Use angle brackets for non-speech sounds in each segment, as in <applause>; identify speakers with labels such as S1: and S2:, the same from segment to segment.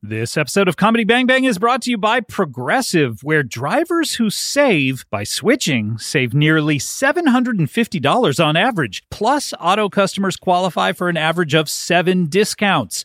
S1: This episode of Comedy Bang Bang is brought to you by Progressive, where drivers who save by switching save nearly $750 on average. Plus, auto customers qualify for an average of seven discounts.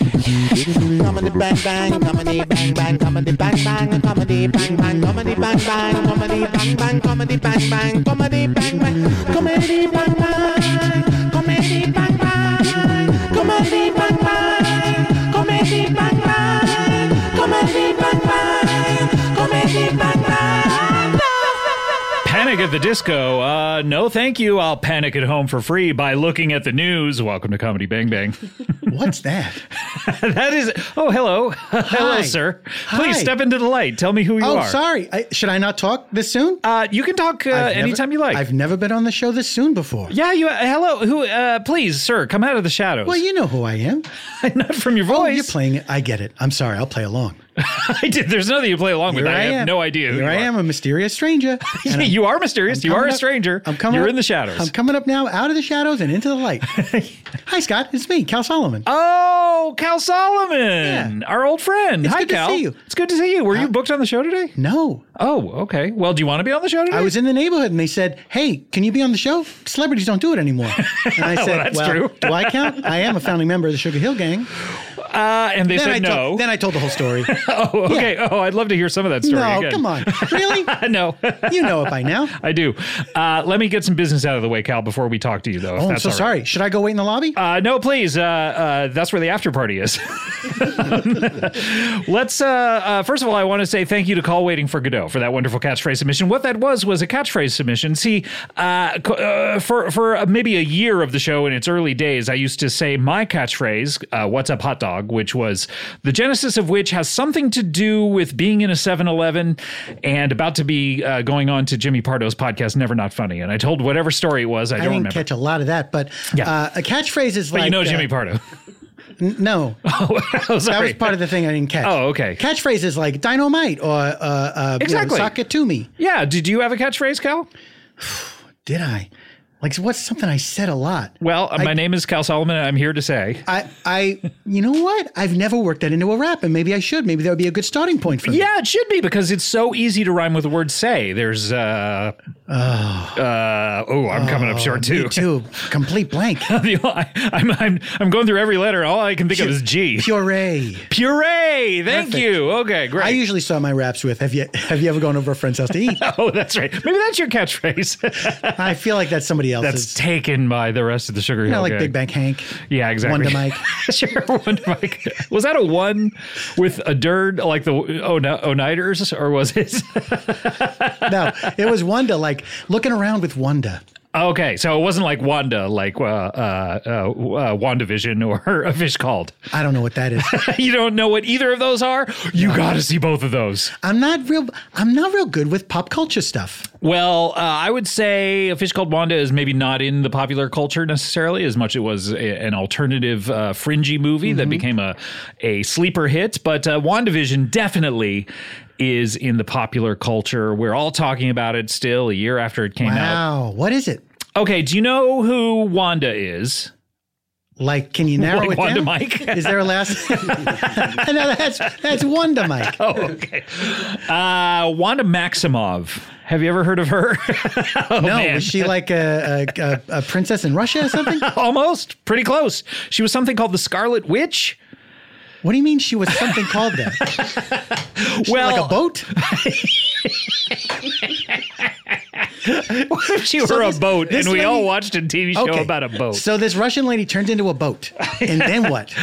S2: Comedy bang bang, comedy bang bang, comedy bang bang, comedy bang bang, comedy bang bang, comedy bang bang, comedy bang bang, comedy bang bang, comedy bang bang, comedy bang bang, comedy bang bang, comedy bang bang, comedy bang bang, comedy bang bang.
S1: Panic at the Disco. Uh, no, thank you. I'll panic at home for free by looking at the news. Welcome to Comedy Bang Bang. <laughs>
S3: What's that?
S1: that is. Oh, hello. <laughs> hello, sir. Please
S3: Hi.
S1: step into the light. Tell me who you
S3: oh,
S1: are.
S3: sorry. I, should I not talk this soon?
S1: Uh, you can talk uh,
S3: I've never-
S1: anytime you like.
S3: I've never been on the show this soon before.
S1: yeah, you. hello. Who? Uh, please, sir, come out of the shadows. <laughs>
S3: Well, you know who I am.
S1: Not from your
S3: Oh, you're
S1: voice.
S3: playing it. I get it. I'm sorry. I'll play along.
S1: <laughs> I did. There's nothing you play along with.
S3: Here
S1: I, have
S3: am.
S1: no idea who
S3: Here
S1: you
S3: I
S1: are. <laughs>
S3: am, a mysterious stranger. And I'm-
S1: you are mysterious.
S3: I'm
S1: you are
S3: coming
S1: a
S3: up-
S1: stranger.
S3: I'm coming.
S1: You're
S3: up-
S1: in the shadows.
S3: I'm coming up now, out of the shadows and into the
S1: <laughs>
S3: light. Hi, Scott. It's me, Cal Solomon.
S1: Oh, Cal Solomon, our old friend.
S3: It's
S1: Hi,
S3: good to
S1: Cal.
S3: see you. Uh,
S1: It's good to see you. Were you booked on the show today?
S3: no,
S1: Oh, okay. Well, do you want to be on the show today?
S3: I was in the neighborhood and they said, "Hey, can you be on the show? Celebrities don't do
S1: <laughs>
S3: it anymore." And I said,
S1: that's true."
S3: do I count? I am a founding member of the Sugar Hill Gang."
S1: uh, and they
S3: Then
S1: said
S3: I
S1: no.
S3: told, then I told the whole story.
S1: <laughs> oh, okay. Oh, I'd love to hear some of that story.
S3: no,
S1: again.
S3: come on, really?
S1: <laughs> no, <laughs>
S3: You know it by now.
S1: I do. Uh, let me get some business out of the way, Cal, before we talk to you, though. if
S3: Oh, I'm
S1: that's
S3: so
S1: all right.
S3: sorry. Should I go wait in the lobby?
S1: Uh, no, please. Uh, uh, that's where the after party is. <laughs> Let's, uh, uh, first of all, I want to say thank you to Call Waiting for Godot for that wonderful catchphrase submission. What that was was a catchphrase submission. See, uh, co- uh, for, for uh, maybe a year of the show in its early days, I used to say my catchphrase, uh, What's Up Hot Dog, which was the genesis of which has something to do with being in a 7 Eleven and about to be uh, going on to Jimmy Pardo's podcast, Never Not Funny. And I told whatever story it was. I
S3: I
S1: don't
S3: didn't
S1: remember.
S3: catch a lot of that, but
S1: Yeah.
S3: uh, a catchphrase is
S1: but
S3: like
S1: you know
S3: uh,
S1: Jimmy Pardo.
S3: n-
S1: <laughs>
S3: no,
S1: Oh,
S3: that
S1: sorry.
S3: was part of the thing I didn't catch.
S1: Oh, okay.
S3: Catchphrase is like dynamite or uh, uh,
S1: Exactly.
S3: You know, sock it to me.
S1: Yeah. Did you have a catchphrase, Cal?
S3: Did I? Like, what's something I said a lot?
S1: Well, uh my name is Cal Solomon, and I'm here to say.
S3: I, I, you know what? I've never worked that into a rap, and maybe I should. Maybe that would be a good starting point for me.
S1: Yeah, it should be because it's so easy to rhyme with the word "say." There's uh, uh, oh, I'm coming up short too.
S3: Oh.
S1: <laughs>
S3: Me too. Complete blank.
S1: The- I, am I'm I'm going through every letter. All I can think of is G.
S3: Puree.
S1: Puree. Thank
S3: Perfect.
S1: you. Okay, great.
S3: I usually saw my raps with. Have you have you ever gone over a friend's house to eat?
S1: <laughs> oh, that's right. Maybe that's your catchphrase. <laughs>
S3: I feel like that's somebody else's.
S1: that's taken by the rest of the Sugar
S3: you know,
S1: Hill
S3: like
S1: Gang.
S3: Big Bang Hank.
S1: Yeah, exactly.
S3: Wonder Mike.
S1: <laughs> sure, Wonder Mike. Was that a one with a dirt like the oh no Oniders or was it? <laughs>
S3: No, it was Wanda, like looking around with Wanda.
S1: okay, so it wasn't like Wanda, like uh, uh, uh, uh, WandaVision or <laughs> A Fish Called.
S3: I don't know
S1: <laughs>
S3: what that is.
S1: you don't know what either of those are. You got to see both of those.
S3: I'm not real. I'm not real good with pop culture stuff.
S1: Well, uh, I would say A Fish Called Wanda is maybe not in the popular culture necessarily as much. It was a, an alternative, uh, fringy movie that became a a sleeper hit, but uh, WandaVision definitely is in the popular culture. We're all talking about it still a year after it came out.
S3: Wow, what is it?
S1: Okay, do you know who Wanda is?
S3: Like, can you narrow
S1: Like
S3: it
S1: Wanda
S3: down?
S1: Mike?
S3: Is there
S1: <laughs>
S3: a last? <laughs> no, that's that's Wanda Mike.
S1: Oh, okay. Uh, Wanda Maximov. Have you ever heard of her? <laughs> Oh,
S3: no,
S1: man.
S3: was she like a, a, a, a princess in Russia
S1: <laughs>
S3: or something?
S1: almost pretty close. She was something called the Scarlet Witch.
S3: What do you mean she was something called that?
S1: <laughs> well,
S3: like a boat?
S1: What if she
S3: So
S1: were
S3: this-
S1: a boat
S3: this
S1: and we
S3: lady-
S1: all watched a TV show
S3: Okay.
S1: about a boat?
S3: So this Russian lady turned into a boat, and
S1: <laughs>
S3: then what?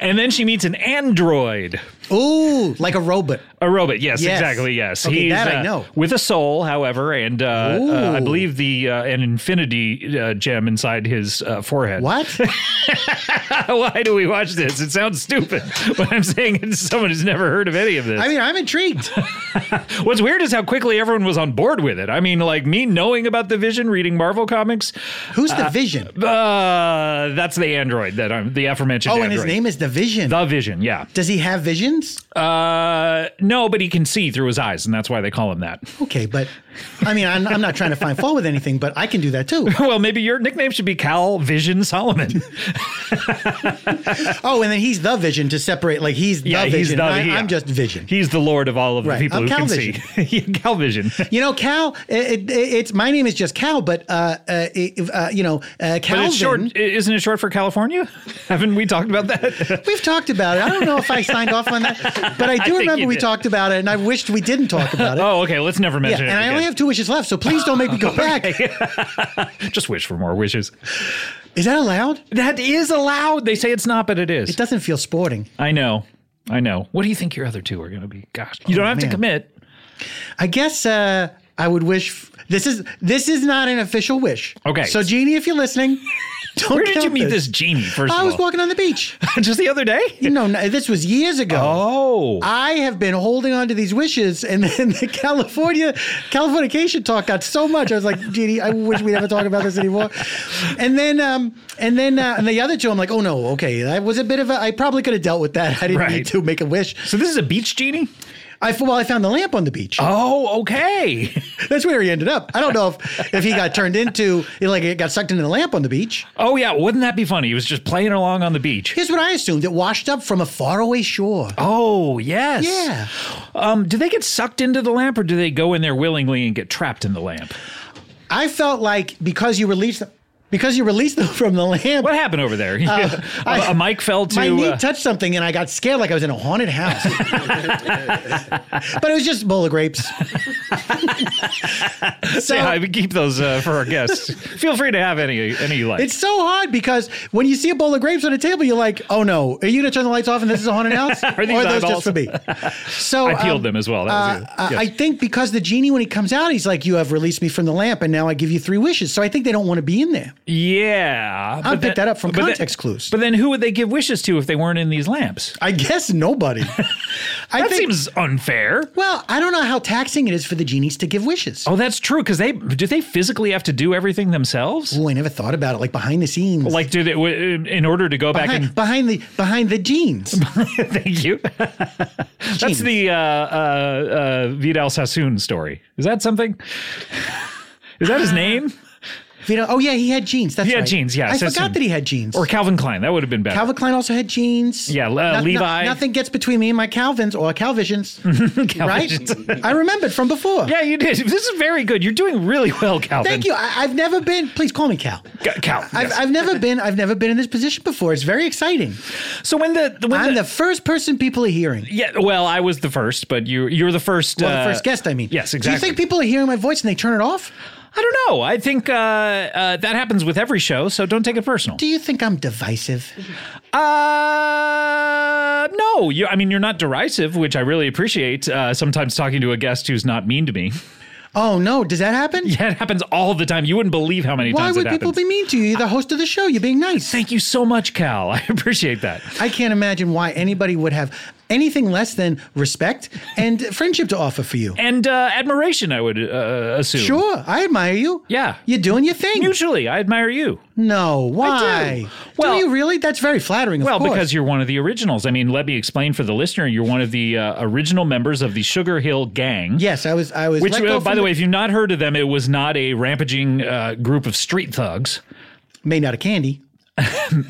S1: and then she meets an android.
S3: Ooh, like a robot.
S1: A robot, yes,
S3: Yes.
S1: exactly, yes.
S3: Okay, that I
S1: uh,
S3: know.
S1: With a soul, however, and uh, uh, I
S3: Ooh.
S1: believe the uh, an infinity uh, gem inside his uh, forehead.
S3: What?
S1: <laughs> Why do we watch this? It sounds stupid, <laughs> but I'm saying it's someone who's never heard of any of this.
S3: I mean, I'm intrigued.
S1: What's weird is how quickly everyone was on board with it. I mean, like me knowing about the Vision, reading Marvel comics.
S3: Who's the Vision?
S1: Uh, that's the android that I'm the aforementioned.
S3: Oh, and his
S1: android.
S3: name is the Vision.
S1: The Vision, yeah.
S3: Does he have visions?
S1: Uh, no, but he can see through his eyes, and that's why they call him that. <laughs>
S3: Okay, but I mean, I'm, I'm not trying to find fault with anything, but I can do that too.
S1: Well, maybe your nickname should be Cal Vision Solomon.
S3: Oh, and then he's the Vision to separate. Like he's
S1: <laughs> Yeah,
S3: <laughs> the
S1: he's
S3: Vision.
S1: the-
S3: and I,
S1: yeah.
S3: I'm just Vision.
S1: He's the lord of all of
S3: Right,
S1: the people
S3: I'm
S1: who
S3: Cal
S1: can
S3: Vision.
S1: see. <laughs> Yeah, Cal Vision.
S3: <laughs> You know, Cal. It, it, it's my name is just Cal, but uh, uh, if, uh you know, uh,
S1: But
S3: Calvin.
S1: it's short, i- isn't it short for
S3: <laughs>
S1: California? Haven't we talked about that?
S3: We've talked about it. I don't know if I signed off on that,
S1: <laughs>
S3: but I
S1: I
S3: do
S1: think you
S3: remember we
S1: did.
S3: talked about it, and I wished we didn't talk about it.
S1: oh, okay. Let's never
S3: yeah,
S1: mention
S3: and
S1: it.
S3: I only
S1: again.
S3: have two wishes left, so please don't
S1: <laughs>
S3: make me go back.
S1: Just wish for more wishes.
S3: Is that allowed?
S1: That is allowed. They say it's not, but it is.
S3: It doesn't feel sporting.
S1: I know. I know. What do you think your other two are going to be? Gosh, you don't have to
S3: Oh, man.
S1: commit.
S3: I guess uh, I would wish. this is this is not an official wish.
S1: Okay.
S3: So Jeannie, if
S1: <laughs>
S3: you're listening, don't.
S1: Where did you
S3: count
S1: meet this genie? First
S3: I
S1: of
S3: was
S1: all,
S3: walking on the beach.
S1: <laughs> just the other
S3: <laughs>
S1: day.
S3: You know, no, this was years ago.
S1: Oh,
S3: I have been holding on to these wishes, and then the California Californication talk got so much. I was like, Jeannie, I wish we never talk about this anymore. And then, um, and then, uh, and the other two, I'm like, oh no, okay, that was a bit of a. I probably could have dealt with that. I didn't
S1: Right.
S3: need to make a wish.
S1: so this is a beach genie.
S3: I well, I found the lamp on the beach.
S1: Oh, okay.
S3: That's where he ended up. I don't know if if he got turned into like it got sucked into the lamp on the beach.
S1: Oh yeah, wouldn't that be funny? He was just playing along on the beach.
S3: Here's what I assumed: it washed up from a faraway shore.
S1: Oh yes.
S3: Yeah.
S1: Um, do they get sucked into the lamp, or do they go in there willingly and get trapped in the lamp?
S3: I felt like because you released them, because you released them <laughs> from the lamp.
S1: What happened over there? <laughs> A
S3: Uh, I-
S1: a mic fell to.
S3: my knee
S1: uh,
S3: touched something and I got scared like I was in a haunted house. but it was just a bowl of grapes. so
S1: yeah, we keep those uh, for our guests.
S3: <laughs>
S1: Feel free to have any any you like.
S3: it's so hard because when you see a bowl of grapes on a table, you're like, oh no, are you going to turn the lights off and this is a haunted house?
S1: <laughs> Are these
S3: or those
S1: eyeballs?
S3: just for me? So
S1: I peeled
S3: um,
S1: them as well. That was
S3: Uh,
S1: it.
S3: I-
S1: Yes.
S3: I think because the genie, when he comes out, he's like, "You have released me from the lamp, and now I give you three wishes." So I think they don't want to be in there.
S1: Yeah. but
S3: pick that up from
S1: but then-
S3: context clues.
S1: But then who would they give wishes to if they weren't in these lamps?
S3: I guess
S1: <laughs>
S3: nobody. I
S1: That
S3: think.
S1: seems unfair.
S3: well, I don't know how taxing it is for the genies to give wishes.
S1: Oh, that's true. Because they do they physically have to do everything themselves?
S3: Oh, I never thought about it. Like behind the scenes,
S1: Like, do they w- in order to go back
S3: <laughs> behind, behind the behind
S1: <laughs>
S3: the jeans.
S1: and thank you? <laughs> that's the uh, uh, uh, Vidal Sassoon story. Is that something? Is that his name
S3: You know, oh yeah, he had jeans. That's
S1: He had
S3: right.
S1: jeans, yeah,
S3: I
S1: says
S3: forgot
S1: him.
S3: that he had jeans.
S1: or Calvin Klein? That would have been better.
S3: Calvin Klein also had jeans.
S1: Yeah, Le- Levi.
S3: nothing gets between me and my Calvins or Calvisions,
S1: <laughs>
S3: right? I remembered from before.
S1: yeah, you did. This is very good. You're doing really well, Calvin.
S3: Thank you. I, I've never been. Please call me Cal.
S1: Ca- Cal.
S3: I've,
S1: yes.
S3: I've never been. I've never been in this position before. It's very exciting.
S1: so when the, the when
S3: I'm the first person people are hearing.
S1: Yeah, well, I was the first, but you you're the first.
S3: Well,
S1: uh,
S3: the first guest, I mean.
S1: yes,
S3: Do you
S1: exactly.
S3: think people are hearing my voice and they turn it off?
S1: I don't know. I think uh, uh, that happens with every show, so don't take it personal.
S3: Do you think I'm divisive?
S1: Uh, no, you. I mean, you're not derisive, which I really appreciate. Uh, sometimes talking to a guest who's not mean to me. <laughs>
S3: Oh no, does that happen?
S1: Yeah, it happens all the time. You wouldn't believe how many
S3: Why
S1: times
S3: would
S1: it
S3: people
S1: happens.
S3: be mean to you? You're the host of the show. You're being nice.
S1: Thank you so much, Cal. <laughs> I appreciate that.
S3: I can't imagine why anybody would have anything less than respect and friendship to offer for you.
S1: And uh, admiration, I would uh, assume.
S3: Sure, I admire you.
S1: Yeah.
S3: You're doing your thing.
S1: Mutually, I admire you.
S3: No, why?
S1: Well-
S3: do you really? That's very flattering. Of
S1: Well,
S3: course.
S1: because you're one of the originals. I mean, let me explain for the listener. You're one of the uh, original members of the Sugar Hill Gang.
S3: yes, I was. I was.
S1: Which,
S3: let go
S1: uh, by
S3: from
S1: the way, if you've not heard of them, it was not a rampaging uh, group of street thugs
S3: made out of candy.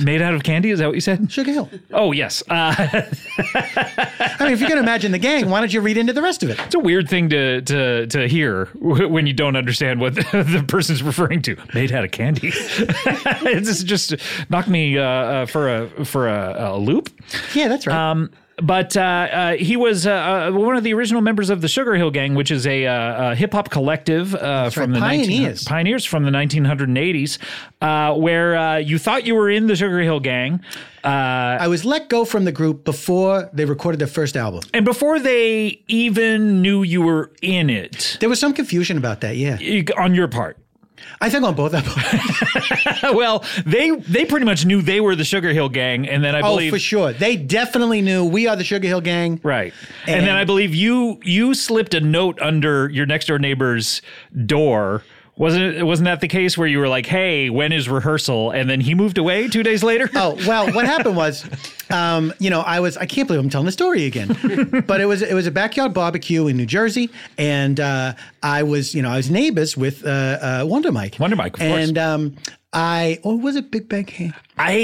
S1: made out of candy. Is that what you said?
S3: Sugar Hill.
S1: Oh, yes. Uh,
S3: I mean, if you're going to imagine the gang, why don't you read into the rest of it?
S1: it's a weird thing to to to hear <laughs> w- when you don't understand what <laughs> the, the person's referring to. Made out of candy. <laughs> it's just just knocked me uh, uh, for a for a, a loop.
S3: Yeah, that's right.
S1: Um, But uh, uh, he was uh, uh, one of the original members of the Sugar Hill Gang, which is a, uh, uh hip hop collective uh, from
S3: right,
S1: the 1900
S3: pioneers.
S1: pioneers from the 1980s, uh, where uh, you thought you were in the Sugar Hill Gang, uh,
S3: I was let go from the group before they recorded their first album.
S1: and before they even knew you were in it
S3: There was some confusion about that, yeah.
S1: you- on your part.
S3: I think on both of them.
S1: <laughs> well, they they pretty much knew they were the Sugar Hill Gang, and then I
S3: Oh,
S1: believe
S3: for sure. They definitely knew we are the Sugar Hill Gang.
S1: Right. And, then
S3: And-
S1: I believe you you slipped a note under your next door neighbor's door. Wasn't it, wasn't that the case where you were like, "Hey, when is rehearsal?" And then he moved away two days later.
S3: Oh well, what happened was, um, you know, I was I can't believe I'm telling the story again, but it was it was a backyard barbecue in New Jersey, and uh, I was you know I was neighbors with uh, uh, Wonder Mike.
S1: Wonder Mike, of course.
S3: and um, I or was it Big Bang Hank?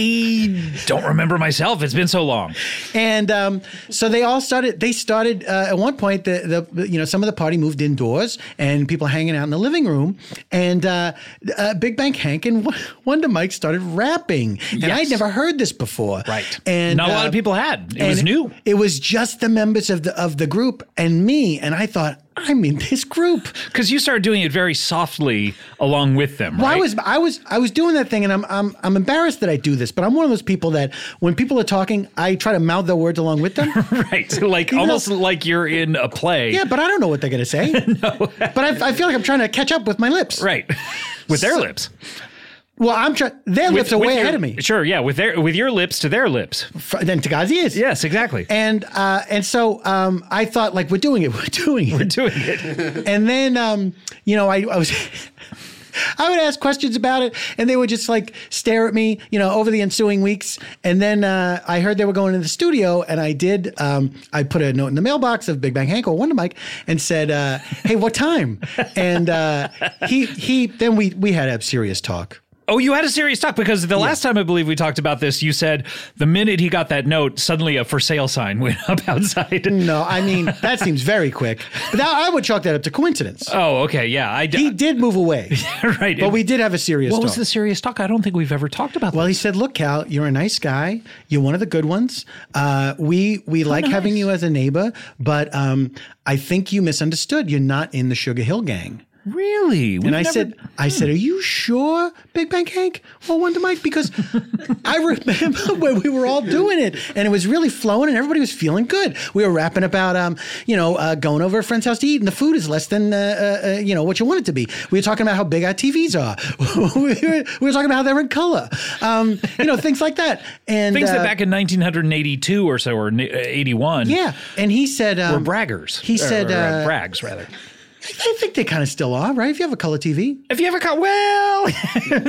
S1: I don't remember myself. It's been so long.
S3: And um, so they all started. They started uh, at one point. The, the you know some of the party moved indoors, and people hanging out in the living room. And uh, uh, Big Bang Hank and Wo- Wonder Mike started rapping, and
S1: Yes.
S3: I'd never heard this before. And
S1: not a lot
S3: uh,
S1: of people had. It
S3: and
S1: was new.
S3: It was just the members of the of the group and me, and I thought I'm in this group.
S1: Cuz you started doing it very softly along with them,
S3: Well,
S1: right?
S3: I was I was I was doing that thing, and I'm I'm I'm embarrassed that I do this, but I'm one of those people that when people are talking, I try to mouth their words along with
S1: <laughs>
S3: them.
S1: <laughs>
S3: <laughs>
S1: right. Like almost like you're in a play.
S3: yeah, but I don't know what they're gonna say. no, but I, I feel like I'm trying to catch up with my lips.
S1: Right. <laughs> With their
S3: So-
S1: lips.
S3: Well, I'm trying. Their lips are way
S1: your-
S3: ahead of me.
S1: Sure, yeah, with their with your lips to their lips.
S3: F- Then Tagazi is.
S1: <laughs> Yes, exactly.
S3: And uh, and so um, I thought like we're doing it, <laughs> we're doing it.
S1: doing it.
S3: and then um, you know I, I was <laughs> I would ask questions about it, and they would just like stare at me, you know, over the ensuing weeks. And then uh, I heard they were going to the studio, and I did. Um, I put a note in the mailbox of Big Bang Hank or Wonder Mike, and said, uh, "Hey, what
S1: <laughs>
S3: time?" and uh, he he. Then we we had a serious talk.
S1: Oh, you had a serious talk because the last time I believe we talked about this, you said the minute he got that note, suddenly a for sale sign <laughs> went up outside.
S3: No, I mean that seems very quick, but that, I would chalk that up to coincidence.
S1: Oh, okay, yeah, I
S3: he
S1: did.
S3: did move
S1: <laughs>
S3: away,
S1: right.
S3: but we did have a serious.
S1: what
S3: talk.
S1: was the serious talk? I don't think we've ever talked about.
S3: Well, he said, "Look, Cal, you're a nice guy. You're one of the good ones. Uh, we we like having you as a neighbor, but um, I think you misunderstood. You're not in the Sugar Hill Gang."
S1: that. really. We've
S3: And I
S1: never-
S3: said, "I said, are you sure, Big Bang Hank or Wonder Mike? Because <laughs> I remember <laughs> when we were all doing it, and it was really flowing, and everybody was feeling good. We were rapping about, um, you know, uh, going over a friend's house to eat, and the food is less than, uh, uh, uh, you know, what you want it to be. We were talking about how big our TVs are. <laughs> we, were, we were talking about how they're in color, um, you know, things like that. And
S1: things
S3: uh,
S1: that back in 1982 or so, or ni- uh, 81,
S3: yeah, and he said,
S1: were
S3: um,
S1: braggers.
S3: He
S1: Or,
S3: said,
S1: uh,
S3: uh,
S1: brags rather.
S3: I think they kind of still are, right? If you have a color TV,
S1: Have you ever caught? Well, <laughs> do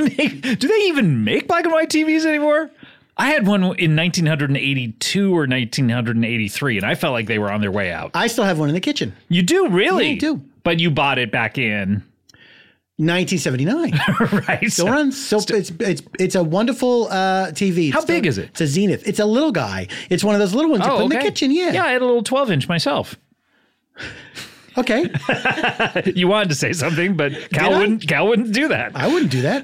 S1: they even make black and white TVs anymore? I had one in 1982 or 1983, and I felt like they were on their way out.
S3: I still have one in the kitchen,
S1: You do really?
S3: Yeah, I do.
S1: But you bought it back in, <laughs>
S3: 1979.
S1: right?
S3: Still runs. So it's it's it's a wonderful uh, TV. It's
S1: How
S3: still-
S1: big is it?
S3: It's a Zenith. It's a little guy. It's one of those little ones you put in the kitchen. Yeah.
S1: Oh, Yeah, I had a little 12 inch myself.
S3: Okay.
S1: You wanted to say something,
S3: <laughs>
S1: but Cal
S3: I?
S1: wouldn't. Cal wouldn't do that.
S3: I wouldn't do that.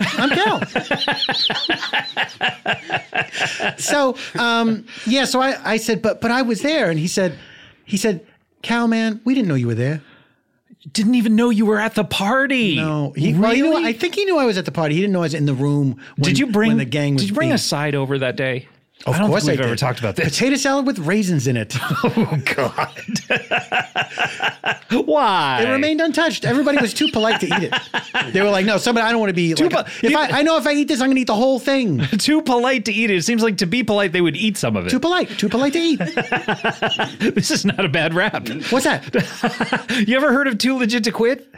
S3: I'm
S1: <laughs>
S3: Cal. so um, yeah. So I I said, but but I was there, and he said, he said, Cal, man, we didn't know you were there.
S1: Didn't even know you were at the party.
S3: No, he,
S1: Oh, really.
S3: well, he knew, I think he knew I was at the party. He didn't know I was in the room. When,
S1: did you bring
S3: when the gang? Was
S1: Did you bring
S3: being-
S1: a side over that day?
S3: Of
S1: I don't
S3: course,
S1: think we've
S3: I did.
S1: ever talked about this.
S3: Potato salad with raisins
S1: <laughs>
S3: in it.
S1: Oh God! <laughs> Why?
S3: It remained untouched. Everybody was too polite to eat
S1: <laughs>
S3: it. They were like, "No, somebody, I don't want to be." Like,
S1: po-
S3: if I, I know if I eat this, I'm going to eat the whole thing.
S1: too polite to eat it. It seems like to be polite, they would eat some of it.
S3: Too polite. Too polite to eat.
S1: <laughs> this is not a bad rap.
S3: What's that?
S1: <laughs> You ever heard of Too Legit to Quit?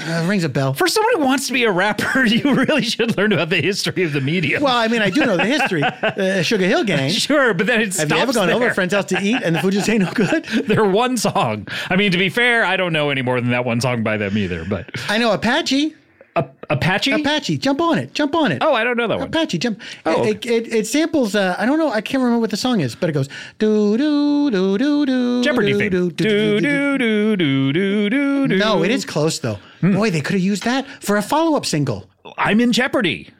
S3: Uh, rings a bell.
S1: For someone who wants to be a rapper, <laughs> you really should learn about the history of the media.
S3: Well, I mean, I do know the history. Uh, Sugar Hill Gang.
S1: sure, but then it
S3: Have
S1: stops
S3: you ever gone
S1: there.
S3: over a friend's house to eat and the food just ain't no good?
S1: Their one song. I mean, to be fair, I don't know any more than that one song by them either. But
S3: I know Apache.
S1: A- Apache.
S3: Apache, jump on it. Jump on it.
S1: oh, I don't know that one.
S3: Apache, jump.
S1: Oh,
S3: it, it, it, it samples. Uh, I don't know. I can't remember what the song is, but it goes do do do do do.
S1: Jeopardy
S3: do,
S1: theme.
S3: do, do, do, do, do.
S1: do do do do do do. Hmm.
S3: No, it is close though. Boy, they could have used that for a follow-up single.
S1: I'm in Jeopardy.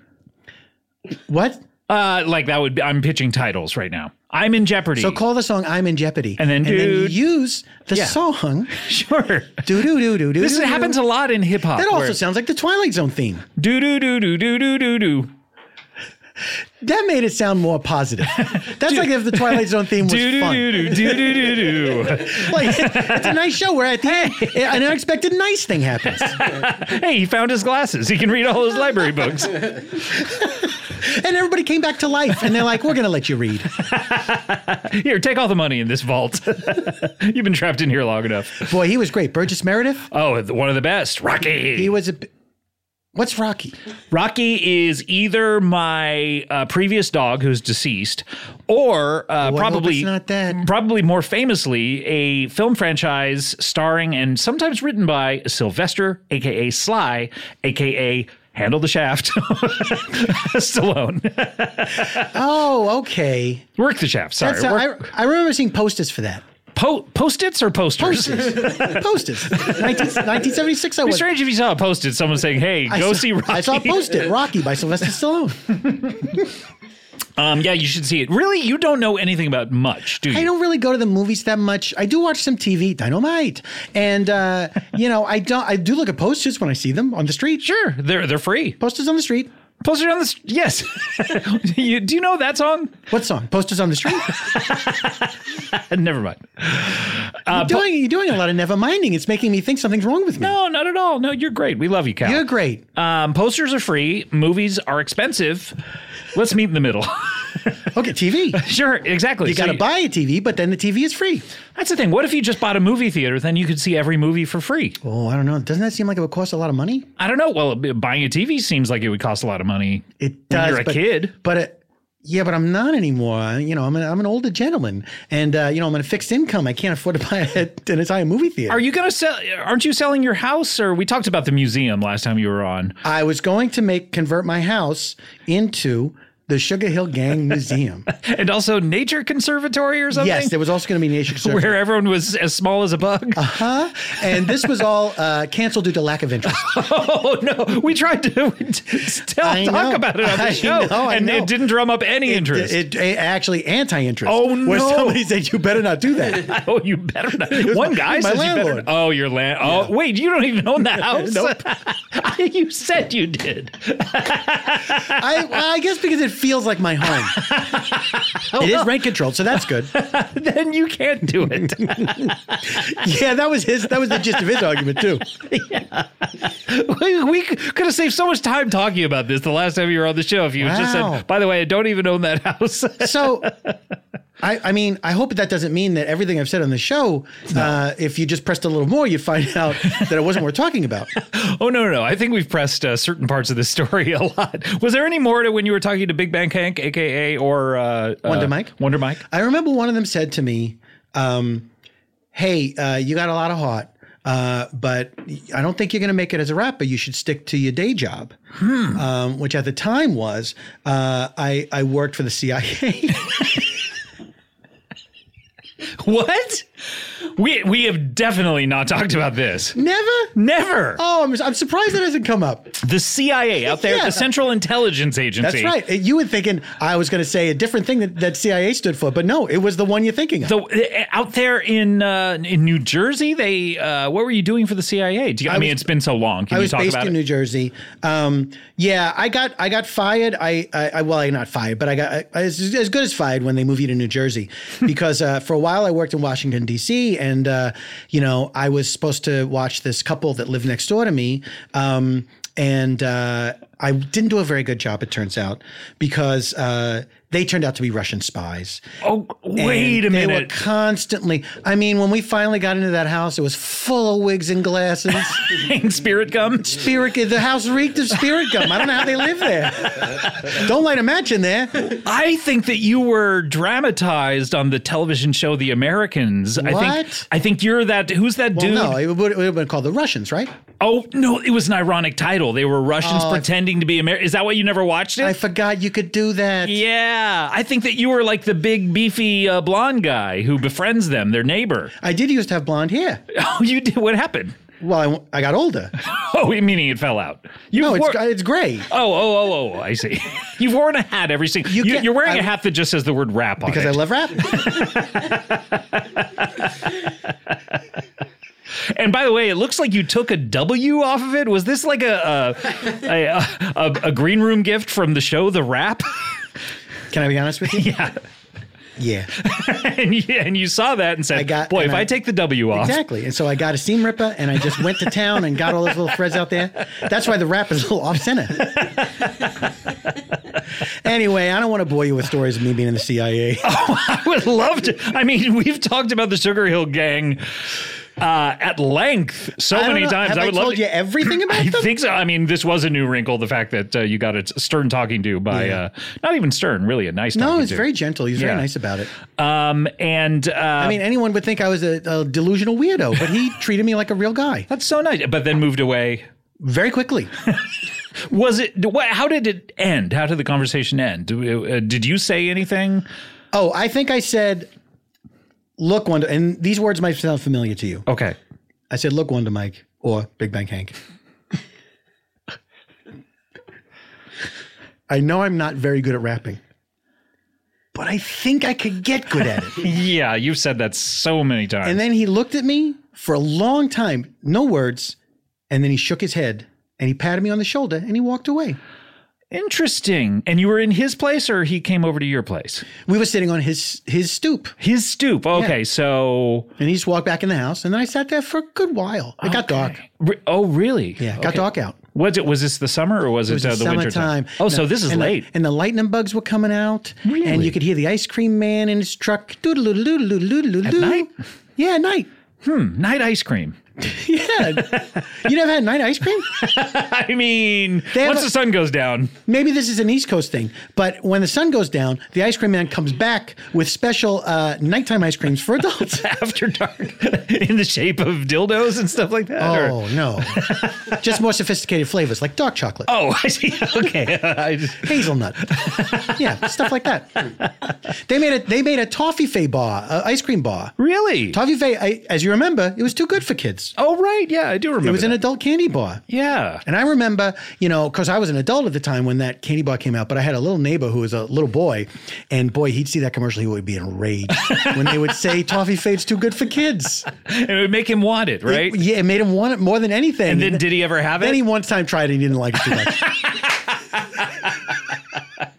S3: What?
S1: Uh, like that would be, I'm pitching titles right now. I'm in jeopardy.
S3: So call the song "I'm in Jeopardy,"
S1: And then, dude-
S3: use the
S1: Yeah.
S3: song.
S1: <laughs> sure.
S3: Do do do do do.
S1: This
S3: do,
S1: happens
S3: do.
S1: a lot in hip hop.
S3: That also sounds like the Twilight Zone theme.
S1: do do do do do do do do
S3: That made it sound more positive.
S1: <laughs>
S3: That's like if the Twilight Zone theme was
S1: do do
S3: fun.
S1: do do do do do
S3: <laughs>
S1: do.
S3: Like it's a nice show where at the end an unexpected nice
S1: <laughs>
S3: thing happens.
S1: Hey, he found his glasses. He can read all his library books.
S3: And everybody came back to life and they're like, We're gonna let you read.
S1: Here, take all the money in this vault. <laughs> You've been trapped in here long enough.
S3: Boy, he was great. Burgess Meredith,
S1: Oh, th- one of the best, Rocky.
S3: he was a b- What's Rocky?
S1: Rocky is either my uh, previous dog who's deceased, or uh,
S3: hope
S1: probably
S3: it's not that.
S1: Probably more famously, a film franchise starring and sometimes written by Sylvester, aka Sly, aka Handle the Shaft, <laughs> Stallone.
S3: Oh, okay.
S1: Work the shaft. Sorry,
S3: That's, I,
S1: Work-
S3: I remember seeing posters for that.
S1: po- post-its or posters. <laughs>
S3: Posters. posters. 19, 1976, I
S1: It'd be
S3: was.
S1: strange if you saw a post-it, someone saying, "Hey,
S3: I
S1: go
S3: saw-
S1: see Rocky."
S3: I saw Post-it, Rocky by Sylvester Stallone.
S1: <laughs> Um, yeah, you should see it. Really, you don't know anything about much, do you?
S3: I don't really go to the movies that much. I do watch some TV, Dynamite, and uh, you know, I don't. I do look at posters when I see them on the street.
S1: Sure, they're they're free.
S3: Posters on the street.
S1: Poster on the st- yes. <laughs> you, do you know that song?
S3: What song? Posters on the
S1: <laughs>
S3: street.
S1: Uh, Never mind.
S3: you're doing you're doing a lot of never minding. It's making me think something's wrong with me.
S1: No, not at all. No, you're great. We love you, Cal.
S3: You're great.
S1: um, posters are free. Movies are expensive. Let's meet in the middle. <laughs>
S3: Okay, TV.
S1: sure, exactly.
S3: You
S1: So
S3: got to buy a TV, but then the TV is free.
S1: That's the thing. What if you just bought a movie theater? Then you could see every movie for free.
S3: Oh, I don't know. Doesn't that seem like it would cost a lot of money?
S1: I don't know. Well, buying a TV seems like it would cost a lot of money.
S3: It
S1: When
S3: does.
S1: you're a
S3: but,
S1: kid.
S3: but it, yeah, but I'm not anymore. You know, I'm an, I'm an older gentleman, and uh, you know, I'm on a fixed income. I can't afford to buy a, <laughs> an entire movie theater.
S1: Are you gonna sell? Aren't you selling your house? Or we talked about the museum last time you were on.
S3: I was going to make convert my house into the Sugar Hill
S1: <laughs>
S3: Gang Museum.
S1: and also nature conservatory or something.
S3: yes, there was also going to be nature conservancy.
S1: where everyone was as small as a bug.
S3: Huh? And this was all uh, canceled due to lack of interest.
S1: oh no, we tried to <laughs> tell,
S3: I
S1: talk
S3: know.
S1: about it on the
S3: I
S1: show,
S3: know, I
S1: and
S3: know.
S1: it didn't drum up any interest.
S3: It, it actually anti-interest.
S1: Oh,
S3: Where
S1: no.
S3: somebody said you better not do that.
S1: <laughs> oh, you better not. One
S3: my-
S1: guy
S3: it was my
S1: says you better.
S3: landlord.
S1: Oh, your land. Oh, wait, you don't even
S3: <laughs>
S1: own the house. <laughs> you said you did.
S3: I, well, I guess because it feels like my
S1: <laughs>
S3: home. it is rent controlled, so that's good.
S1: then you can't do it. <laughs>
S3: Yeah, that was his. That was the gist of his argument too.
S1: we we could have saved so much time talking about this the last time you were on the show. If you had just
S3: Wow.
S1: said, by the way, I don't even own that house. <laughs>
S3: So, I, I mean, I hope that doesn't mean that everything I've said on the show, uh, if you just pressed a little more, you find out that it wasn't worth talking about.
S1: Oh no, no, no! I think we've pressed uh, certain parts of the story <laughs> a lot. Was there any more to when you were talking to Big Bang Hank, aka or uh,
S3: Wonder
S1: uh,
S3: Mike?
S1: Wonder Mike.
S3: I remember one of them said to me, um, "Hey, uh, you got a lot of heart, uh, but I don't think you're going to make it as a rapper. You should stick to your day job." Um, which at the time was uh, I, I worked for the CIA.
S1: What? We we have definitely not talked about this.
S3: <laughs> Never.
S1: Never.
S3: Oh, I'm, I'm surprised that hasn't come up.
S1: The CIA out there,
S3: Yeah.
S1: the Central Intelligence Agency.
S3: That's right. You were thinking I was going to say a different thing that, that CIA stood for, but no, it was the one you're thinking of.
S1: So uh, out there in uh, in New Jersey, they uh, what were you doing for the CIA? Do you, I, mean, it's been so long. Can
S3: I
S1: you
S3: was
S1: talk
S3: based
S1: about
S3: in
S1: it?
S3: New Jersey. Um, yeah, I got I got fired. I, I, I well, I not fired, but I got I, I was as good as fired when they moved you to
S1: <laughs>
S3: New Jersey because uh, for a while I worked in Washington D.C. and uh, you know I was supposed to watch this couple that lived next door to me. Um, and uh, I didn't do a very good job, it turns out, because uh, they turned out to be Russian spies.
S1: oh, wait a
S3: And They
S1: <laughs>
S3: were
S1: minute.
S3: constantly. I mean, when we finally got into that house, it was full of wigs
S1: <laughs>
S3: and glasses.
S1: Spirit gum.
S3: spirit. The house reeked of spirit gum. I don't know how they live there. Don't light a match in there.
S1: I think that you were dramatized on the television show The Americans. I think
S3: What?
S1: I think you're that who's that
S3: Well,
S1: dude?
S3: no, it would, it would have been called the Russians, right?
S1: Oh no, it was an ironic title. They were Russians pretending to be American. Is that why you never watched it?
S3: Oh, I forgot you could do that.
S1: yeah, I think that you were like the big beefy uh, blonde guy who befriends them, their neighbor. <laughs>
S3: I did used to have blonde hair.
S1: Oh, you did. What happened? <laughs>
S3: Well, I, I got older.
S1: Oh, meaning it fell out. You
S3: No, it's
S1: wore-
S3: it's gray
S1: Oh, oh, oh, oh! I see. <laughs> You've worn a hat every single. You
S3: You can't-
S1: you're wearing a
S3: I-
S1: hat that just says the word "rap" on
S3: because
S1: it,
S3: I love rap.
S1: and by the way, it looks like you took a W off of it. Was this like a a,
S3: <laughs>
S1: a, a, a green room gift from the show The Rap? <laughs>
S3: Can I be honest with you?
S1: yeah,
S3: Yeah,
S1: and you, and you saw that and said,
S3: I got-
S1: "Boy,
S3: and
S1: if I,
S3: I-
S1: take the W off,
S3: exactly. And so I got a seam ripper, and I just went to town and got all those little threads out there. That's why the rap is a little off center. <laughs> anyway, I don't want to bore you with stories of me being in the CIA.
S1: <laughs> I would love to." I mean, we've talked about the Sugar Hill Gang uh, at length so
S3: I don't
S1: many
S3: know.
S1: times.
S3: Have I,
S1: would
S3: told
S1: love to-
S3: you everything about
S1: I
S3: them?
S1: think so. I mean, this was a new wrinkle. The fact that uh, you got a Stern talking to by uh, not even Stern, really a nice.
S3: no,
S1: talking
S3: he's
S1: to.
S3: very gentle. He's
S1: Yeah.
S3: very nice about it.
S1: Um, and uh,
S3: I mean, anyone would think I was a, a delusional weirdo, but
S1: <laughs>
S3: he treated me like a real guy
S1: that's so nice. But then moved away.
S3: very quickly.
S1: Was it? What, how did it end? How did the conversation end? Do- uh, Did you say anything?
S3: Oh, I think I said, "Look, Wanda," and these words might sound familiar to you.
S1: Okay.
S3: I said, "Look, Wanda, Mike," or "Big Bang Hank." I know I'm not very good at rapping, but I think I could get good at it.
S1: Yeah, you've said that so many times.
S3: and then he looked at me for a long time, no words, and then he shook his head and he patted me on the shoulder and he walked away.
S1: Interesting. And you were in his place, or he came over to your place?
S3: We were sitting on his his stoop,
S1: His stoop. Okay, so
S3: and he just walked back in the house, and then I sat there for a good while. It got dark.
S1: Re- oh, really?
S3: Yeah, it got
S1: Okay.
S3: dark out.
S1: Was it? Was this the summer, or was it,
S3: It was
S1: uh,
S3: the
S1: the winter
S3: summertime.
S1: Oh,
S3: No,
S1: so this is
S3: and the-
S1: late.
S3: and the lightning bugs were coming out. And
S1: Really?
S3: you could hear the ice cream man in his truck. At
S1: night?
S3: Yeah, at night.
S1: Night ice cream. <laughs>
S3: Yeah. you never had night ice cream?
S1: I mean,
S3: They have
S1: once
S3: a-
S1: the sun goes down, <laughs>
S3: Maybe this is an East Coast thing, but when the sun goes down, the ice cream man comes back with special uh, nighttime ice creams for
S1: <laughs>
S3: adults.
S1: after dark, <laughs> in the shape of dildos and stuff like that. or-
S3: oh, no. Just more sophisticated flavors like dark chocolate.
S1: Oh, <laughs> I see. Okay. I just-
S3: hazelnut. yeah, stuff like that. They made a they made a toffee fay bar, a ice cream bar.
S1: really?
S3: Toffee fay, I, as you remember, it was too good for kids.
S1: oh, right. Yeah, I do remember.
S3: It was an
S1: that.
S3: adult candy bar.
S1: Yeah.
S3: And I remember, you know, because I was an adult at the time when that candy bar came out, but I had a little neighbor who was a little boy. And boy, he'd see that commercial, he would
S1: <laughs>
S3: be enraged when they would say Toffee Fade's too good for kids.
S1: And it would make him want it, right?
S3: Yeah, it made him want it more than anything.
S1: and then did he ever have it?
S3: Then he one time tried it and he didn't like it
S1: <laughs>
S3: too much.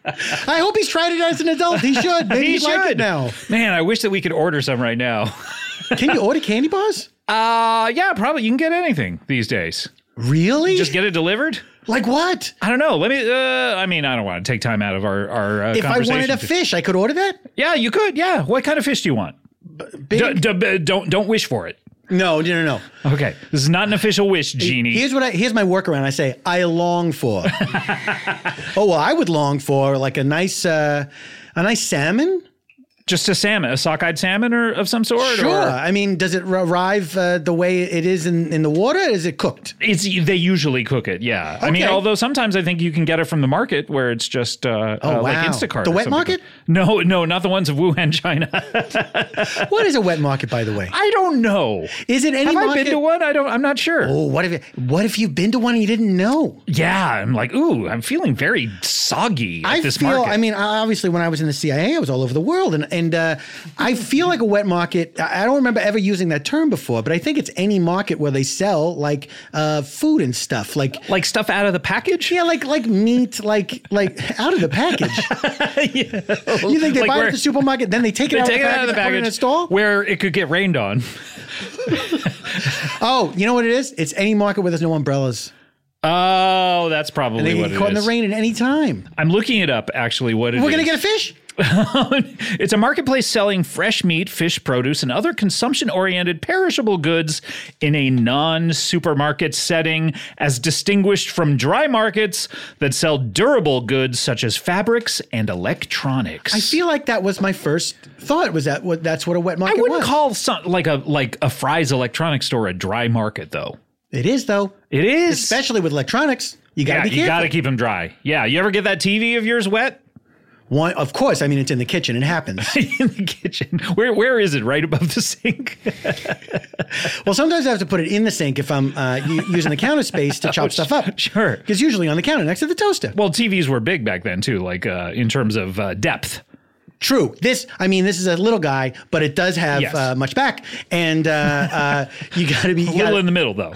S3: I hope he's tried it as an adult. He should. Maybe
S1: He
S3: he'd like
S1: should.
S3: it now.
S1: Man, I wish that we could order some right now. <laughs>
S3: Can you order candy bars?
S1: Uh, yeah, probably. You can get anything these days.
S3: Really?
S1: Just get it delivered.
S3: like what?
S1: I don't know. Let me. Uh, I mean, I don't want to take time out of our our uh,
S3: If I
S1: conversation.
S3: wanted a
S1: to-
S3: fish, I could order that?
S1: yeah, you could. Yeah. What kind of fish do you want?
S3: Big?
S1: D- d- don't don't wish for it.
S3: no, no, no, no.
S1: Okay, this is not an official wish, genie.
S3: Here's what I here's my workaround. I say I
S1: <laughs>
S3: long for. oh well, I would long for like a nice uh, a nice salmon.
S1: Just a salmon, a sockeyed salmon, or of some sort.
S3: Sure.
S1: Or
S3: I mean, does it arrive uh, the way it is in, in the water? Is it cooked?
S1: it's they usually cook it. Yeah. I mean,
S3: Okay.
S1: although sometimes I think you can get it from the market where it's just uh, uh, like
S3: Oh, wow.
S1: Instacart.
S3: The
S1: or
S3: wet
S1: something.
S3: market?
S1: No, no, not the ones of Wuhan, China. <laughs>
S3: What is a wet market, by the way?
S1: I don't know.
S3: Is it any
S1: Have I
S3: market?
S1: been to one? I don't. I'm not sure.
S3: Oh, what if what if you've been to one and you didn't know?
S1: Yeah, I'm like, ooh, I'm feeling very soggy at
S3: I
S1: this
S3: feel.
S1: market.
S3: I mean, I- obviously, when I was in the CIA, I was all over the world, and and uh, I feel like a wet market. I I don't remember ever using that term before, but I think it's any market where they sell like uh, food and stuff, like
S1: like stuff out of the package.
S3: Yeah, like like meat, like like out of the package. You think
S1: <laughs>
S3: they
S1: Like
S3: buy it
S1: where-
S3: at the supermarket, then they take it,
S1: They
S3: out,
S1: take
S3: of
S1: it
S3: the
S1: out of the
S3: package, and
S1: package
S3: put it in a stall?
S1: where it could get rained on.
S3: Oh, you know what it is? It's any market where there's no umbrellas.
S1: Oh, that's probably
S3: They
S1: what
S3: can
S1: it
S3: get caught in
S1: is.
S3: the rain at any time.
S1: I'm looking it up actually. What it
S3: We're gonna
S1: is.
S3: get a fish.
S1: <laughs> it's a marketplace selling fresh meat, fish, produce, and other consumption-oriented perishable goods in a non-supermarket setting, as distinguished from dry markets that sell durable goods such as fabrics and electronics.
S3: I feel like that was my first thought. Was that what? That's what a wet
S1: I
S3: market
S1: wouldn't
S3: was.
S1: call some, like a like a Fry's electronics store a dry market though.
S3: it is though,
S1: It is.
S3: especially with electronics. You gotta
S1: yeah,
S3: be
S1: you
S3: careful.
S1: got to keep them dry. Yeah, you ever get that TV of yours wet? <laughs>
S3: One, of course. I mean, it's in the kitchen. It happens.
S1: in the kitchen. Where where is it? Right above the sink. <laughs>
S3: well, sometimes I have to put it in the sink if I'm uh, u- using the counter space
S1: <laughs>
S3: to chop stuff up.
S1: Oh, sure.
S3: Because usually on the counter next to the toaster.
S1: well, TVs were big back then too, like uh, in terms of uh, depth.
S3: True. This, I mean, this is a little guy, but it does have
S1: Yes.
S3: uh, much back, and uh, uh, you
S1: <laughs>
S3: got to be. You
S1: Little
S3: gotta,
S1: in the middle
S3: <laughs>
S1: though.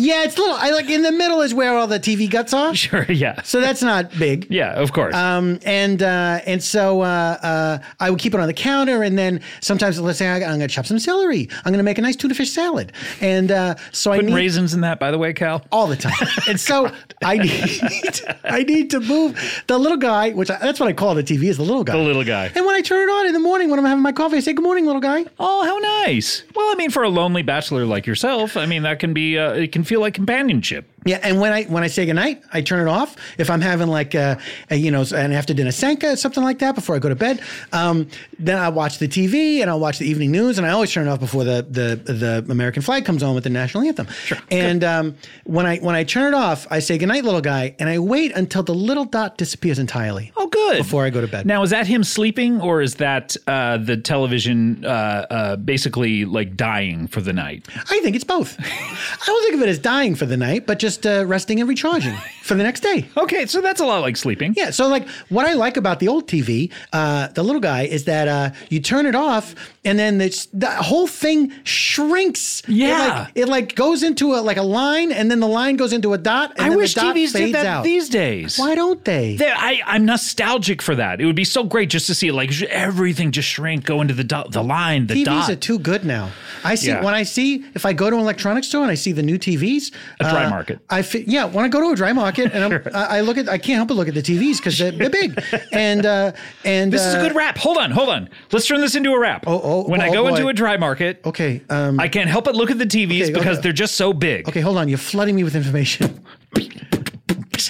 S3: yeah, it's little. I like in the middle is where all the TV guts are,
S1: Sure. Yeah.
S3: so that's not big.
S1: Yeah. Of course.
S3: Um, and uh, and so uh, uh, I would keep it on the counter, and then sometimes let's say I, I'm going to chop some celery. I'm going to make a nice tuna fish salad, and uh, so I
S1: Putting
S3: need
S1: raisins in that, by the way, Cal.
S3: all the time. And so I need I need to move the little guy, which I, that's what I call the TV is the little guy.
S1: The little guy.
S3: And when I turn it on in the morning when I'm having my coffee, I say, "Good morning, little guy."
S1: Oh, how nice. Well, I mean, for a lonely bachelor like yourself, I mean, that can be, uh, it can feel like companionship.
S3: Yeah, and when I when I say goodnight, I turn it off. If I'm having like a, a you know an after dinner sanka or something like that before I go to bed, um, then I watch the TV and I'll watch the evening news, and I always turn it off before the the, the American flag comes on with the national anthem. Sure. And um, when I when I turn it off, I say goodnight, little guy, and I wait until the little dot disappears entirely.
S1: Oh, good.
S3: Before I go to bed.
S1: Now, is that him sleeping or is that uh, the television uh, uh, basically like dying for the night?
S3: I think it's both. I don't think of it as dying for the night, but just uh, resting and recharging for the next day.
S1: Okay, so that's a lot like sleeping.
S3: Yeah. So, like, what I like about the old TV, uh, the little guy, is that uh, you turn it off, and then the, the whole thing shrinks. It,
S1: Yeah.
S3: like- It like, goes into a like a line, and then the line goes into a dot. And
S1: I
S3: then
S1: wish
S3: the dot
S1: TVs
S3: fades
S1: did that
S3: out.
S1: these days.
S3: Why don't they?
S1: They- I, I'm nostalgic for that. It would be so great just to see like sh- everything just shrink, go into the dot, the line, the
S3: TVs
S1: dot.
S3: are too good now. I see
S1: Yeah.
S3: when I see if I go to an electronics store and I see the new TVs,
S1: A dry market.
S3: I fi- yeah, when I go to a dry
S1: <laughs>
S3: market and I'm, I, I look at, I can't help but look at the TVs because they're, they're big. And uh, and
S1: this is a
S3: uh,
S1: good wrap. Hold on, hold on. Let's turn this into a wrap.
S3: Oh, oh,
S1: when I
S3: oh,
S1: go
S3: boy.
S1: into a dry market,
S3: Okay, um,
S1: I can't help but look at the TVs
S3: Okay,
S1: because
S3: okay.
S1: they're just so big.
S3: okay, hold on. You're flooding me with information.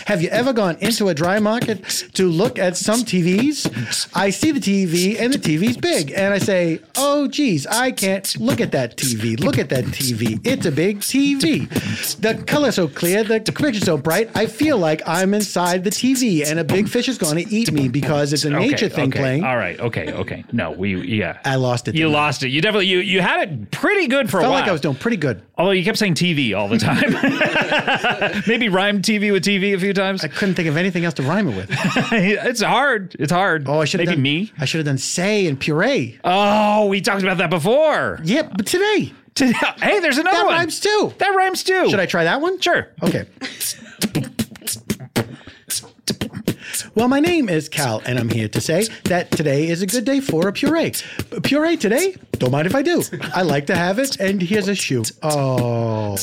S3: Have you ever gone into a dry market to look at some TVs? I see the TV and the TV's big, and I say, "Oh, geez, I can't look at that TV. Look at that TV. It's a big TV. The color's so clear, the picture's so bright. I feel like I'm inside the TV, and a big fish is going to eat me because it's a
S1: Okay,
S3: nature thing
S1: okay.
S3: playing.
S1: All right. Okay. Okay. No, we yeah.
S3: I lost it.
S1: you
S3: didn't I?
S1: lost it. You definitely you you had it pretty good for a
S3: Felt
S1: while.
S3: like I was doing pretty good.
S1: Although you kept saying TV all the time. <laughs> Maybe rhymed TV with TV a few times. <laughs>
S3: I couldn't think of anything else to rhyme it with.
S1: it's hard. It's hard.
S3: Oh, I should have
S1: Maybe
S3: done
S1: me.
S3: I should have done say and puree.
S1: Oh, we talked about that before.
S3: yeah, but today.
S1: <laughs> hey, there's another
S3: That
S1: one.
S3: rhymes too.
S1: That rhymes too.
S3: Should I try that one?
S1: Sure.
S3: Okay. Well, my name is Cal, and I'm here to say that today is a good day for a puree. P- Puree today? Don't mind if I do. I like to have it, and here's a shoe. Oh.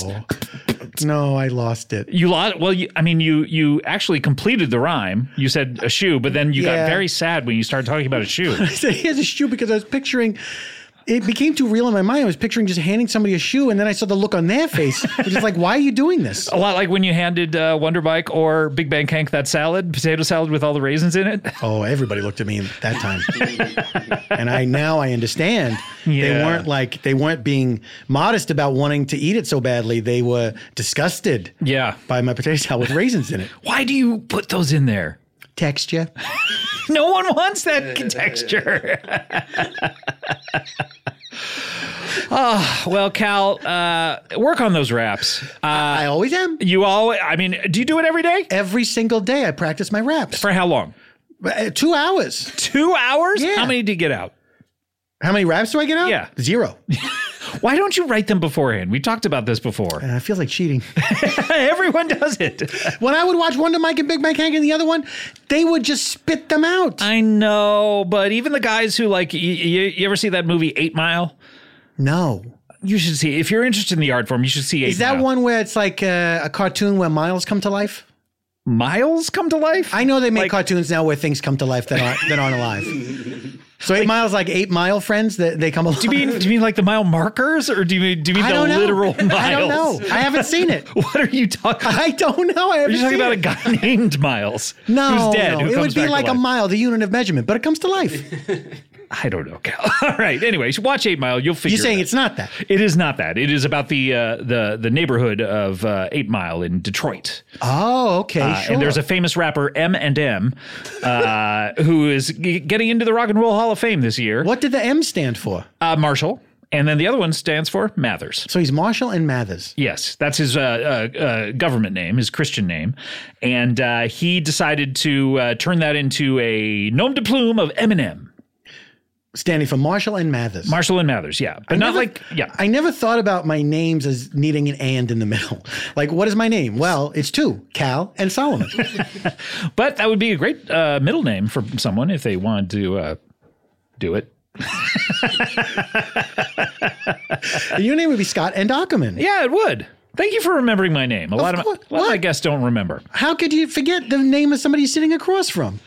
S3: No, I lost it. <laughs>
S1: You lost. Well, you, I mean, you you actually completed the rhyme. You said a shoe, but then you
S3: Yeah.
S1: got very sad when you started talking about a shoe.
S3: I said, here's a shoe because I was picturing. It became too real in my mind. I was picturing just handing somebody a shoe, and then I saw the look on their face, which is like, "Why are you doing this?"
S1: A lot like when you handed uh, Wonder Bike or Big Bang Hank that salad, potato salad with all the raisins in it.
S3: Oh, everybody looked at me that time. and I now I understand. They
S1: Yeah.
S3: weren't like they weren't being modest about wanting to eat it so badly. They were disgusted
S1: Yeah.
S3: by my potato salad with raisins in it. Uh,
S1: Why do you put those in there?
S3: Texture.
S1: No one wants that texture. oh, well, Cal, uh, work on those wraps. Uh,
S3: I always am.
S1: you all, I mean, do you do it every day?
S3: Every single day I practice my raps.
S1: For how long?
S3: Uh, 2 hours.
S1: Two hours?
S3: Yeah.
S1: How many do you get out?
S3: How many raps do I get out?
S1: Yeah.
S3: Zero.
S1: Why don't you write them beforehand? We talked about this before. <laughs>
S3: <laughs> Uh, it feels like cheating.
S1: Everyone does it.
S3: when I would watch Wonder Mike and Big Mike Hank and the other one, they would just spit them out.
S1: I know, but even the guys who like, you, you, you ever see that movie Eight Mile?
S3: no.
S1: You should see if you're interested in the art form. You should see. Eight
S3: Is that
S1: Mile.
S3: one where it's like uh, a cartoon where miles come to life?
S1: Miles come to life?
S3: I know they make
S1: Like-
S3: cartoons now where things come to life that aren't that aren't alive. So eight miles, like eight mile friends, that they come alive.
S1: do you mean do you mean like the mile markers, or do you mean do you mean <laughs>
S3: I
S1: the
S3: don't know.
S1: literal miles?
S3: <laughs> I don't know. I haven't seen it.
S1: <laughs> What are you talking?
S3: I don't know. I
S1: Are
S3: haven't
S1: you talking
S3: seen
S1: about a guy
S3: it.
S1: <laughs> named Miles
S3: No,
S1: who's dead?
S3: no.
S1: who
S3: it
S1: comes
S3: would be
S1: back to
S3: like a
S1: life? <laughs>
S3: mile, the unit of measurement, but it comes to life.
S1: I don't know, <laughs> Cal. All right. Anyways, watch Eight Mile. You'll figure.
S3: You're saying
S1: it out.
S3: it's
S1: <laughs>
S3: not that.
S1: It is not that. It is about the uh, the the neighborhood of uh, Eight Mile in Detroit,
S3: Oh, okay.
S1: Uh,
S3: sure.
S1: and there's a famous rapper M and M, uh, <laughs> who is g- getting into the Rock and Roll Hall of Fame this year.
S3: what did the M stand for?
S1: Uh, Marshall, and then the other one stands for Mathers.
S3: So he's Marshall and Mathers.
S1: Yes, that's his uh, uh, uh, government name, his Christian name, and uh, he decided to uh, turn that into a nom de plume of Eminem,
S3: Standing for Marshall and Mathers.
S1: Marshall and Mathers. Yeah, but not
S3: never-
S1: like yeah.
S3: I never thought about my names as needing an and in the middle. <laughs> Like, what is my name? Well, it's two Cal and Solomon.
S1: But that would be a great uh, middle name for someone if they wanted to uh, do it.
S3: Your name would be Scott and Ackerman.
S1: Yeah, it would. Thank you for remembering my name. A lot of, my, a
S3: course.
S1: lot of my
S3: What?
S1: guests don't remember.
S3: How could you forget the name of somebody sitting across from?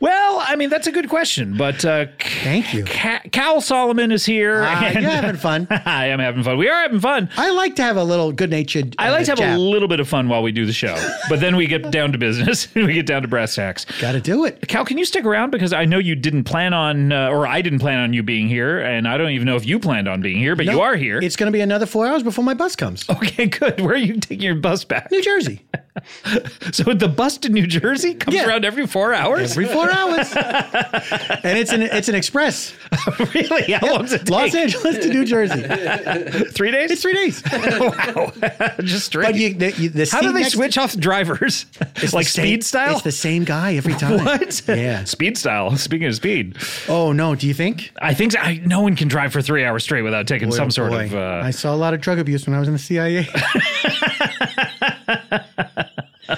S1: Well, I mean that's a good question, but uh,
S3: Thank you.
S1: Ca- Cal Solomon is here.
S3: Ah,
S1: and-
S3: you're having fun.
S1: <laughs> I am having fun. We are having fun.
S3: I like to have a little uh, good natured.
S1: I like to have a little bit of fun while we do the show, but then we get down to business. <laughs> we get down to brass tacks.
S3: Gotta do it.
S1: Cal, can you stick around because I know you didn't plan on, uh, or I didn't plan on you being here, and I don't even know if you planned on being here, but you
S3: No,
S1: are here. Oh.
S3: It's gonna be another four hours before my bus
S1: <laughs>
S3: comes.
S1: okay, good. Where are you taking your bus back? <laughs>
S3: New Jersey.
S1: So the bus to New Jersey comes
S3: Yeah.
S1: around every four hours.
S3: Every four
S1: <laughs>
S3: hours. and it's an it's an express.
S1: <laughs> really? How long does it
S3: Los
S1: take?
S3: Angeles to New Jersey.
S1: Three days? <laughs>
S3: It's three days.
S1: wow, <laughs> just straight.
S3: But you, the, you, the
S1: How do
S3: seat
S1: they
S3: next-
S1: switch off drivers?
S3: It's
S1: <laughs>
S3: the
S1: like
S3: same-
S1: speed style.
S3: It's the same guy every
S1: <laughs>
S3: time.
S1: what?
S3: Yeah.
S1: Speed style. Speaking of speed,
S3: Oh no. Do you think?
S1: I think so. I, no one can drive for three hours straight without taking
S3: Boy,
S1: some
S3: oh,
S1: sort
S3: boy.
S1: of. Uh,
S3: I saw a lot of drug abuse when I was in the CIA.
S1: <laughs>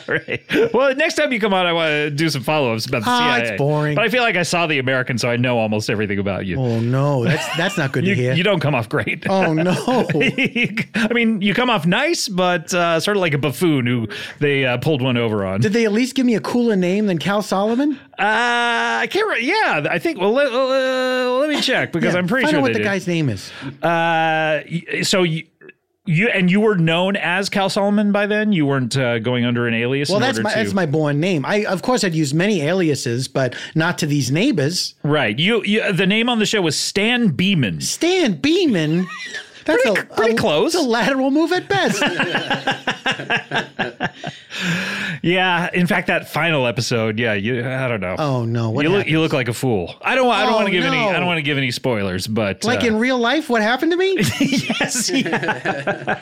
S1: right. Well, next time you come on, I want to do some follow ups about the
S3: Ah,
S1: CIA.
S3: it's boring.
S1: But I feel like I saw The American, so I know almost everything about you.
S3: oh no. That's that's not good
S1: you,
S3: to hear.
S1: you don't come off great.
S3: oh no.
S1: <laughs> I mean, you come off nice, but uh, sort of like a buffoon who they uh, pulled one over on.
S3: <laughs> Did they at least give me a cooler name than Cal Solomon?
S1: Uh, I can't. Re- yeah, I think. Well, let, uh, let me check because
S3: Yeah,
S1: I'm pretty
S3: Find
S1: sure
S3: out what
S1: they
S3: the guy's name is.
S1: did. Uh, y- so you, you and you were known as Cal Solomon by then. You weren't uh, going under an alias.
S3: Well,
S1: in
S3: that's
S1: order
S3: my
S1: to-
S3: that's my born name. I of course I'd used many aliases, but not to these neighbors.
S1: right. You, you the name on the show was Stan Beeman.
S3: Stan Beeman. That's
S1: Pretty-
S3: a,
S1: pretty
S3: a-
S1: close.
S3: it's a lateral move
S1: <laughs>
S3: at best.
S1: Yeah. In fact, that final episode. Yeah. You. I don't know.
S3: oh no! What
S1: you look.
S3: happened?
S1: You look like a fool. I don't. wa- I don't
S3: Oh,
S1: want to give any.
S3: no.
S1: I don't want to give any spoilers. But
S3: like
S1: uh,
S3: in real life, what happened
S1: <laughs>
S3: to me?
S1: yes. yeah.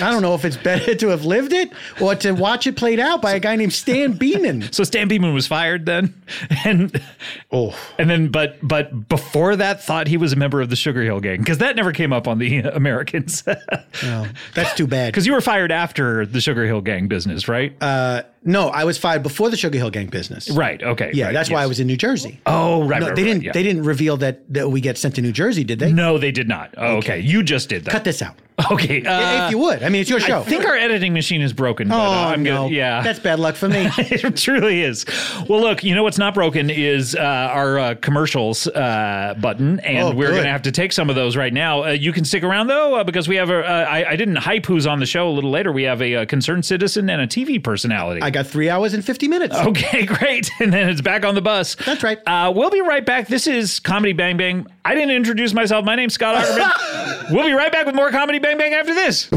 S3: I don't know if it's better to have lived it or to watch it played out by a guy named Stan Beeman.
S1: <laughs> So Stan Beeman was fired then, <laughs> and
S3: Oh,
S1: And then, but but before that, thought he was a member of the Sugar Hill Gang because that never came up on the <laughs> uh, Americans. Because
S3: no, that's
S1: <laughs>
S3: too bad.
S1: you were fired after the Sugar Hill Gang business, right?
S3: Uh, No, I was fired before the Sugar Hill Gang business.
S1: right. Okay.
S3: Yeah,
S1: right,
S3: that's why
S1: yes.
S3: I was in New Jersey.
S1: Oh, right.
S3: No,
S1: right,
S3: they
S1: right,
S3: didn't.
S1: yeah.
S3: They didn't reveal that, that we get sent to New Jersey, did they?
S1: No, they did not. Oh, okay. You just did that.
S3: Cut this out,
S1: <laughs> Okay. Uh,
S3: if you would. I mean, it's your show.
S1: I think our editing machine is broken. but,
S3: oh
S1: uh, I'm
S3: no,
S1: gonna- yeah.
S3: that's bad luck for me.
S1: <laughs> it truly is. Well, look, you know what's not broken is uh, our uh, commercials uh, button, and
S3: Oh,
S1: we're
S3: good.
S1: going to have to take some of those right now. Uh, you can stick around though, uh, because we have a. Uh, I, I didn't hype who's on the show a little later. We have a, uh concerned citizen and a TV personality.
S3: I got three hours and fifty minutes.
S1: Okay, <laughs> great. And then it's back on the bus.
S3: That's right.
S1: Uh, we'll be right back. This is Comedy Bang Bang. I didn't introduce myself. My name's Scott
S3: <laughs>
S1: Ackerman. we'll be right back with more Comedy Bang Bang after this. <laughs>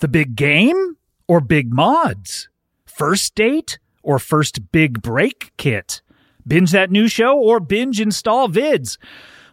S1: The big game or big mods? First date or first big break kit? Binge that new show or binge install vids?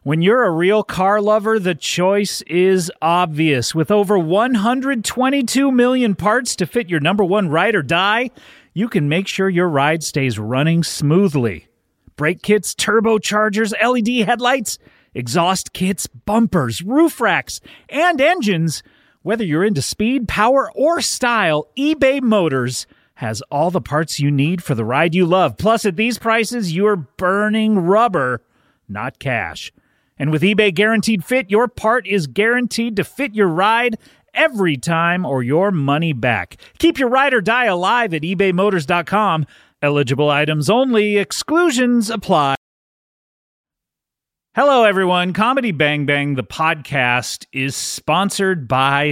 S1: When you're a real car lover, the choice is obvious. With over 122 million parts to fit your number one ride or die, you can make sure your ride stays running smoothly brake kits, turbochargers, LED headlights, exhaust kits, bumpers, roof racks, and engines. Whether you're into speed, power, or style, eBay Motors has all the parts you need for the ride you love. Plus, at these prices, you're burning rubber, not cash. And with eBay Guaranteed Fit, your part is guaranteed to fit your ride every time or your money back. Keep your ride or die alive at ebaymotors.com. Eligible items only, exclusions apply. Hello, everyone. Comedy Bang Bang, the podcast, is sponsored by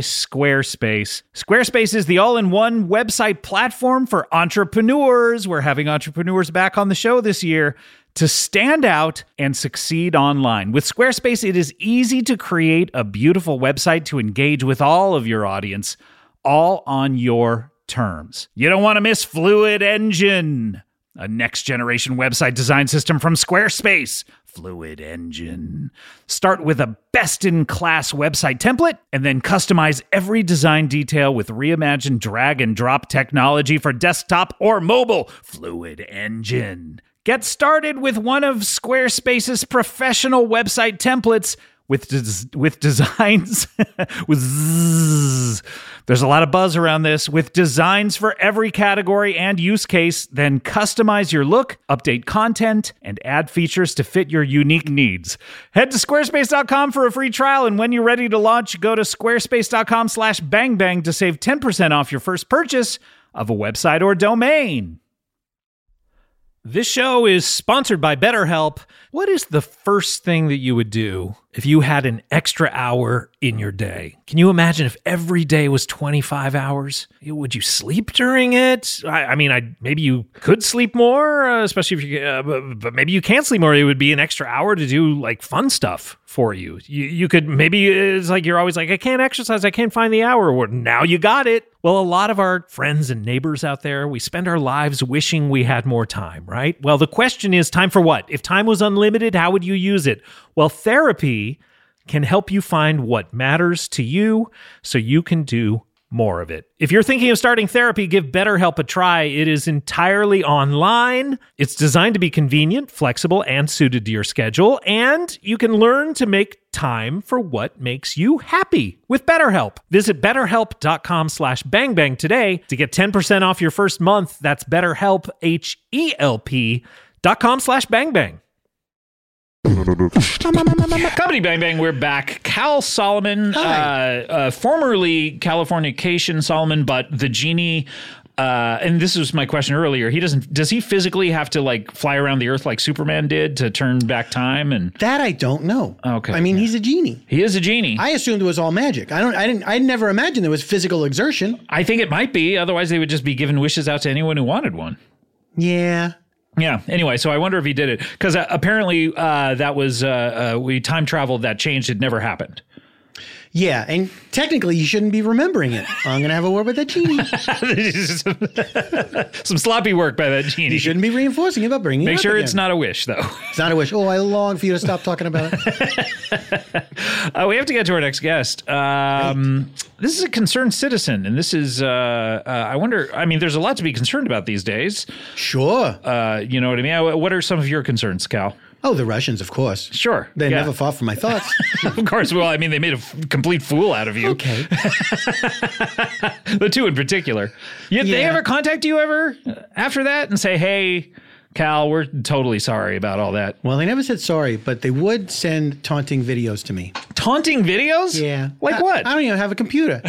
S1: Squarespace. Squarespace is the all in one website platform for entrepreneurs. We're having entrepreneurs back on the show this year. to stand out and succeed online. With Squarespace, it is easy to create a beautiful website to engage with all of your audience, all on your terms. You don't want to miss Fluid Engine, a next generation website design system from Squarespace. Fluid Engine. Start with a best in class website template and then customize every design detail with reimagined drag and drop technology for desktop or mobile. Fluid Engine. Get started with one of Squarespace's professional website templates with des- with designs <laughs> with zzz. there's a lot of buzz around this with designs for every category and use case then customize your look update content and add features to fit your unique needs head to squarespace.com for a free trial and when you're ready to launch go to squarespace.com slash bang bang to save 10% off your first purchase of a website or domain this show is sponsored by BetterHelp. What is the first thing that you would do if you had an extra hour in your day? Can you imagine if every day was 25 hours? Would you sleep during it? I, I mean, I maybe you could sleep more, uh, especially if you, uh, but, but maybe you can't sleep more. It would be an extra hour to do like fun stuff for you. You, you could maybe it's like you're always like, I can't exercise, I can't find the hour. Well, now you got it. Well, a lot of our friends and neighbors out there, we spend our lives wishing we had more time, right? Well, the question is time for what? If time was unlimited, how would you use it? Well, therapy can help you find what matters to you so you can do more of it. If you're thinking of starting therapy, give BetterHelp a try. It is entirely online. It's designed to be convenient, flexible, and suited to your schedule. And you can learn to make time for what makes you happy with BetterHelp. Visit betterhelp.com slash bangbang today to get 10% off your first month. That's betterhelp, H-E-L-P dot com slash bangbang. Comedy Bang Bang, we're back. Cal Solomon, uh,
S3: Hi.
S1: uh, formerly Californication Solomon, but the genie. Uh, and this was my question earlier. He doesn't. Does he physically have to like fly around the earth like Superman did to turn back time? And
S3: That I don't know.
S1: Okay,
S3: I mean, he's a genie.
S1: he is a genie. I,
S3: I assumed it was all magic. I don't. I didn't. I never imagined there was physical exertion.
S1: think it might be. Otherwise, they would just be giving wishes out to anyone who wanted one.
S3: Yeah.
S1: Yeah. Anyway, so I wonder if he did it because uh, apparently uh, that was uh, uh, we time traveled. That change had never happened. <laughs>
S3: Yeah, and technically you shouldn't be remembering it. I'm gonna have a word with that genie.
S1: Some sloppy work by that genie.
S3: You shouldn't be reinforcing it, but bringing. it
S1: Make
S3: up
S1: sure
S3: again.
S1: it's not a wish, though. <laughs>
S3: It's not a wish. Oh, I long for you to stop talking about it.
S1: Uh, we have to get to our next guest. Um, This is a concerned citizen, and this is, uh, uh, I wonder, I mean, there's a lot to be concerned about these days.
S3: Sure.
S1: Uh, you know what I mean? Uh, What are some of your concerns, Cal?
S3: oh, the Russians, of course.
S1: Sure.
S3: They
S1: Yeah. <laughs>
S3: never fought for my thoughts.
S1: of course. Well, I mean, they made a f- complete fool out of you.
S3: okay.
S1: The two in particular. Yet they
S3: Yeah.
S1: ever contact you ever after that and say, hey, Cal, we're totally sorry about all that.
S3: Well, they never said sorry, but they would send taunting videos to me.
S1: Taunting videos?
S3: Yeah.
S1: Like
S3: I-
S1: what?
S3: I don't even have a computer.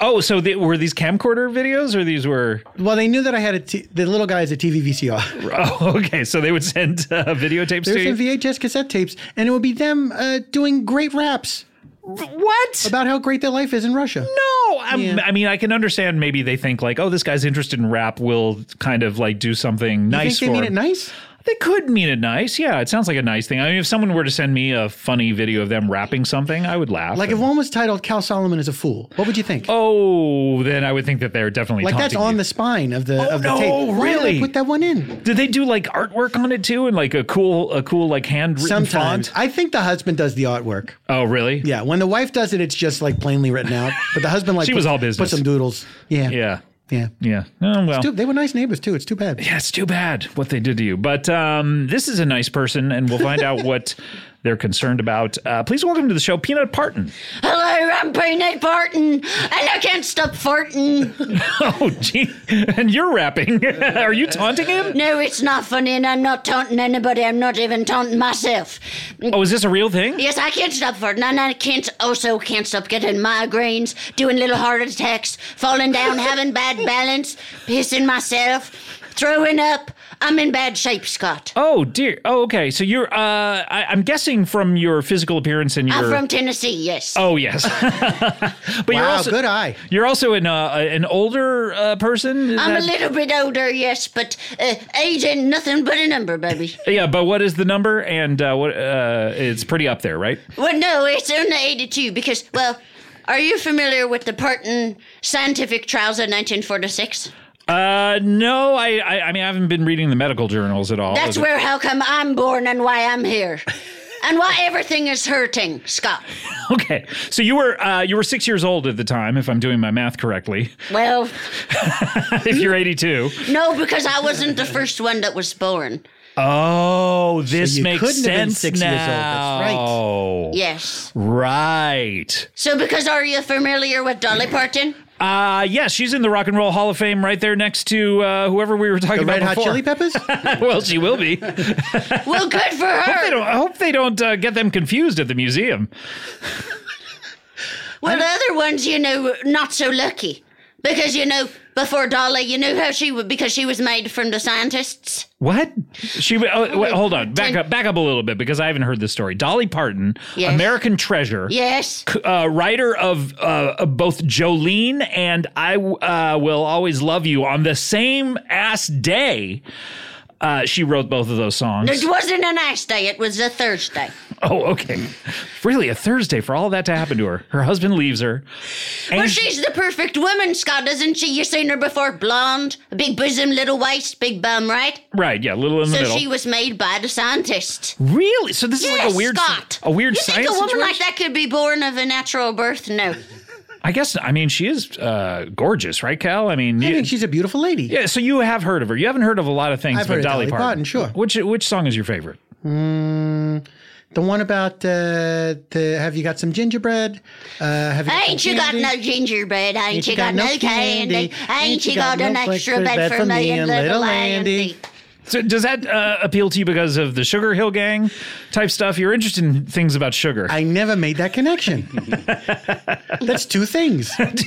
S1: oh, so they, were these camcorder videos or these were.
S3: <laughs>
S1: <laughs>
S3: well, they knew that I had a t- the little guy is a TV VCR.
S1: Oh, okay. So they would send uh, videotapes
S3: There's
S1: to you?
S3: some VHS cassette tapes, and it would be them uh, doing great raps
S1: what?
S3: about how great their life is in Russia.
S1: no, I'm,
S3: Yeah.
S1: I mean, I can understand. Maybe they think like, oh, this guy's interested in rap. Will kind of like do something
S3: you
S1: nice
S3: think they
S1: for
S3: mean it
S1: him.
S3: nice?
S1: They could mean it nice. Yeah, it sounds like a nice thing. I mean, if someone were to send me a funny video of them rapping something, I would laugh.
S3: Like if one was titled "Cal Solomon is a fool," what would you think?
S1: oh, then I would think that they're definitely
S3: like that's
S1: taunting
S3: on
S1: you.
S3: the spine of the
S1: Oh,
S3: of the
S1: no,
S3: tape. Why did I
S1: really?
S3: put that one in.
S1: Did they do like artwork on it too, and like a cool, a cool like handwritten
S3: Sometimes
S1: font?
S3: I think the husband does the artwork.
S1: Oh, really?
S3: Yeah, when the wife does it, it's just like plainly written out. But the husband like
S1: She
S3: puts,
S1: was all
S3: Put
S1: business.
S3: some doodles. Yeah,
S1: Yeah.
S3: yeah.
S1: Yeah. Oh well.
S3: Dude, they were nice neighbors too. It's too bad.
S1: Yeah, it's too bad what they did to you. But um, this is a nice person, and we'll find
S3: <laughs>
S1: out what they're concerned about. Uh, please welcome to the show, Peanut Parton. <laughs>
S4: Hello, I'm Peanut Barton, and I can't stop farting.
S1: Oh, gee. And you're rapping. <laughs> Are you taunting him?
S4: No, it's not funny, and I'm not taunting anybody. I'm not even taunting myself.
S1: Oh, is this a real thing?
S4: Yes, I can't stop farting, and I can't also can't stop getting migraines, doing little heart attacks, falling down, having bad balance, pissing myself, throwing up. I'm in bad shape, Scott.
S1: Oh dear. Oh, okay. So you're. Uh, I, I'm guessing from your physical appearance and your.
S4: I'm from Tennessee, yes.
S1: oh yes. <laughs> but you're
S3: wow,
S1: also
S3: good eye.
S1: you're also an uh, an older uh, person. Is
S4: I'm a
S1: that-
S4: little bit older, yes, but uh, age ain't nothing but a number, baby.
S1: yeah, but what is the number? And uh, what? Uh, it's pretty up there, right?
S4: well, no, it's only 82 because, well, are you familiar with the Parton scientific trials of 1946?
S1: Uh, no. I, I. I mean, I haven't been reading the medical journals at all.
S4: That's
S1: Oh, Is it-
S4: where how come I'm born and why I'm here. and why everything is hurting, Scott.
S1: <laughs> Okay. So you were. Uh, you were six years old at the time, if I'm doing my math correctly. <laughs>
S4: Well,
S1: if you're 82.
S4: no, because I wasn't the first one that was born.
S1: Oh, this
S3: you
S1: makes
S3: couldn't have been
S1: sense
S3: six years old.
S1: now.
S3: That's right.
S4: Yes.
S1: Right.
S4: So because are you familiar with Dolly Parton?
S1: Uh, yeah, she's in the Rock and Roll Hall of Fame right there next to uh, whoever we were talking
S3: The
S1: about
S3: Red Hot
S1: before. <laughs>
S3: Chili Peppers?
S1: well, she will be. I
S4: Well, good for her.
S1: don't- I hope they don't uh, get them confused at the museum.
S4: Well, the other ones, you know, were not so lucky. Because, you know, before Dolly, you knew how she would, because she was made from the scientists.
S1: What? She? Oh, wait, hold on. Back up. Back up a little bit because I haven't heard this story. Dolly Parton,
S4: Yes.
S1: American treasure.
S4: Yes.
S1: c- uh, writer of uh, of both Jolene and I uh, Will Always Love You on the same ass day. Uh, she wrote both of those songs.
S4: It wasn't a nice day, it was a Thursday.
S1: Oh, okay. Really, a Thursday for all that to happen to her. Her husband leaves her. And
S4: Well, she's the perfect woman, Scott, isn't she? You've seen her before. Blonde, big bosom, little waist, big bum, right?
S1: right, yeah, little in the
S4: So
S1: middle.
S4: she was made by the scientists.
S1: really? So this is
S4: Yes,
S1: like a weird,
S4: Scott.
S1: a weird
S4: you
S1: science
S4: think a woman
S1: situation?
S4: like that could be born of a natural birth? <laughs> No.
S1: I guess. I mean, she is uh, gorgeous, right, Cal? I mean,
S3: I
S1: you,
S3: think she's a beautiful lady.
S1: yeah. So you have heard of her. You haven't heard of a lot of things,
S3: I've
S1: but
S3: heard of
S1: Dolly,
S3: Dolly Parton, sure.
S1: Which which song is your favorite?
S3: The one about uh, the have you got some gingerbread? Uh, have you
S4: Ain't you got no gingerbread? Ain't you got no candy? Ain't you got an extra bed for me and little Andy?
S1: So does that uh, appeal to you because of the Sugar Hill Gang type stuff? You're interested in things about sugar.
S3: I <laughs> never made
S1: <laughs>
S3: that connection. That's two things.
S4: But,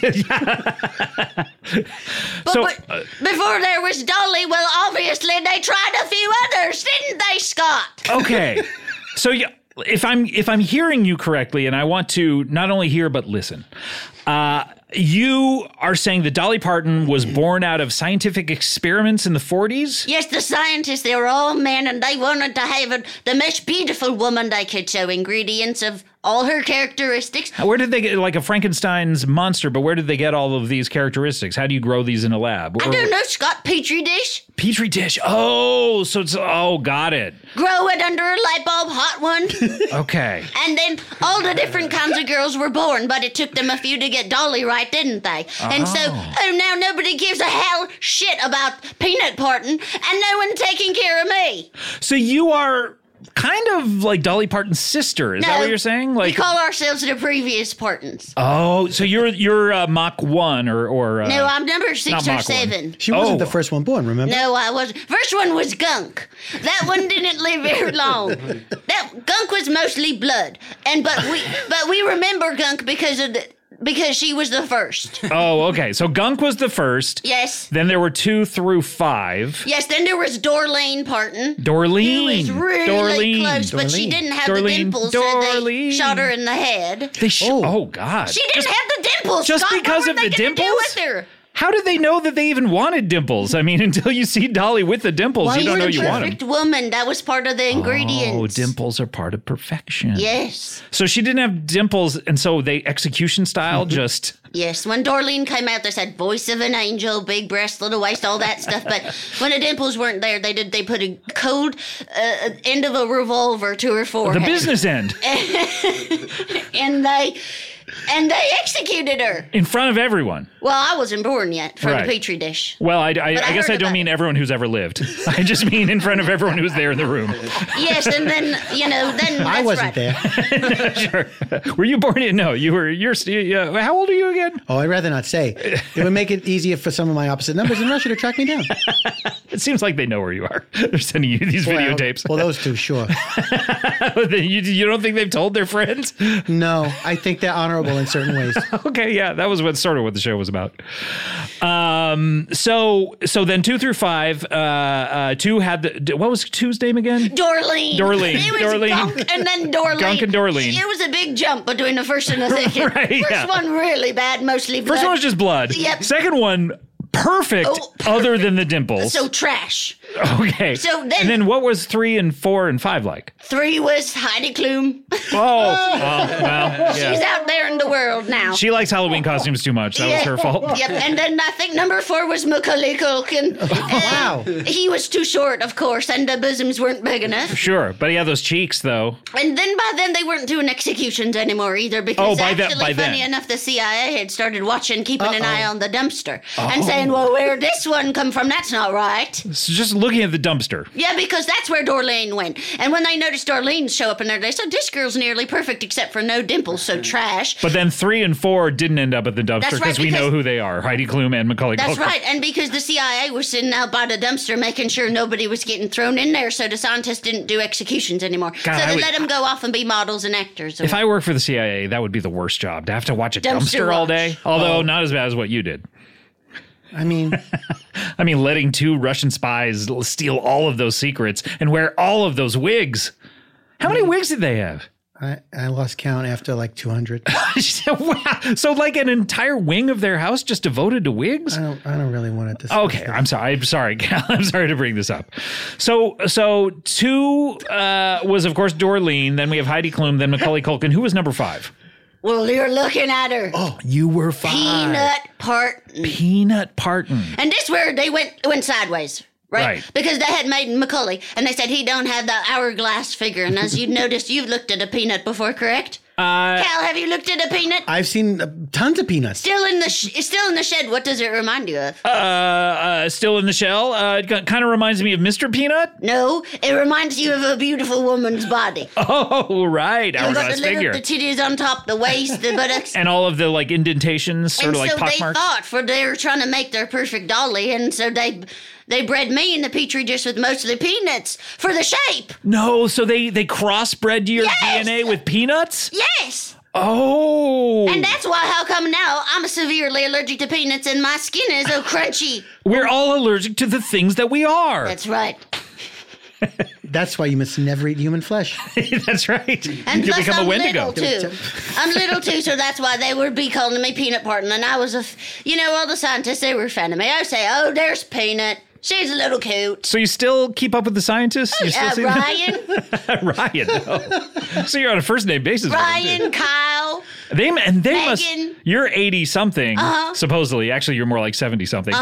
S1: So,
S4: but before there was Dolly, well, obviously they tried a few others, didn't they, Scott?
S1: okay. so yeah, if I'm if I'm hearing you correctly, and I want to not only hear but listen, uh, you are saying that Dolly Parton was born out of scientific experiments in the 40s.
S4: Yes, the scientists, they were all men and they wanted to have a, the most beautiful woman they could show ingredients of all her characteristics.
S1: Where did they get like a Frankenstein's monster? But where did they get all of these characteristics? How do you grow these in a lab?
S4: I don't know, Scott, Petri dish.
S1: Petri dish. Oh, so it's oh, got it.
S4: Grow it under a light bulb,
S1: <laughs>
S4: hot one.
S1: Okay.
S4: And then all the different kinds of girls were born, but it took them a few to get Dolly right, didn't they? And so,
S1: Ah.
S4: oh, now nobody gives a hell shit about Peanut Parton, and no one taking care of me.
S1: So you are kind of like Dolly Parton's sister. Is that
S4: No,
S1: what you're saying? Like
S4: we call ourselves the previous Partons.
S1: oh, so you're you're uh, Mach one or or uh,
S4: no, I'm number six
S1: not
S4: or
S1: Mach one.
S4: seven.
S3: She wasn't
S1: Oh.
S3: the first one born, remember?
S4: No, I wasn't. First one was gunk. That one didn't live very long. That gunk was mostly blood, and but we but we remember gunk because of the because she was the first.
S1: oh okay. So Gunk was the first.
S4: Yes.
S1: Then there were two through five.
S4: Yes, then there was Dorlane Parton. Who
S1: Dorleen.
S4: was really
S1: Dorleen.
S4: close, but she
S3: Dorleen.
S4: didn't have the
S1: Dorleen.
S4: dimples, so they
S1: Dorleen.
S4: shot her in the head.
S1: They sh- oh.
S3: Oh.
S1: God.
S4: She didn't have the dimples.
S1: just
S4: Scott.
S1: because
S4: what
S1: of the
S4: were they gonna
S1: dimples?
S4: Do with her?
S1: How did they know that they even wanted dimples? I mean, <laughs> until you see Dolly with the dimples,
S3: Why
S1: you don't
S4: She's
S1: know
S4: a
S1: you want
S4: perfect
S1: them.
S4: woman. That was part of the ingredients.
S1: Oh, dimples are part of perfection.
S4: Yes,
S1: So she didn't have dimples, and so they execution
S4: <laughs>
S1: style just.
S4: yes. When Dorleen came out, they said "voice of an angel," big breast, little waist, all that
S1: <laughs>
S4: stuff. But when the dimples weren't there, they did. They put a cold uh, end of a revolver to her
S1: The
S4: forehead,
S1: business
S4: <laughs>
S1: end
S4: and they and they executed her.
S1: in front of everyone.
S4: Well, I wasn't born yet from
S1: Right.
S4: the petri dish.
S1: Well, I, I, I
S4: I
S1: guess
S4: heard
S1: I don't
S4: about
S1: mean everyone who's ever lived. <laughs> I just mean in front of everyone who's there in the
S4: <laughs>
S1: room.
S4: Yes, and then you know,
S1: <laughs>
S4: then that's
S3: I wasn't
S4: right.
S3: there.
S1: Sure. <laughs> Were you born in? No, you were. You're. st- Uh, how old are you again?
S3: Oh, I'd rather not say. It would make it easier for some of my opposite numbers in Russia to track
S1: <laughs>
S3: me down.
S1: It seems like they know where you are. <laughs> They're sending you these videotapes.
S3: Well, those two, sure.
S1: <laughs> you, you don't think they've told their friends? <laughs>
S3: No, I think they're honor horrible in certain ways.
S1: okay, yeah, that was what sort of what the show was about. Um, so so then two through five, uh, uh, two had the d- what was two's name again?
S4: Dorleen.
S1: Dorleen,
S4: It was
S1: Dorleen.
S4: Gunk and then
S1: <laughs>
S4: Dorleen.
S1: Gunk and Dorleen.
S4: It was a big jump between the first
S1: <laughs>
S4: and the second.
S1: Right,
S4: first
S1: yeah.
S4: one really bad, mostly blood.
S1: First one was just blood.
S4: Yep.
S1: Second one. Perfect,
S4: Oh,
S1: other than the dimples. <laughs>
S4: so trash.
S1: okay.
S4: so then-
S1: and then what was three and four and five like?
S4: Three was Heidi Klum. <laughs>
S1: Oh, well, well, yeah.
S4: She's out there in the world now.
S1: Oh, She likes Halloween costumes too much. That was her fault.
S4: Yep, and then I think number four was Macaulay
S1: <laughs>
S4: Culkin.
S1: Oh,
S3: Wow.
S4: He was too short, of course, and the bosoms weren't big enough.
S1: Sure, but he had those cheeks though.
S4: And then by then they weren't doing executions anymore either
S1: Oh,
S4: because
S1: by that- by
S4: actually, funny
S1: then.
S4: enough, the CIA had started watching, keeping an eye on the dumpster and saying, "Well, where would this one come from? That's not right."
S1: So just looking at the dumpster.
S4: Yeah, because that's where Dorlene went. And when they noticed Dorlene show up in there, they said, "This girl's nearly perfect except for no dimples, so trash."
S1: But then three and four didn't end up at the dumpster
S4: That's right,
S1: because we know
S4: because-
S1: who they are: Heidi Klum and Macaulay
S4: That's
S1: Culkin.
S4: right, and because the CIA was sitting out by the dumpster making sure nobody was getting thrown in there, so DeSantis didn't do executions anymore.
S1: God,
S4: so
S1: I
S4: they
S1: would-
S4: let them go off and be models and actors.
S1: If I worked for the CIA, that would be the worst job to have to watch a dumpster,
S4: Dumpster
S1: all
S4: watch.
S1: day. Although not as bad as what you did.
S3: I mean,
S1: I mean, letting two Russian spies l- steal all of those secrets and wear all of those wigs. How many wigs did they have? <laughs>
S3: I, I lost count after like 200. I
S1: wow. So, like an entire wing of their house just devoted to wigs?
S3: don't, I don't really want to.
S1: Okay, I'm sorry. I'm sorry, <laughs> Cal. I'm sorry to bring this up. So, so two uh, was of course Dorleen. Then we have Heidi Klum. Then Macaulay Culkin. Who was number five?
S4: well, you're looking at her.
S1: You were five.
S4: Peanut part.
S1: Peanut Parton.
S4: And this where they went went sideways. Right?
S1: Right.
S4: because they had made Macaulay, and they said he don't have the hourglass figure.
S1: <laughs>
S4: And as you noticed, you've looked at a peanut before, correct? Uh, Cal, have you looked at a peanut?
S3: I've seen uh, tons of peanuts.
S4: still in the sh- it's still in the shed. What does it remind you of?
S1: Uh, uh, still in the shell. Uh, it kind of reminds me of Mr. Peanut. <laughs>
S4: no, it reminds you of a beautiful woman's body.
S1: Oh, right.
S4: You got
S1: Hourglass
S4: the little
S1: figure.
S4: the titties on top, the
S1: <laughs>
S4: waist, the buttocks.
S1: and all of the like indentations, sort
S4: and
S1: of like
S4: so they
S1: pockmarks.
S4: thought for they were trying to make their perfect dolly, and so they they bred me in the petri dish with mostly peanuts for the shape.
S1: no, so they they crossbred your
S4: Yes!
S1: DNA with peanuts.
S4: Yes,
S1: Oh,
S4: and that's why. How come now I'm severely allergic to peanuts, and my skin is so crunchy?
S1: we're all allergic to the things that we are.
S4: That's right.
S3: That's why you must never eat human flesh.
S1: <laughs> That's right.
S4: And
S1: you
S4: plus,
S1: become
S4: I'm
S1: a Wendigo.
S4: little too. I'm little too, so that's why they would be calling me Peanut Parton. And I was a, f- you know, all the scientists they were a fan of me. I would say, oh, there's Peanut. She's a little cute.
S1: So you still keep up with the scientists? You still
S4: Uh,
S1: see them? <laughs>
S4: Ryan,
S1: Ryan. no. <laughs> so you're on a first name basis. with them, too.
S4: Ryan, Kyle.
S1: They and they must.
S4: Megan. Uh-huh.
S1: You're eighty something, supposedly. Actually, you're more like seventy something.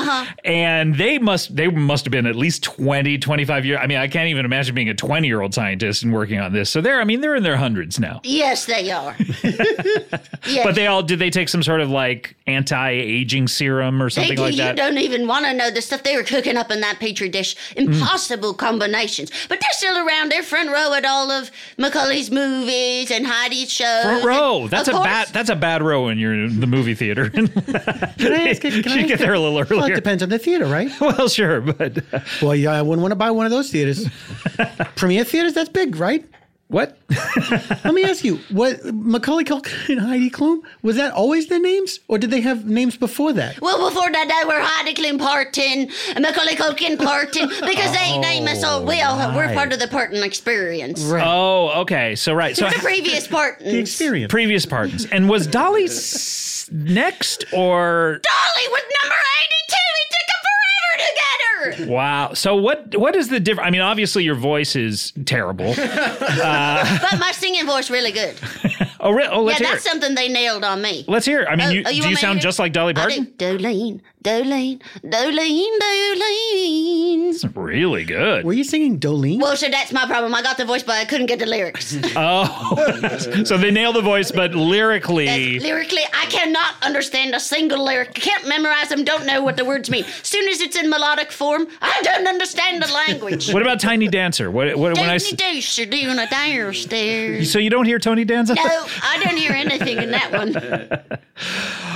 S1: And they must. They must have been at least 20, 25 years. I mean, I can't even imagine being a twenty year old scientist and working on this. So they're. I mean, they're in their hundreds now.
S4: Yes, they
S1: <laughs>
S4: are. yes.
S1: But they all did. They take some sort of like anti aging serum or something
S4: They-
S1: like
S4: you
S1: that.
S4: don't even want to know the stuff they were cooking up in that petri dish.
S1: Mm.
S4: Impossible combinations. But they're still around. They're front row at all of Macaulay's movies and Heidi's shows.
S1: Front row.
S4: And,
S1: That's a
S4: Uh, of course,
S1: bad. That's a bad row when you're in the movie theater. <laughs>
S3: Can I ask? Can I
S1: you get there a little
S3: Well, it
S1: earlier.
S3: depends on the theater, right?
S1: <laughs> Well, sure, but
S3: Well, yeah, I wouldn't want to buy one of those theaters. Premier theaters, that's big, right?
S1: what?
S3: Let me ask you, what Macaulay Culkin and Heidi Klum was that always their names, or did they have names before that?
S4: Well, before that, they were Heidi Klum Parton, Macaulay Culkin Parton, because they name us all. We all we're part of the Parton experience.
S1: <laughs> Oh, okay. So right. So
S4: <laughs> The
S1: <laughs>
S4: previous Partons.
S3: The experience.
S1: previous partners. And was Dolly s- next or
S4: Dolly was number 82. It took them forever to get her.
S1: wow? So what? What is the difference? I mean, obviously your voice is terrible. <laughs>
S4: But my singing voice really good.
S1: Oh, re- oh let's hear.
S4: yeah, that's
S1: It.
S4: something they nailed on me.
S1: Let's hear. it. I mean,
S4: Oh,
S1: you,
S4: oh, you
S1: do
S4: want
S1: you
S4: me to
S1: sound
S4: hear?
S1: just like Dolly
S4: I
S1: Parton?
S4: do. Dolene, Dolene, Dolene, Dolene.
S1: Really good.
S3: Were you singing Dolene?
S4: Well, so that's my problem. I got the voice, but I couldn't get
S1: <laughs>
S4: the lyrics.
S1: Oh, so they nail the voice, but lyrically,
S4: Lyrically, I cannot understand a single lyric. Can't memorize them. Don't know what the words mean. Soon as it's in melodic form, I don't understand the language.
S1: what about Tiny Dancer? What? What? <laughs> When I s-
S4: Dooney dooser, doing a dance
S1: <laughs>
S4: there.
S1: so you don't hear Tony Danza?
S4: No, I didn't hear anything in that one.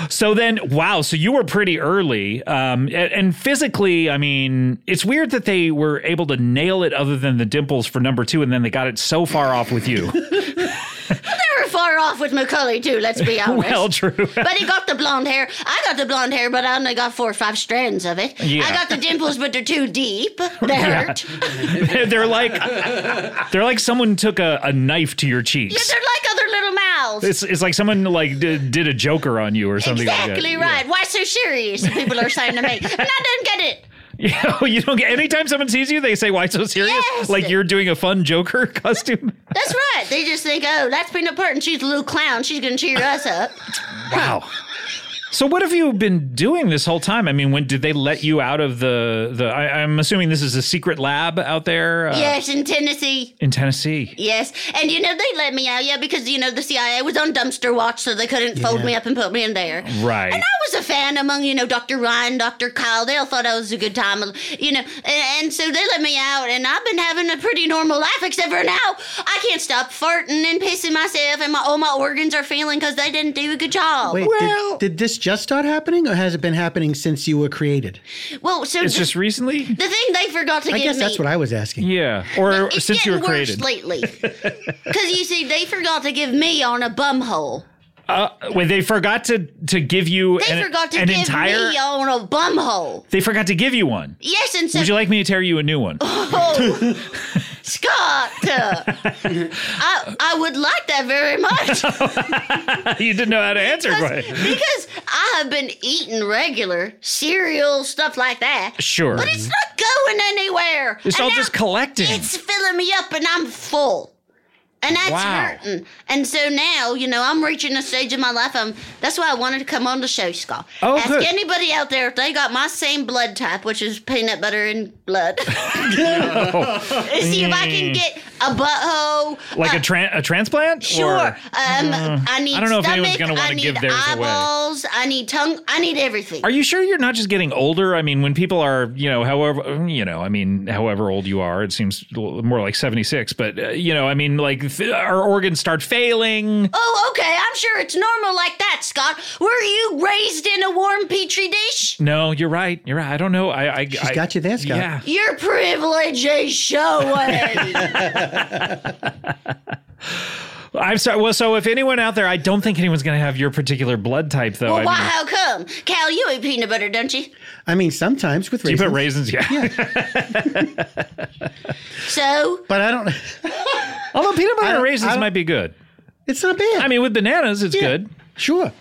S1: So then, wow. So you were pretty early, um, a- and, physically, I mean, it's weird that they were able to nail it, other than the dimples for number two, and then they got it so far off with you.
S4: They were far far off with Macaulay too. Let's be
S1: <laughs>
S4: honest.
S1: Well, true.
S4: <laughs> But he got the blonde hair. I got the blonde hair, but I only got four or five strands of it.
S1: Yeah.
S4: I got the dimples, but they're
S1: <laughs>
S4: too deep. They
S1: Yeah.
S4: hurt.
S1: <laughs> they're like they're like someone took a, a knife to your
S4: Yeah,
S1: cheeks.
S4: they're like other little mouths.
S1: It's, it's like someone like did, did a joker on you or something like that.
S4: exactly right. Why so serious? People are saying to me, and I don't get it.
S1: Yeah, <laughs> you don't get anytime someone sees you, they say, "Why so serious?"
S4: Yes.
S1: Like you're doing a fun Joker <laughs> costume.
S4: That's right. They just think, oh, that's Peanut Butter, and she's a little clown. She's gonna cheer us up.
S1: wow. So what have you been doing this whole time? I mean, when did they let you out of the the? I, I'm assuming this is a secret lab out there uh,
S4: yes, in Tennessee.
S1: in Tennessee.
S4: Yes, and you know they let me out, yeah, because you know the CIA was on dumpster watch, so they couldn't fold me up and put me in there.
S1: Right.
S4: And I was a fan among you know Dr. Ryan, Dr. Kyle. They all thought I was a good time, you know, and, and so they let me out, and I've been having a pretty normal life, except for now I can't stop farting and pissing myself, and my all my organs are failing because they didn't do a good job.
S3: Wait,
S1: Well-
S3: did, did this just start happening, or has it been happening since you were created?
S4: Well, so
S1: It's
S4: the,
S1: just
S4: <laughs>
S1: recently.
S4: the thing they forgot to
S3: I
S4: give
S3: guess
S4: me.
S3: that's what I was asking.
S1: Yeah, or
S4: It's
S1: since you were
S4: getting worse
S1: created.
S4: lately, because you see, they forgot to give me on a bumhole.
S1: Uh, wait, they forgot to to give you
S4: They
S1: an,
S4: forgot to
S1: an
S4: give
S1: entire.
S4: me on a bumhole.
S1: they forgot to give you one.
S4: Yes, and so
S1: Would you like me to tear you a new one?
S4: Oh, Scott, uh, I I would like that very much
S1: <laughs> you didn't know how to answer. <laughs>
S4: because,
S1: Right?
S4: <laughs> because I have been eating regular cereal stuff like that.
S1: Sure.
S4: but it's not going anywhere.
S1: It's
S4: And
S1: all
S4: now
S1: just collecting.
S4: It's filling me up, and I'm full. And that's
S1: Wow.
S4: hurting. And so now, you know, I'm reaching a stage in my life. I'm, that's why I wanted to come on the show, Scott.
S1: Oh,
S4: Ask
S1: good.
S4: anybody out there if they got my same blood type, which is peanut butter and
S1: <laughs>
S4: blood. <laughs> See if I can get a butthole.
S1: Mm. like
S4: uh,
S1: a tran a transplant?
S4: Sure.
S1: Or-
S4: Um, I need
S1: I don't know if anyone's
S4: stomach,
S1: gonna wanna
S4: I
S1: give
S4: need
S1: theirs away.
S4: eyeballs. I need tongue. I need everything.
S1: are you sure you're not just getting older? I mean, when people are, you know, however, you know, I mean, however old you are, it seems more like 76, but, uh, you know, I mean, like th- our organs start failing.
S4: Oh, okay. I'm sure it's normal like that, Scott. Were you raised in a warm petri dish?
S1: No, you're right. You're right. I don't know. I, I,
S3: She's got you there, Scott.
S1: Yeah.
S4: Your privilege is
S1: <laughs>
S4: showing.
S1: I'm sorry. Well, so if anyone out there, I don't think anyone's going to have your particular blood type, though.
S4: well, why?
S1: I mean,
S4: How come? Cal, you eat peanut butter, don't you?
S3: I mean, sometimes with
S1: you
S3: raisins,
S1: put raisins, yeah.
S4: So,
S3: but I don't.
S1: <laughs>
S3: <laughs>
S1: Although peanut butter and
S3: don't- I
S1: raisins
S3: don't-
S1: might be good.
S3: It's not bad.
S1: I mean, with bananas, it's
S3: Yeah,
S1: good.
S3: Sure.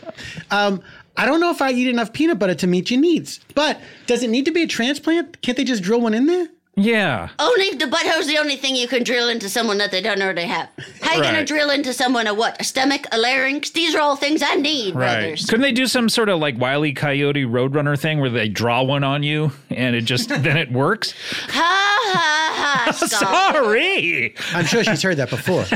S3: Um, I don't know if I eat enough peanut butter to meet your needs, but does it need to be a transplant? Can't they just drill one in there?
S1: Yeah.
S4: only the butthole's the only thing you can drill into someone that they don't already have. How you gonna
S1: Right.
S4: drill into someone a what? A stomach, a larynx? These are all things I need, brothers.
S1: Couldn't they do some sort of like Wiley Coyote Roadrunner thing where they draw one on you and it
S4: <laughs>
S1: just then it works?
S4: Ha
S1: <laughs>
S4: ha ha, Scott.
S1: Sorry.
S3: I'm sure she's heard
S1: <laughs>
S3: that before.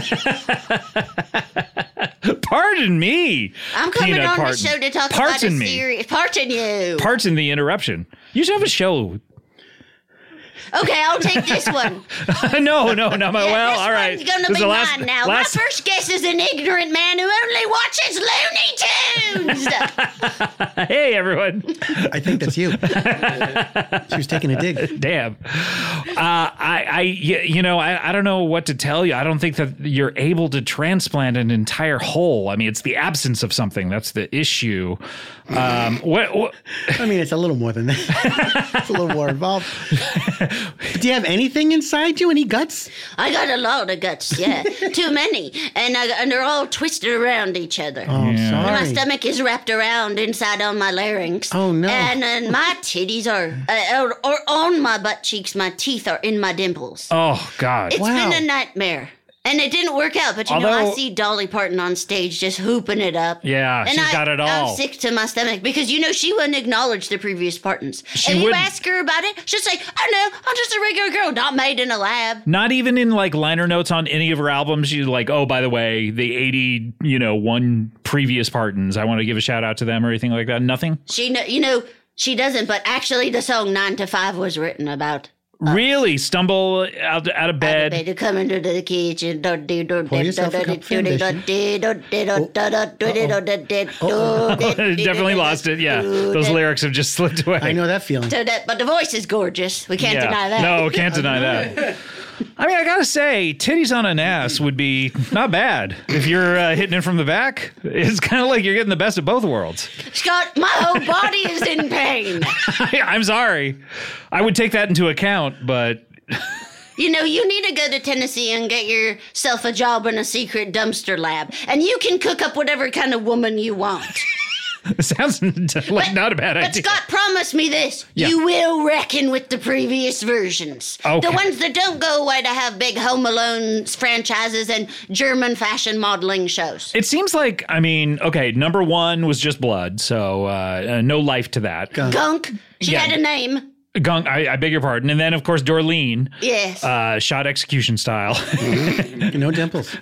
S1: Pardon me.
S4: I'm coming
S1: Peanut
S4: on
S1: pardon.
S4: the show to talk
S1: Pardon
S4: about
S1: me.
S4: a serious pardon you.
S1: Pardon the interruption. You should have a show. <laughs>
S4: okay, I'll take this one.
S1: no, no, no. My,
S4: Yeah,
S1: Oh, well,
S4: this
S1: all right.
S4: one's gonna
S1: This is
S4: be
S1: the last-
S4: mine now.
S1: last-
S4: My first guess is an ignorant man who only watches
S1: <laughs>
S4: Looney Tunes.
S1: hey, everyone.
S3: I think that's you. she was taking a dig.
S1: Damn. Uh, I, I, y- you know, I, I don't know what to tell you. I don't think that you're able to transplant an entire hole. I mean, it's the absence of something that's the issue. Um, what, what?
S3: I mean, it's a little more than that.
S1: <laughs>
S3: it's a little more involved. But do you have anything inside you? Any guts?
S4: I got a lot of
S1: <laughs>
S4: guts, yeah, too many, and I, and they're all twisted around each other.
S3: Oh,
S4: My
S3: sorry.
S4: stomach is wrapped around inside on my larynx.
S3: Oh, no.
S4: And then my titties are, uh, are, are on my butt cheeks. My teeth are in my dimples.
S1: Oh God.
S4: It's
S3: Wow.
S4: been a nightmare. And it didn't work out, but you know,
S1: Although-
S4: I see Dolly Parton on stage just hooping it up.
S1: Yeah,
S4: and
S1: she's
S4: I,
S1: got it all.
S4: I'm sick to my stomach because you know she wouldn't acknowledge the previous Partons. if you
S1: wouldn't.
S4: ask her about it, she'll say, "Oh no, I'm just a regular girl, not made in a lab."
S1: Not even in like liner notes on any of her albums. She's like, oh, by the way, the eighty, you know, one previous partons. I want to give a shout out to them or anything like that. Nothing
S4: She, kn- you know, she doesn't. But actually, the song Nine to Five was written about
S1: really. Stumble out Uh. out of bed. <laughs>
S4: Baby, come into the kitchen.
S3: Pour yourself a cup of foundation. Oh,
S1: Definitely <laughs>
S4: Definitely
S1: lost it. Yeah, those lyrics have just slipped away.
S3: I know that feeling.
S4: So that, but the voice is gorgeous. We can't
S1: Yeah.
S4: deny that.
S1: No, can't deny that. I mean, I gotta say, titties on an ass would be not bad if you're uh, hitting it from the back. It's kind of like you're getting the best of both worlds. <laughs>
S4: Scott, my whole body is in pain.
S1: I'm sorry, I would take that into account, but <laughs>
S4: You know, you need to go to Tennessee and get yourself a job in a secret dumpster lab, and you can cook up whatever kind of woman you want.
S1: it sounds <laughs> like not a bad
S4: But
S1: idea.
S4: Scott, promise me this.
S1: Yeah.
S4: You will reckon with the previous versions.
S1: Okay.
S4: The ones that don't go away to have big Home Alone franchises and German fashion modeling shows.
S1: It seems like, I mean, okay, number one was just blood, so uh, uh, no life to that. Gunk,
S4: Gunk, she
S1: Yeah.
S4: had a name.
S1: I, I beg your pardon. And then, of course, Dorleen,
S4: Yes.
S1: uh, shot execution style, <laughs>
S3: No dimples.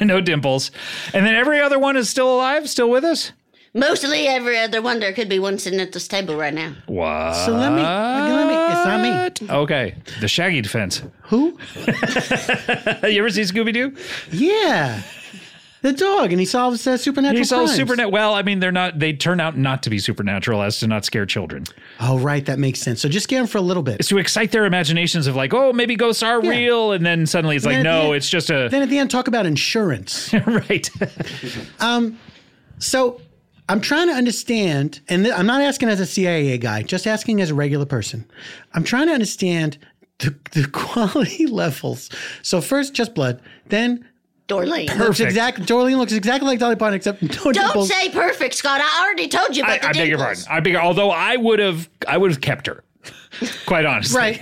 S1: no dimples. And then every other one is still alive, still with us.
S4: Mostly every other one. There could be one sitting at this table right now.
S1: What?
S3: So let me, let me. It's not me.
S1: Okay, the Shaggy defense. <laughs>
S3: Who?
S1: you ever see Scooby Doo?
S3: Yeah, the dog, and he solves uh, supernatural.
S1: He sells
S3: crimes.
S1: supernatural. Well, I mean, they're not. They turn out not to be supernatural, as to not scare children.
S3: Oh, right, that makes sense. So just scare him for a little bit.
S1: It's to excite their imaginations of like, oh, maybe ghosts are
S3: Yeah.
S1: real, and then suddenly it's like,
S3: then at the
S1: no,
S3: end-
S1: it's just a
S3: Then at the end, talk about insurance.
S1: <laughs> right.
S3: So I'm trying to understand, and th- I'm not asking as a CIA guy, just asking as a regular person. I'm trying to understand the, the <laughs> quality levels. So first, just blood, then
S4: Dorleen.
S3: looks
S1: Perfect.
S3: exact. Dorleen looks exactly like Dolly Parton, except no
S4: Don't
S3: dimples.
S4: say perfect, Scott. I already told you
S1: I,
S4: about
S1: I
S4: the
S1: beg your pardon.
S4: dimples.
S1: I beg. Although I would have, I would have kept
S3: <laughs>
S1: her. Quite honestly, <laughs>
S3: <laughs> right.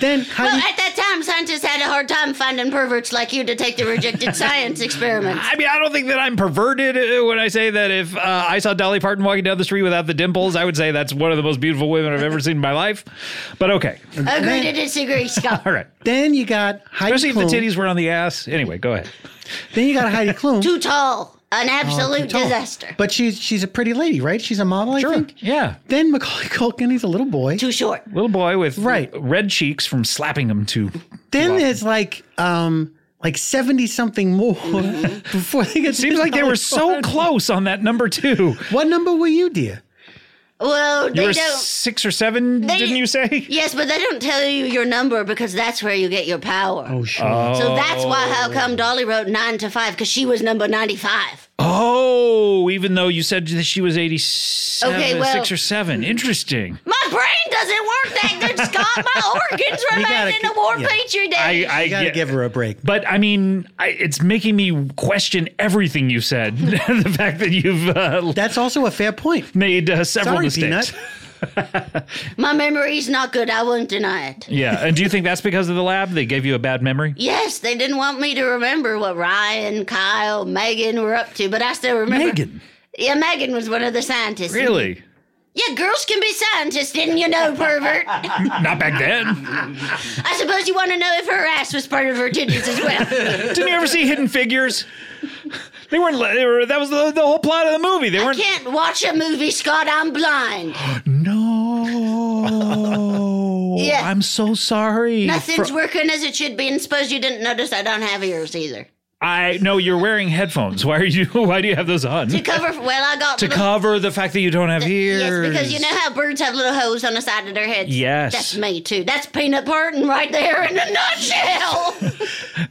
S3: then how
S4: Well,
S3: do you,
S4: at that time, scientists had a hard time finding perverts like you to take the rejected science experiments.
S1: <laughs> I mean, I don't think that I'm perverted uh, when I say that if uh, I saw Dolly Parton walking down the street without the dimples, I would say that's one of the most beautiful women I've ever seen in my life. But okay,
S4: Agree to disagree, Scott.
S1: all right.
S3: then you got Heidi
S1: Especially if the
S3: Klum.
S1: titties were on the ass. Anyway, go ahead.
S3: Then you
S1: <laughs>
S3: got Heidi Klum.
S4: Too tall.
S1: Oh,
S4: An absolute
S3: Tall.
S4: disaster.
S3: But she's she's a pretty lady, right? She's a model, I think.
S1: Yeah.
S3: Then Macaulay Culkin, he's a little boy.
S4: Too short.
S1: Little boy with
S3: Right.
S1: red cheeks from slapping him to.
S3: Then there's like um like seventy something more <laughs> before they get. to
S1: Seems like they were
S3: Dolly
S1: so
S3: Parton.
S1: close on that number two.
S3: <laughs> What number were you, dear?
S4: Well,
S1: You
S4: they
S1: were
S4: don't.
S1: six or seven,
S4: They-
S1: didn't you say?
S4: Yes, but they don't tell you your number because that's where you get your power.
S3: Oh, sure.
S1: Uh,
S4: So that's why how come Dolly wrote nine to five because she was number ninety-five.
S1: Oh, even though you said that she was 87,
S4: Okay, well-
S1: six or seven. Interesting.
S4: My brain doesn't work that good, Scott.
S1: <laughs>
S4: My organs remain
S3: gotta
S4: in a
S3: keep-
S4: war
S3: yeah.
S4: petri
S1: I,
S4: dish.
S1: I
S3: you gotta
S1: get-
S3: give her a break.
S1: But I mean, I, it's making me question everything you said. <laughs> the fact that you've uh,
S3: That's also a fair point.
S1: made uh, several
S3: Sorry,
S1: mistakes.
S3: Peanut.
S4: My memory's not good. I won't deny it.
S1: Yeah, and do you think that's because of the lab? They gave you a bad memory.
S4: Yes, they didn't want me to remember what Ryan, Kyle, Megan were up to, but I still remember.
S1: Megan,
S4: Yeah, Megan was one of the scientists.
S1: really?
S4: Yeah, girls can be scientists, didn't you know, pervert?
S1: Not back then.
S4: I suppose you want to know if her ass was part of her titties as well.
S1: <laughs> Didn't you ever see Hidden Figures? They weren't. They were, that was the, the whole plot of the movie. They
S4: I
S1: weren't.
S4: can't watch a movie, Scott. I'm blind.
S1: No.
S4: <laughs> Yeah.
S1: I'm so sorry.
S4: Nothing's working as it should be, and suppose you didn't notice I don't have ears either.
S1: I no. You're wearing headphones. Why are you? <laughs> Why do you have those on?
S4: To cover, well, I got
S1: To
S4: little-
S1: cover the fact that you don't have ears.
S4: <laughs> Yes, because you know how birds have little holes on the side of their heads.
S1: Yes.
S4: that's me too. That's peanut Barton right there in a
S1: <laughs>
S4: nutshell.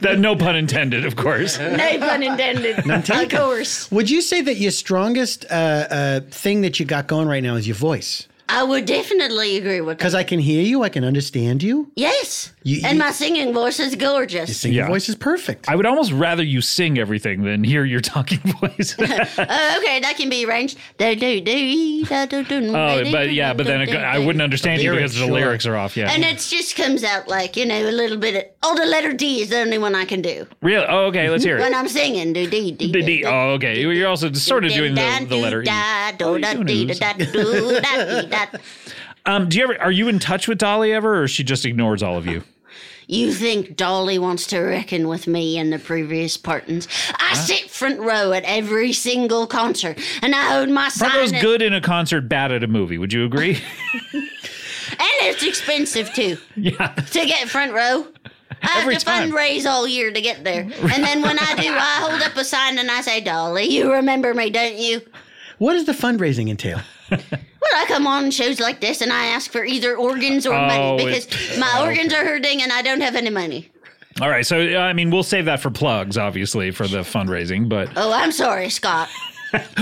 S1: That, no pun intended, of <laughs> course.
S4: no pun intended. of course,
S3: Would you say that your strongest uh, uh, thing that you got going right now is your voice?
S4: I would definitely agree with that.
S3: Because I can hear you, I can understand you.
S4: Yes,
S3: You-
S4: and
S3: you-
S4: my singing voice is gorgeous.
S3: Sing
S1: Yeah.
S3: Your voice is perfect.
S1: I would almost rather you sing everything than hear your talking <laughs> voice.
S4: Oh, okay, that can be arranged. Do, do, do, da, do, do,
S1: oh,
S4: do,
S1: but
S4: do,
S1: yeah,
S4: do,
S1: but then
S4: do,
S1: it,
S4: do,
S1: I
S4: do.
S1: wouldn't understand you
S3: lyrics,
S1: because the
S3: sure.
S1: lyrics are off. Yeah.
S4: And it just comes out like you know a little bit. Of, oh, the letter D is the only one I can do
S1: Really? Oh, okay. Let's hear it.
S4: when I'm singing. Do D D
S1: The D. Oh, okay. You're also sort of doing the, the letter E.
S4: letter E.
S1: Um, do you ever? Are you in touch with Dolly ever, or she just ignores all of you?
S4: You think Dolly wants to reckon with me and the previous partons? I sit front row at every single concert, and I hold my sign.
S1: Front row's
S4: and-
S1: good in a concert, bad at a movie. Would you
S4: <laughs>
S1: agree?
S4: And it's expensive too
S1: <laughs> yeah.
S4: to get front row. I have
S1: Every
S4: to
S1: time.
S4: fundraise all year to
S1: <laughs>
S4: get there. And then when I do, I hold up a sign and I say, Dolly, you remember me, don't you?
S3: what does the fundraising entail?
S4: Well, I come on shows like this and I ask for either organs or
S1: Oh,
S4: money
S1: it-
S4: because my organs are hurting and I don't have any money.
S1: All right. So, I mean, we'll save that for plugs, obviously, for the fundraising, but
S4: Oh, I'm sorry, Scott.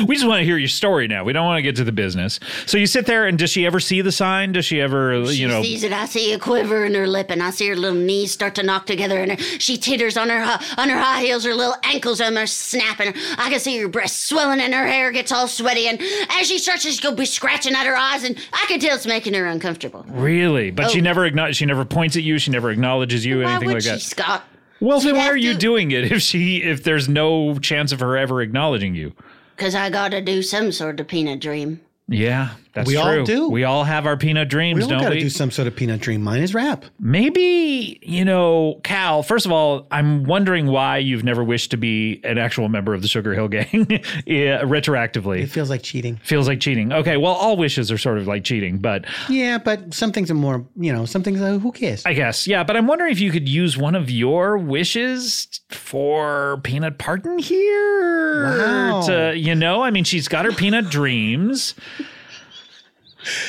S1: we just want to hear your story now. We don't want to get to the business. So you sit there, and does she ever see the sign? Does she ever, you know?
S4: She sees it. I see a quiver in her lip, and I see her little knees start to knock together, and her, she titters on her hi- on her high heels. Her little ankles almost snapping. I can see her breasts swelling, and her hair gets all sweaty. And as she starts, she's gonna be scratching at her eyes, and I can tell it's making her uncomfortable.
S1: Really, but she
S4: Oh.
S1: never acknow- she never points at you. She never acknowledges you,
S4: Why
S1: anything
S4: would
S1: like
S4: she,
S1: that.
S4: Scott?
S1: well, then why
S4: have
S1: are you
S4: to-
S1: doing it if she if there's no chance of her ever acknowledging you?
S4: Because I gotta do some sort of peanut dream.
S1: Yeah, that's
S3: We all
S1: true.
S3: do.
S1: We all have our peanut dreams,
S3: We all
S1: don't
S3: got to
S1: we?
S3: do some sort of peanut dream. Mine is rap.
S1: Maybe, you know, Cal, first of all, I'm wondering why you've never wished to be an actual member of the Sugar Hill Gang <laughs> yeah, retroactively.
S3: It feels like cheating.
S1: Feels like cheating. Okay, well, all wishes are sort of like cheating, but
S3: Yeah, but some things are more, you know, some things are, who cares?
S1: I guess, yeah. But I'm wondering if you could use one of your wishes for Peanut Pardon here.
S3: Wow.
S1: To, you know, I mean, she's got her
S3: <laughs>
S1: peanut dreams.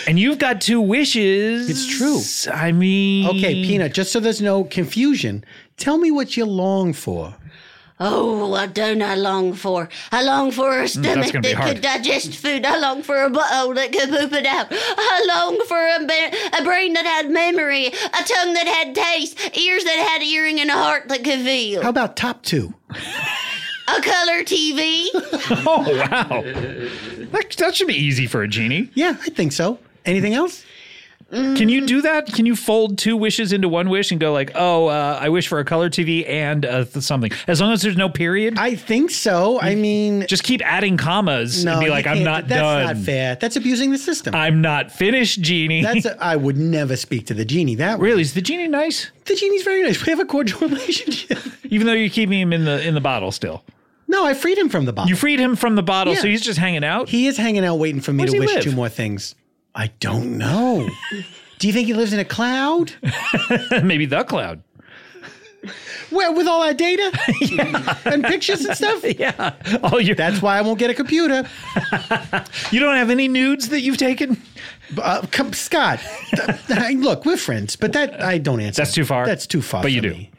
S1: And you've got two wishes.
S3: It's
S1: I mean,
S3: okay, peanut, just so there's no confusion, tell me what you long for.
S4: Oh, what don't I long for? I long for a stomach
S1: Mm, gonna
S4: that
S1: be
S4: could
S1: hard.
S4: digest food. I long for a butthole that could poop it out. I long for a, ba- a brain that had memory, a tongue that had taste, ears that had hearing, and a heart that could feel.
S3: How about top two?
S4: A color TV.
S1: <laughs> Oh wow, that, that should be easy for a genie.
S3: Yeah, I think so. Anything else?
S1: Can you do that? Can you fold two wishes into one wish and go like, oh, uh, I wish for a color TV and uh, th- something? As long as there's no period,
S3: I think so. I mean,
S1: just keep adding commas and be
S3: you
S1: like, I'm
S3: can't-
S1: not
S3: that's
S1: done.
S3: not fair. That's abusing the system.
S1: I'm not finished, genie. <laughs>
S3: that's a, I would never speak to the genie that way.
S1: really is the genie nice?
S3: The genie's very nice. We have a cordial <laughs> relationship.
S1: Even though you're keeping him in the in the bottle still,
S3: no, I freed him from the box.
S1: you freed him from the bottle,
S3: Yeah.
S1: so he's just hanging out.
S3: He is hanging out waiting for me
S1: Where does
S3: to
S1: he
S3: wish
S1: live?
S3: two more things. I
S1: <laughs>
S3: don't know. Do you think he lives in a cloud?
S1: <laughs> Maybe the cloud.
S3: Where with all
S1: <laughs>
S3: our data and pictures and stuff?
S1: Yeah. Oh, you
S3: That's why I won't get a computer.
S1: you don't have any nudes that you've taken.
S3: Uh, come, Scott, th- th- look, we're friends, but that I don't answer.
S1: That's too far.
S3: That's too far.
S1: But
S3: for
S1: you do.
S3: me.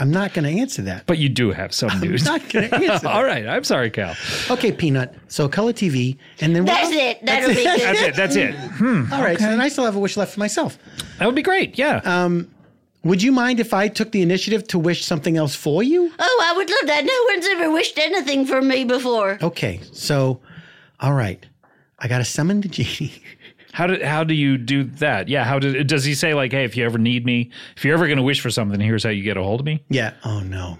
S3: I'm not going to answer that.
S1: But you do have some nudes.
S3: not gonna
S1: <laughs>
S3: answer
S1: All right. I'm sorry, Cal.
S3: Okay, Peanut. So color TV, and then what
S4: That's
S3: else?
S4: it. That'll be good.
S1: That's it. That's <laughs> it.
S3: All right. So then I still have a wish left for myself.
S1: That would be great. Yeah.
S3: Would you mind if I took the initiative to wish something else for you?
S4: Oh, I would love that. No one's ever wished anything for me before.
S1: Oh,
S3: Okay. So, all right. I got to summon the genie. <laughs>
S1: How do how do you do that? Yeah, how does does he say like, hey, if you ever need me, if you're ever going to wish for something, here's how you get a hold of me.
S3: Yeah. Oh no.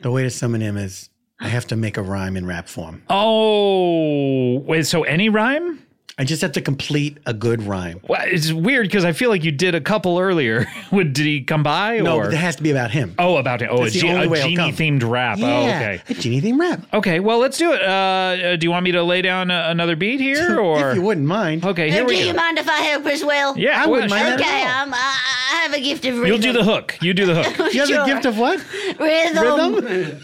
S3: The way to summon him is I have to make a rhyme in rap form.
S1: Oh, wait, so any rhyme?
S3: I just have to complete a good rhyme.
S1: Well, it's weird because I feel like you did a couple earlier. <laughs> Would did he come by
S3: No,
S1: or?
S3: but it has to be about him.
S1: oh, about it. Oh, a,
S3: That's the
S1: ge-
S3: only
S1: a
S3: way it'll
S1: genie
S3: come.
S1: themed rap.
S3: yeah,
S1: Oh, okay.
S3: A genie
S1: <laughs>
S3: theme rap.
S1: Okay, well, let's do it. Uh, uh, do you want me to lay down uh, another beat here or
S3: if you wouldn't mind.
S1: Okay, here
S4: do
S1: we
S4: you
S1: go.
S4: mind if I help as well?
S1: Yeah,
S3: I
S1: well,
S3: wouldn't mind
S1: sure.
S3: that at
S4: Okay,
S3: all.
S4: I'm, I, I have a gift of rhythm.
S1: You'll do the hook. You do the
S4: <laughs>
S1: hook.
S3: You have
S4: Sure.
S3: the gift of
S1: <laughs>
S3: what?
S4: rhythm.
S1: Um,
S3: Rhythm?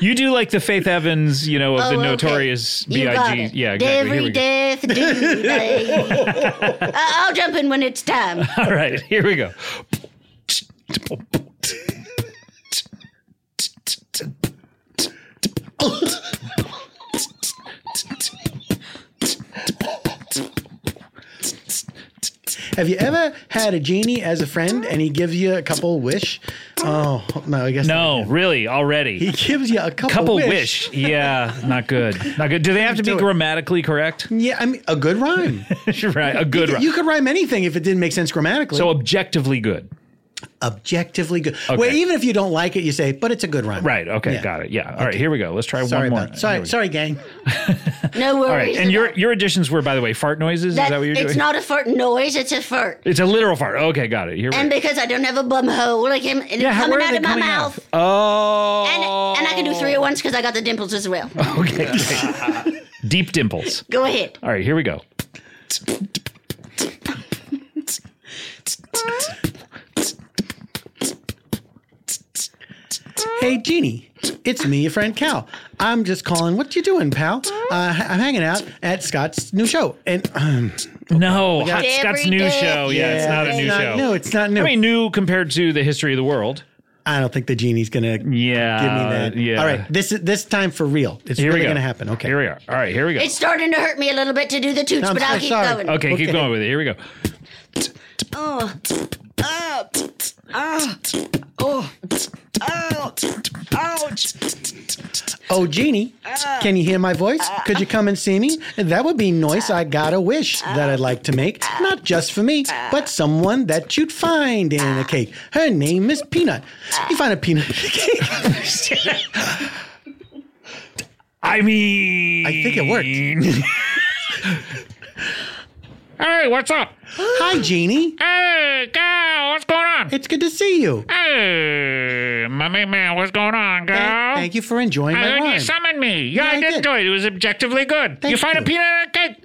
S1: You do like the Faith Evans, you know, of the
S4: Oh, okay.
S1: notorious
S4: You got
S1: B.I.G.
S4: it.
S1: Yeah, exactly. Here
S4: Every
S1: we go.
S4: death do they. I- I'll jump in when it's time.
S1: <laughs> All right, here we go.
S3: Have you ever had a genie as a friend and he gives you a couple wish? Oh no, I guess
S1: No,
S3: not.
S1: really, already.
S3: He gives you a couple,
S1: Couple
S3: wish.
S1: wish. Yeah, not good. Not good. Do they have to be
S3: Do it.
S1: grammatically correct? <laughs>
S3: Yeah, I mean a good rhyme.
S1: right, a good rhyme.
S3: You could rhyme anything if it didn't make sense grammatically.
S1: So objectively good.
S3: objectively good. Well, even if you don't like it, you say, but it's a good rhyme.
S1: Right. Okay.
S3: Yeah.
S1: Got it. Yeah. All right. Here we go. Let's try
S3: Sorry
S1: one more.
S3: about sorry,
S1: Here we go.
S3: sorry, gang.
S4: No worries.
S1: <laughs> All right. And your your additions were, by the way, fart noises. Is
S4: That-
S1: that what you're doing?
S4: It's not a fart noise, it's a fart.
S1: It's a literal fart. Okay. Got it. Here we
S4: And
S1: go.
S4: because I don't have a bum hole, I can, it's
S1: how-
S4: coming
S1: where are
S4: out
S1: they
S4: of my
S1: coming
S4: mouth.
S1: Oh.
S4: And, and I can do three at once because I got the dimples as
S1: <laughs>
S4: well.
S1: Okay. <laughs> great. Deep dimples.
S4: Go ahead.
S1: All right. Here we go.
S3: Hey, Jeannie, It's me, your friend Cal. I'm just calling. What you doing, pal? Uh, h- I'm hanging out at Scott's new show, and um,
S1: No, Hot
S4: Every
S1: Scott's new
S4: day.
S1: show. Yeah, it's not a new show.
S3: No, it's not new.
S1: I
S3: I,
S1: mean, new compared to the history of the world.
S3: don't think the genie's
S1: Yeah,
S3: gonna give me that.
S1: Uh, yeah.
S3: All right, this is this time for real. It's
S1: Here
S3: really
S1: we go.
S3: gonna happen. Okay.
S1: Here we are. All right, here we go.
S4: It's starting to hurt me a little bit to do the toots,
S3: I'm
S4: but I'll
S3: so
S4: keep
S3: sorry.
S4: going.
S1: okay, keep
S3: okay.
S1: going with it. Here we go.
S4: Oh. Oh. Oh. Oh. Ouch. Ouch.
S3: Oh, Jeannie, can you hear my voice? Could you come and see me? That would be nice. I got a wish that I'd like to make, not just for me, but someone that you'd find in a cake. Her name is Peanut. You find a peanut in a cake.
S1: I mean,
S3: I think it
S1: worked. <laughs> hey, what's up?
S3: Hi, Jeannie.
S1: Hey, Gal, what's going on?
S3: It's good to see you.
S1: Hey, mummy man, what's going on, girl?
S3: Thank, thank you for enjoying
S1: I
S3: my
S1: heard you
S3: rhyme.
S1: summoned me. Yeah, I,
S3: Yeah,
S1: did
S3: I did.
S1: enjoy it. It was objectively good. you
S3: Thank
S1: find a
S3: you.
S1: peanut in a cake?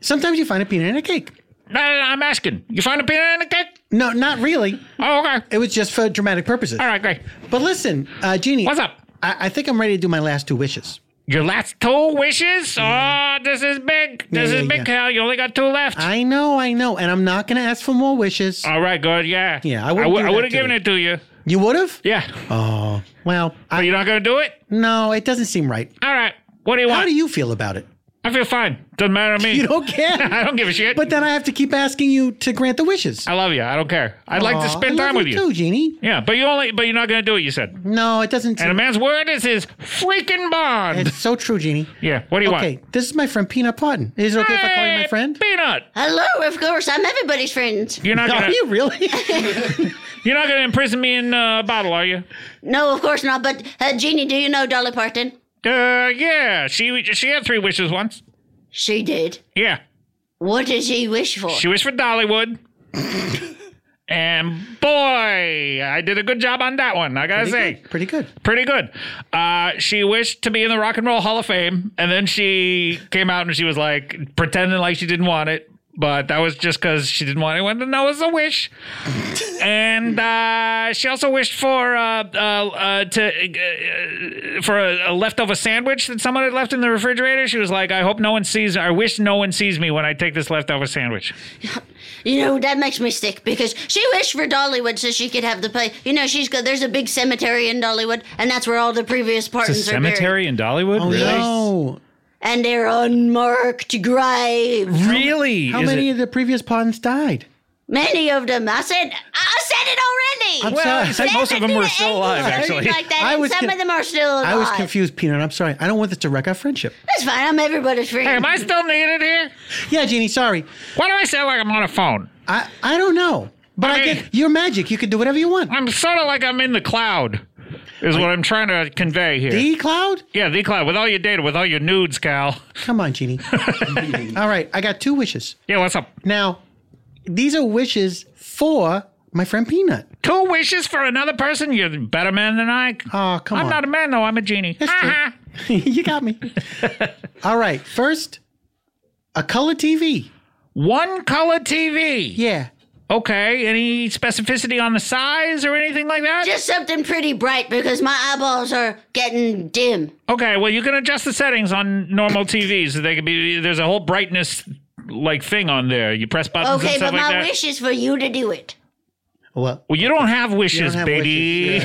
S3: Sometimes you find a peanut in a cake.
S1: No, no, no, I'm asking. You find a peanut in a cake?
S3: No, not really.
S1: Oh, okay.
S3: It was just for dramatic purposes.
S1: All right, great.
S3: But listen, uh, Jeannie.
S1: What's up?
S3: I, I think I'm ready to do my last two wishes.
S1: Your last two wishes? Oh, this is big. This
S3: Yeah,
S1: is
S3: yeah,
S1: big,
S3: yeah.
S1: Cal. You only got two left.
S3: I know, I know, and I'm not going to ask for more wishes.
S1: All right, good. Yeah.
S3: Yeah, I
S1: I
S3: wouldn't do that
S1: would have
S3: to
S1: given
S3: you.
S1: it to you.
S3: You would have?
S1: Yeah.
S3: Oh, well,
S1: But
S3: I,
S1: you're not going to do it?
S3: no, it doesn't seem right.
S1: All right. What do you want?
S3: How do you feel about it?
S1: I feel fine. Doesn't matter to me.
S3: You
S1: <laughs>
S3: don't care.
S1: I don't give a shit.
S3: but then I have to keep asking you to grant the wishes.
S1: I love you. I don't care. I'd like to
S3: Aw,
S1: spend
S3: I love
S1: time with you.
S3: too, Jeannie.
S1: Yeah, but you only but you're not gonna do it, you said.
S3: No, it doesn't
S1: And a
S3: seem
S1: man's word is his freaking bond.
S3: Mm-hmm. <laughs> It's so true, Jeannie.
S1: yeah. What do you
S3: Okay,
S1: want?
S3: this is my friend Peanut Pardon. Is it okay if I call you my
S1: Hey,
S3: friend?
S1: Peanut.
S4: Hello, of course. I'm everybody's friend.
S1: You're
S3: <laughs>
S1: not
S3: Are
S1: gonna
S3: you
S1: <laughs>
S3: really?
S1: you? are not gonna imprison me in uh, a bottle, are you?
S4: No, of course not. But uh, Jeannie, do you know Dolly Parton?
S1: Uh yeah. She she had three wishes once.
S4: She did.
S1: Yeah.
S4: What did she wish for?
S1: She wished for
S3: <laughs>
S1: Dollywood. and boy, I did a good job on that one, I gotta say.
S3: Pretty good, Pretty
S1: Pretty
S3: good.
S1: good. Uh, she wished to be in the Rock and Roll Hall of Fame, and then she came out and she was like pretending like she didn't want it, but that was just because she didn't want anyone to know it was a wish. <laughs> and uh, she also wished for uh, uh, uh, to uh, for a, a leftover sandwich that someone had left in the refrigerator. She was like, "I hope no one sees. I wish no one sees me when I take this leftover sandwich."
S4: You know that makes me sick because she wished for Dollywood so she could have the play. You know she's got there's a big cemetery in Dollywood, and that's where all the previous Partons are buried.
S1: in Dollywood,
S3: Oh, no.
S4: And they're unmarked graves.
S1: Really?
S3: How many of the previous Pardons died?
S4: Many of them. I said I said it already.
S3: I'm sorry.
S1: said most of them were still alive, actually.
S4: Like that,
S3: I
S4: and
S3: was
S4: some
S3: con-
S4: of them are still alive.
S3: I was confused, Peanut. I'm sorry. I don't want this to wreck our friendship.
S4: That's fine. I'm everybody's friend.
S1: Hey, am I still needed here?
S3: Yeah, Jeannie, sorry.
S1: Why do I sound like I'm on a phone?
S3: I, I don't know. But I,
S1: I mean-
S3: get you're magic. You can do whatever you want.
S1: I'm sort of like I'm in the cloud, is what I'm trying to convey here.
S3: D Cloud?
S1: yeah, the cloud with all your data, with all your nudes, Cal.
S3: Come
S1: <laughs>
S3: on, Jeannie. All right, I got two wishes.
S1: Yeah, what's up?
S3: Now, these are wishes for my friend Peanut.
S1: Two wishes for another person? You're a better man than I.
S3: Oh, come
S1: I'm
S3: on.
S1: not a man though. I'm a genie. Uh-huh.
S3: true.
S1: Ha ha.
S3: <laughs> you
S1: <laughs>
S3: got me. All right, first, a color TV.
S1: One color TV.
S3: Yeah.
S1: Okay. Any specificity on the size or anything like that?
S4: Just something pretty bright because my eyeballs are getting dim.
S1: Okay, well, you can adjust the settings on normal TVs. so They can be there's a whole brightness like thing on there. You press buttons and
S4: Okay,
S1: stuff
S4: but
S1: like
S4: my
S1: that.
S4: wish is for you to do it.
S3: Well,
S1: well, you don't have
S3: I don't
S1: wishes,
S3: have
S1: baby.
S3: wishes.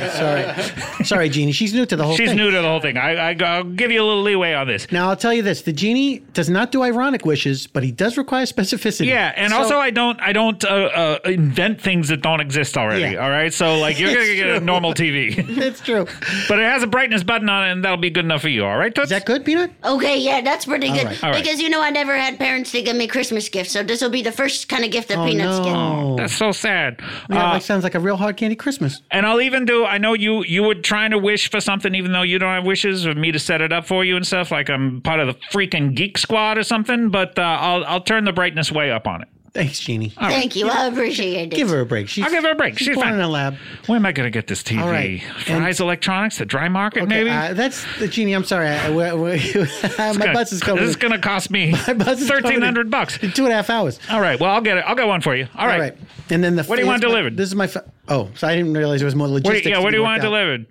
S1: <laughs>
S3: Yeah, sorry. sorry, Jeannie. She's new to the whole
S1: She's
S3: thing.
S1: new to the whole thing. I, I, I'll give you a little leeway on this.
S3: Now, I'll tell you this the Genie does not do ironic wishes, but he does require specificity.
S1: Yeah, and also
S3: <laughs>
S1: I don't I don't uh, uh, invent things that don't exist already.
S3: Yeah.
S1: All right, so like you're gonna
S3: <laughs> It's
S1: get a
S3: true.
S1: normal
S3: <laughs>
S1: TV,
S3: It's true.
S1: but it has a brightness button on it, and that'll be good enough for you. All right, Toots?
S3: Is that good, Peanut?
S4: Okay, yeah, that's pretty good.
S3: right.
S1: All right.
S4: Because you know, I never had parents to give me Christmas gifts, so this will be the first kind of gift that
S3: Oh,
S4: Peanuts get.
S3: no.
S1: That's so sad.
S3: Yeah,
S1: Uh,
S3: like sounds like a real hard candy Christmas.
S1: and I'll even do. I know you you were trying to wish for something, even though you don't have wishes, of me to set it up for you and stuff. Like I'm part of the freaking geek squad or something. But uh, I'll I'll turn the brightness way up on it.
S3: Thanks, Jeannie.
S4: Thank you, I appreciate it.
S3: Give her a break. She's,
S1: I'll give her a break. She's,
S3: she's born
S1: fine.
S3: in a lab.
S1: Where am I gonna get this TV?
S3: All right. And-
S1: Fry's Electronics, the dry market,
S3: Okay,
S1: maybe.
S3: uh, that's the genie. I'm sorry. I, we <laughs> my bus is coming.
S1: This is gonna cost me
S3: <laughs> My bus is covered in-
S1: thirteen hundred bucks.
S3: in two and a half hours.
S1: All right. Well, I'll get it. I'll get one for you. All right.
S3: All right. And then the
S1: What do you want
S3: this-
S1: delivered?
S3: This is my. fi- Oh, so I didn't realize there was more
S1: What do
S3: logistics.
S1: you, yeah.
S3: to
S1: What
S3: be
S1: do you
S3: worked
S1: want
S3: out.
S1: delivered?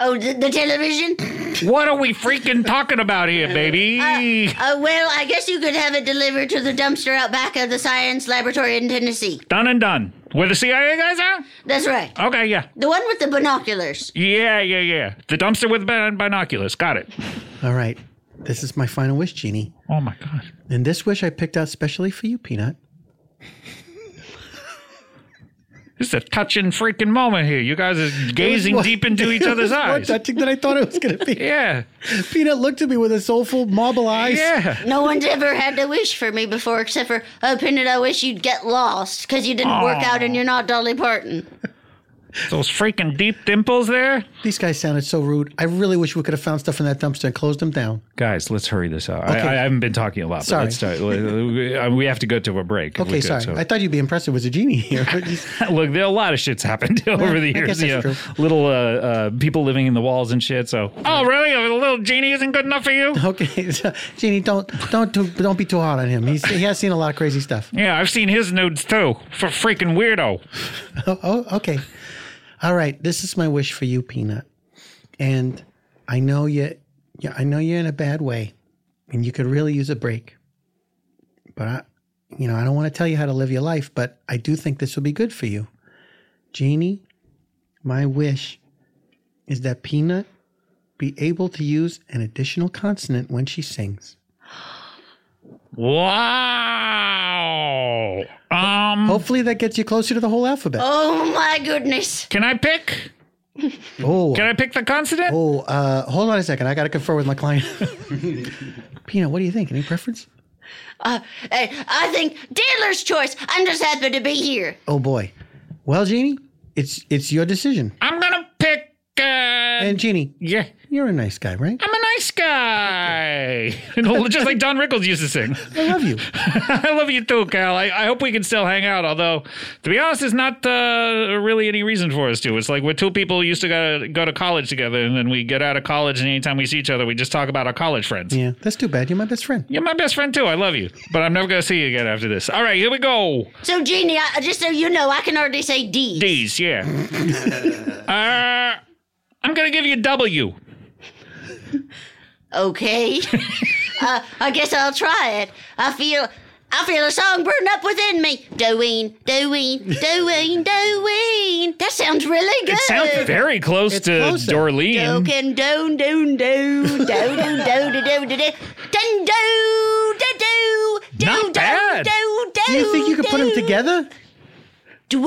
S4: Oh, the, the television?
S1: What are we freaking talking about here, baby?
S4: Uh, well, I guess you could have it delivered to the dumpster out back of the science laboratory in Tennessee.
S1: done and done. Where the CIA guys are?
S4: That's right.
S3: Uh,
S1: Okay, yeah.
S4: The one with the binoculars.
S1: Yeah, yeah, yeah. The dumpster with bin- binoculars. Got it.
S3: All right. This is my final wish, Genie.
S1: Oh my god.
S3: And this wish I picked out specially for you, Peanut.
S1: This is a touching freaking moment here. You guys are gazing deep into
S3: <laughs>
S1: each other's
S3: More
S1: eyes.
S3: touching than I thought it was going
S1: <laughs>
S3: to be.
S1: Yeah.
S3: Peanut looked at me with his soulful marble eyes.
S1: Yeah.
S4: No one's ever had a wish for me before, except for, oh, Pinnit, I wish you'd get lost because you didn't work out and you're not Dolly Parton.
S1: Those freaking deep dimples there.
S3: These guys sounded so rude. I really wish we could have found stuff in that dumpster and closed them down.
S1: Guys, let's hurry this up.
S3: Okay.
S1: I, I haven't been talking a lot. but
S3: Sorry.
S1: Let's start. we uh, we have to go to a break.
S3: Okay,
S1: We could,
S3: sorry.
S1: so-
S3: I thought you'd be impressive with a genie here. <laughs> But you-
S1: <laughs> Look, there, a lot of shit's happened <laughs> over the
S3: I
S1: years.
S3: guess
S1: You
S3: that's
S1: know, little uh, uh, people living in the walls and shit. So, oh really? A little genie isn't good enough for
S3: <laughs>
S1: you?
S3: okay, so, Genie, don't don't do, don't be too hard on him. He's, he has seen a lot of crazy stuff.
S1: Yeah, I've seen his nudes too. For freaking weirdo.
S3: Oh, oh, okay. All right. This is my wish for you, Peanut. And I know you, yeah, I know you're in a bad way, and you could really use a break. But I, you know, I don't want to tell you how to live your life, but I do think this will be good for you, Jeannie. My wish is that Peanut be able to use an additional consonant when she sings.
S1: Wow. Um,
S3: Hopefully, that gets you closer to the whole alphabet.
S4: Oh, my goodness.
S1: can I pick?
S3: Oh,
S1: Can I pick the consonant?
S3: Oh, uh, hold on a second. I got to confer with my client. Peanut, what do you think? Any preference?
S4: Uh, hey, I think dealer's choice. I'm just happy to be here.
S3: Oh boy. Well, Jeannie, it's it's your decision.
S1: I'm gonna pick. Uh,
S3: And Jeannie,
S1: yeah,
S3: you're a nice guy, right?
S1: I'm a nice guy. <laughs> Just like Don Rickles used to sing.
S3: I
S1: <laughs>
S3: love you.
S1: I love you too, Cal. I, I hope we can still hang out. Although, to be honest, there's not uh, really any reason for us to. It's like we're two people who used to go, go to college together, and then we get out of college, and anytime we see each other, we just talk about our college friends.
S3: Yeah, that's too bad. You're my best friend.
S1: You're my best friend too. I love you, but I'm never gonna see you again after this. All right, here we go.
S4: So, Jeannie, I, just so you know, I can already say D.
S1: D's,
S3: <laughs>
S1: yeah. uh, I'm gonna give you W.
S4: Okay. uh, I guess I'll try it. I feel. I feel a song burn up within me. Doeen, doeen, doeen, doeen. That sounds really good.
S1: It sounds very close
S3: It's
S1: to
S3: closer.
S1: Dorleen.
S4: Doken, doon, doon, do, do, do, do, do, do, do, dun, do, do, do, do,
S1: Not
S4: do,
S1: bad.
S4: do,
S3: Do you think you could put them
S4: do,
S3: together?
S4: do.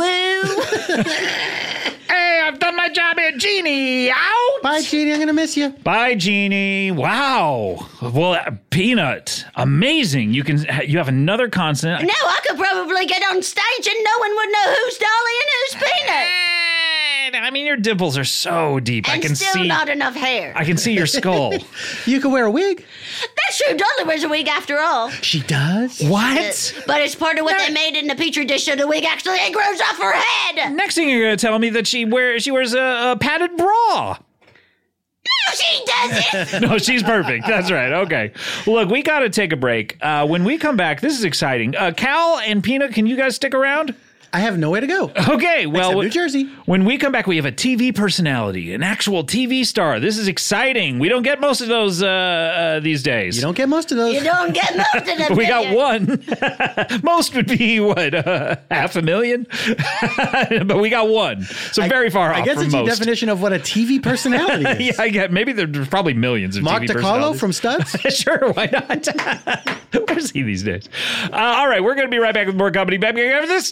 S1: Hey, I've done my job here, Genie. Out.
S3: Bye, Jeannie. I'm gonna miss you.
S1: Bye, Genie. Wow. Well, Peanut, amazing. You can you have another consonant.
S4: Now I could probably get on stage and no one would know who's Dolly and who's Peanut.
S1: And, I mean, your dimples are so deep. I
S4: And
S1: can
S4: still
S1: see.
S4: not enough hair.
S1: I can see your
S4: <laughs>
S1: skull. <laughs>
S3: You could wear a wig.
S4: That's true. Dolly wears a wig after all.
S3: She does.
S1: what?
S4: But it's part of what they made in the petri dish, so the wig actually it grows off her head.
S1: Next thing you're gonna tell me that she wear she wears a, a padded bra. <laughs>
S4: No, she doesn't.
S1: No, she's perfect. That's right. Okay. Look, we got to take a break. Uh, when we come back, this is exciting. Uh, Cal and Peanut, can you guys stick around?
S3: I have nowhere to go.
S1: Okay. Well, w-
S3: Except New Jersey.
S1: When we come back, we have a TV personality, an actual TV star. This is exciting. We don't get most of those uh, uh, these days.
S3: You don't get most of those.
S4: you don't get most of them.
S1: <laughs> we
S4: do
S1: got
S4: you?
S1: one. <laughs> most would be what uh, half a million, <laughs> but we got one. So very far
S3: I
S1: off
S3: guess
S1: from
S3: it's
S1: most.
S3: your definition of what a TV personality
S1: <laughs>
S3: is.
S1: yeah, I get. Maybe there's probably millions of
S3: Mark
S1: TV personalities.
S3: DiCarlo from Studs.
S1: <laughs> sure, why not? <laughs> Where's he these days? Uh, all right, we're going to be right back with more company. Back after this.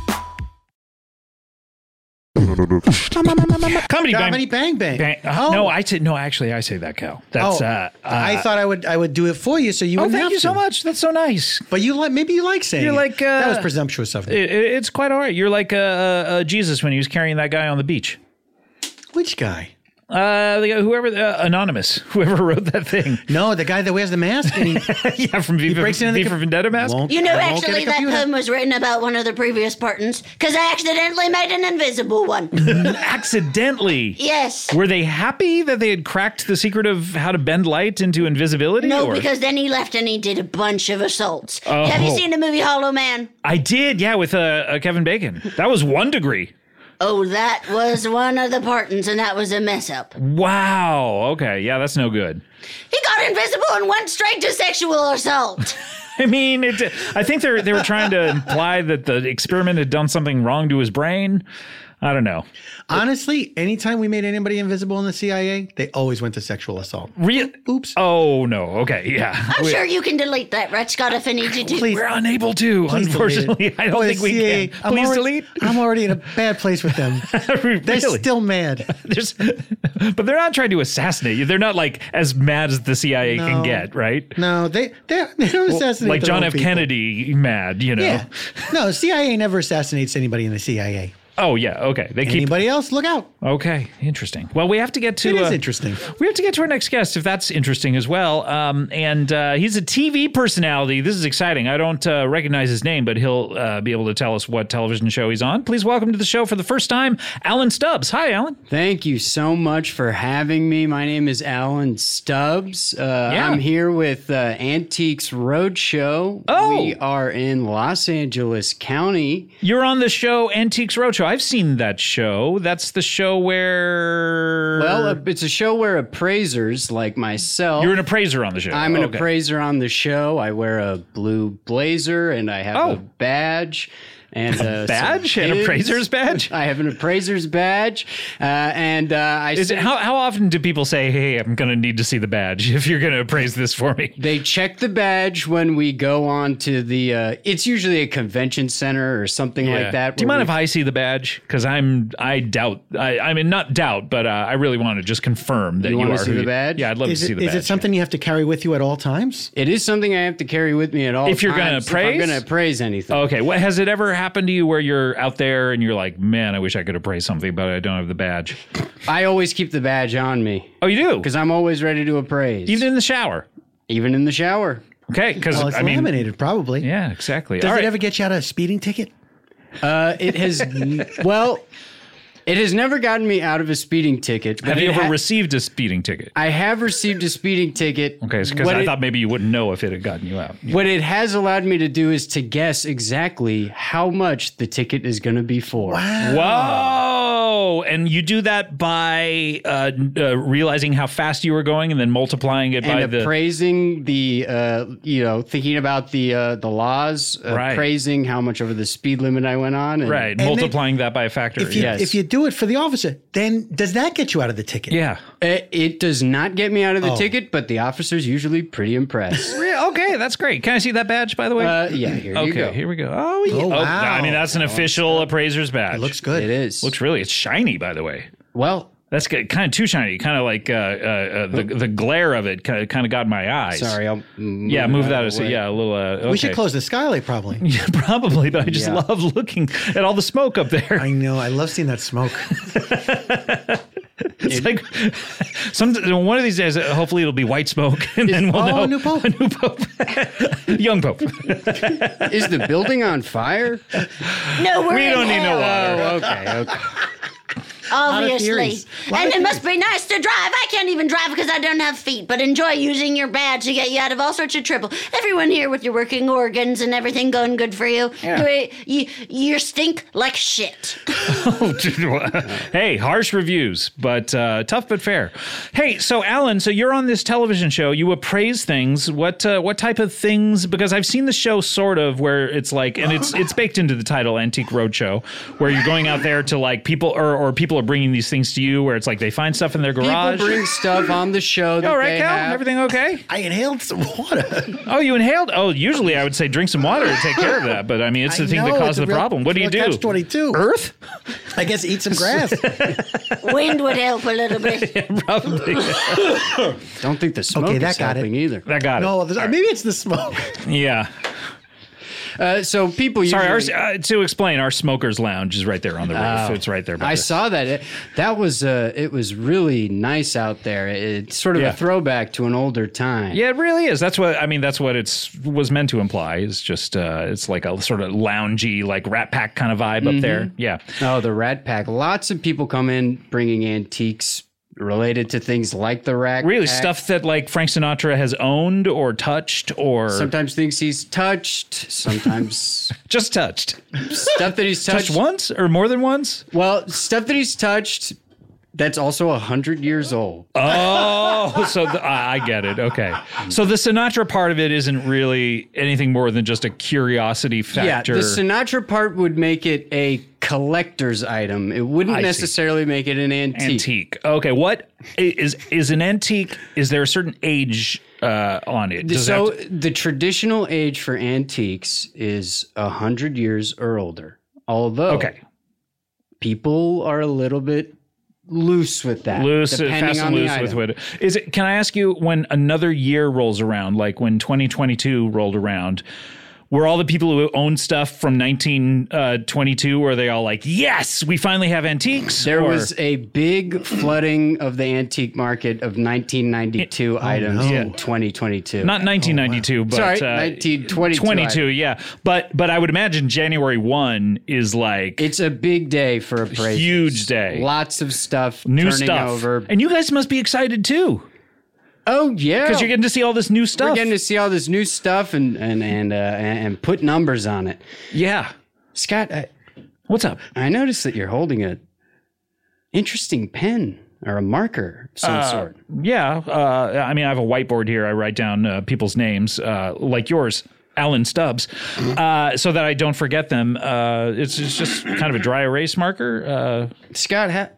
S1: Comedy bang.
S3: Comedy Bang Bang.
S1: bang. Uh, No, I say no. Actually, I say that, Cal. That's
S3: oh,
S1: uh, uh,
S3: I thought I would I would do it for you, so you
S1: Oh,
S3: wouldn't
S1: thank
S3: have
S1: you
S3: to.
S1: so much. That's so nice.
S3: But you like maybe you like saying
S1: You're
S3: it.
S1: like,
S3: that was
S1: uh,
S3: presumptuous of me.
S1: It, it- it's quite all right. You're like uh, uh, uh, Jesus when he was carrying that guy on the beach.
S3: Which guy?
S1: Uh, the guy- whoever, uh, anonymous, <laughs> whoever wrote that thing.
S3: No, the guy that wears the mask. And he,
S1: <laughs> yeah, from V for,
S3: breaks into the
S1: V for
S3: com-
S1: Vendetta <laughs> mask.
S3: Won't-
S4: You know,
S3: I won't get a
S4: actually, that
S3: computer.
S4: poem was written about one of the previous partners because I accidentally made an invisible one.
S1: <laughs> Accidentally.
S4: yes.
S1: Were they happy that they had cracked the secret of how to bend light into invisibility?
S4: No,
S1: or-
S4: because then he left and he did a bunch of assaults.
S1: Oh.
S4: Have you seen the movie Hollow Man?
S1: I did. Yeah, with uh, uh, Kevin Bacon. That was one degree.
S4: Oh, that was one of the partons, and that was a mess up.
S1: Wow. Okay. Yeah, that's no good.
S4: He got invisible and went straight to sexual assault.
S1: I mean, it, I think they're they were trying to imply that the experiment had done something wrong to his brain. I don't know.
S3: Honestly, anytime we made anybody invisible in the CIA, they always went to sexual assault.
S1: Real.
S3: Oops.
S1: Oh no. Okay. Yeah.
S4: I'm sure you can delete that, Rich Scott, if I need you to.
S3: Please.
S1: We're unable to.
S3: Please delete it.
S1: unfortunately, I don't
S3: Boy,
S1: think we
S3: CIA,
S1: can.
S3: I'm
S1: Please
S3: already,
S1: delete. <laughs>
S3: I'm already in a bad place with them. They're
S1: really?
S3: still mad.
S1: There's, but they're not trying to assassinate you. They're not like as mad as the CIA can
S3: No.
S1: get, right?
S3: No, they they, they don't assassinate
S1: Like
S3: their
S1: John
S3: own
S1: F.
S3: people.
S1: Kennedy mad, you know?
S3: Yeah. <laughs> No, CIA never assassinates anybody in the CIA.
S1: Oh yeah. Okay. They keep.
S3: Anybody else? Look out.
S1: Okay. Interesting. Well, we have to get to.
S3: It is
S1: uh,
S3: interesting.
S1: We have to get to our next guest if that's interesting as well. Um, and uh, he's a TV personality. This is exciting. I don't uh, recognize his name, but he'll uh, be able to tell us what television show he's on. Please welcome to the show for the first time, Alan Stubbs. Hi, Alan.
S5: Thank you so much for having me. My name is Alan Stubbs. Uh,
S1: Yeah.
S5: I'm here with uh, Antiques Roadshow.
S1: Oh.
S5: We are in Los Angeles County.
S1: You're on the show Antiques Roadshow. I've seen that show. That's the show where
S5: Well, uh, it's a show where appraisers like myself.
S1: you're an appraiser on the show.
S5: I'm an
S1: Okay.
S5: appraiser on the show. I wear a blue blazer and I have
S1: Oh.
S5: a badge.
S1: <laughs>
S5: And a
S1: badge? An appraiser's badge?
S5: I have an appraiser's badge. Uh, and uh, I
S1: Is it,
S5: sit-
S1: how how often do people say, "Hey, I'm going to need to see the badge <laughs> if you're going to appraise this for me"?
S5: They check the badge when we go on to the. Uh, it's usually a convention center or something like that.
S1: Do you
S5: where
S1: mind
S5: we-
S1: if I see the badge? Because I'm, I doubt. I, I mean, not doubt, but uh, I really want to just confirm that
S5: You
S1: you,
S5: wanna
S1: are.
S5: see
S1: who
S5: the
S1: you-
S5: badge?
S1: Yeah, I'd love
S3: Is
S1: to see
S3: it,
S1: the
S3: is
S1: badge.
S3: it something you have to carry with you at all times?
S5: It is something I have to carry with me at all.
S1: If you're gonna
S5: times
S1: appraise?
S5: if I'm going to appraise anything.
S1: Okay. What has it ever happened to you where you're out there and you're like, man, I wish I could appraise something, but I don't have the badge.
S5: I always keep the badge on me
S1: Oh, you do?
S5: because I'm always ready to appraise,
S1: even in the shower.
S5: even in the shower.
S1: Okay. Because
S3: Well, Oh, it's
S1: I mean,
S3: laminated, probably.
S1: yeah, exactly.
S3: Does
S1: All
S3: it
S1: right.
S3: ever get you out a speeding ticket?
S5: Uh, it <laughs> has well, it has never gotten me out of a speeding ticket. but
S1: have
S5: it
S1: you ever
S5: ha-
S1: received a speeding ticket?
S5: I have received a speeding ticket.
S1: Okay, because
S5: What
S1: I
S5: it-
S1: thought maybe you wouldn't know if it had gotten you out.
S5: What it has allowed me to do is to guess exactly how much the ticket is going to be for.
S1: Whoa! And you do that by uh, uh, realizing how fast you were going and then multiplying it by
S5: and
S1: the
S5: appraising the, uh, you know, thinking about the uh, the laws,
S1: Right.
S5: appraising how much over the speed limit I went on. and-
S1: right, multiplying that by a factor.
S3: If you,
S5: Yes.
S3: if you do it for the officer, then does that get you out of the ticket?
S1: yeah.
S5: It, Eh, it does not get me out
S3: Oh.
S5: of the ticket, but the officer's usually pretty impressed.
S1: <laughs> Yeah, Okay, that's great. Can I see that badge, by the way?
S5: uh, yeah, here
S1: okay,
S5: you go.
S1: here we go. Oh, yeah.
S3: Oh, wow.
S1: I mean, that's an official appraiser's badge.
S3: Looks good.
S5: it is.
S1: Looks really. It's shiny, by the way.
S5: well,
S1: That's kind of too shiny. Kind of like uh, uh, uh, the the glare of it kind of got in my eyes.
S5: sorry. I'll move
S1: Yeah, move
S5: it out
S1: that.
S5: of
S1: as
S5: the way.
S1: Yeah, a little. Uh,
S3: We should
S1: okay.
S3: close the skylight, probably.
S1: <laughs> Yeah, probably, but I just
S5: Yeah.
S1: love looking at all the smoke up there.
S3: I know. I love seeing that smoke.
S1: It's like some one of these days. uh, Hopefully, it'll be white smoke, <laughs> and then we'll
S3: oh,
S1: know <laughs>
S3: new pope.
S1: a new pope, <laughs> young pope.
S5: Is the
S1: <laughs>
S5: building on fire?
S4: No, we're
S1: We
S4: in
S1: don't need no <laughs>
S4: hell.
S1: water.
S5: Oh, okay, okay.
S3: of
S4: Obviously.
S3: theories. A lot
S4: And
S3: of
S4: it must
S3: theories.
S4: be nice to drive. I can't even drive because I don't have feet, but enjoy using your badge to get you out of all sorts of trouble. Everyone here with your working organs and everything going good for you. You, you, you stink like shit.
S1: Oh, hey, harsh reviews, but uh, tough but fair. Hey, so Alan, so you're on this television show. You appraise things. What uh, what type of things? Because I've seen the show sort of where it's like, and it's it's baked into the title, Antique Roadshow, where you're going out there to like people, or or people are bringing these things to you, where it's like they find stuff in their
S5: People
S1: garage.
S5: bring stuff on the show. That
S1: all right,
S5: they
S1: Cal,
S5: have.
S1: everything okay?
S3: I inhaled some water. <laughs>
S1: Oh, you inhaled. Oh, usually I would say drink some water to take care of that, but I mean it's the
S3: I
S1: thing
S3: know,
S1: that
S3: it's
S1: caused
S3: a
S1: the
S3: real-
S1: problem. What do you
S3: it's a
S1: do?
S3: real catch-22. <laughs>
S1: Earth.
S3: I guess
S1: <laughs>
S3: eat some grass.
S4: Wind would help a little bit.
S1: Probably. <laughs>
S5: Don't think the smoke
S3: Okay,
S5: is
S3: that got it.
S5: helping either.
S1: that got it.
S3: no, there's- maybe it's the smoke.
S1: Yeah.
S5: Uh, so people usually.
S1: Sorry, ours, uh, to explain, our smokers' lounge is right there on the roof.
S3: Oh.
S1: it's right there. by
S5: I
S1: the-
S5: saw that. It, that was uh, it was really nice out there. It's sort of
S1: Yeah.
S5: a throwback to an older time.
S1: Yeah, it really is. That's what I mean. That's what it's was meant to imply. It's just uh, it's like a sort of loungy, like Rat Pack kind of vibe
S3: Mm-hmm.
S1: up there. Yeah,
S5: Oh, the Rat Pack. Lots of people come in bringing antiques related to things like the Rat.
S1: really
S5: Pack.
S1: stuff that like Frank Sinatra has owned or touched or
S5: Sometimes things he's touched.
S1: <laughs>
S5: Sometimes
S1: just touched.
S5: stuff that he's touched.
S1: touched once or more than once.
S5: Well, stuff that he's touched. That's also a hundred years old.
S1: Oh, so the, I I get it. Okay, so the Sinatra part of it isn't really anything more than just a curiosity
S5: yeah,
S1: factor.
S5: the Sinatra part would make it a collector's item. It wouldn't
S1: I see.
S5: necessarily make it an antique.
S1: antique. Okay, what is is an antique? Is there a certain age uh, on it? Does it have
S5: so
S1: to-
S5: the traditional age for antiques is a hundred years or older. Although
S1: okay,
S5: people are a little bit loose with that.
S1: loose, uh,
S5: depending
S1: fast and
S5: on the
S1: loose
S5: item.
S1: with what is it? Can I ask you when another year rolls around, like when 2022 rolled around? Were all the people who own stuff from 1922 were they all like, yes, we finally have antiques?
S5: There
S1: Or-
S5: was a big flooding of the antique market of 1992 items in 2022.
S1: oh, not 1992, but
S5: Sorry,
S1: uh,
S5: 1922.
S1: 22, yeah. But but I would imagine January one is like
S5: It's a big day for appraisals.
S1: huge day.
S5: Lots of stuff
S1: new
S5: turning
S1: stuff.
S5: over.
S1: And you guys must be excited too,
S5: oh yeah,
S1: because you're getting to see all this new
S5: we're
S1: stuff.
S5: getting to see all this new stuff and and and uh, and and put numbers on it.
S1: yeah.
S5: Scott, I,
S1: What's up?
S5: I noticed that you're holding a interesting pen or a marker of some sort.
S1: Yeah. Uh, I mean, I have a whiteboard here. I write down uh, people's names, uh, like yours, Alan Stubbs, uh, so that I don't forget them. Uh, it's, it's just kind of a dry erase marker. Uh,
S5: Scott, ha-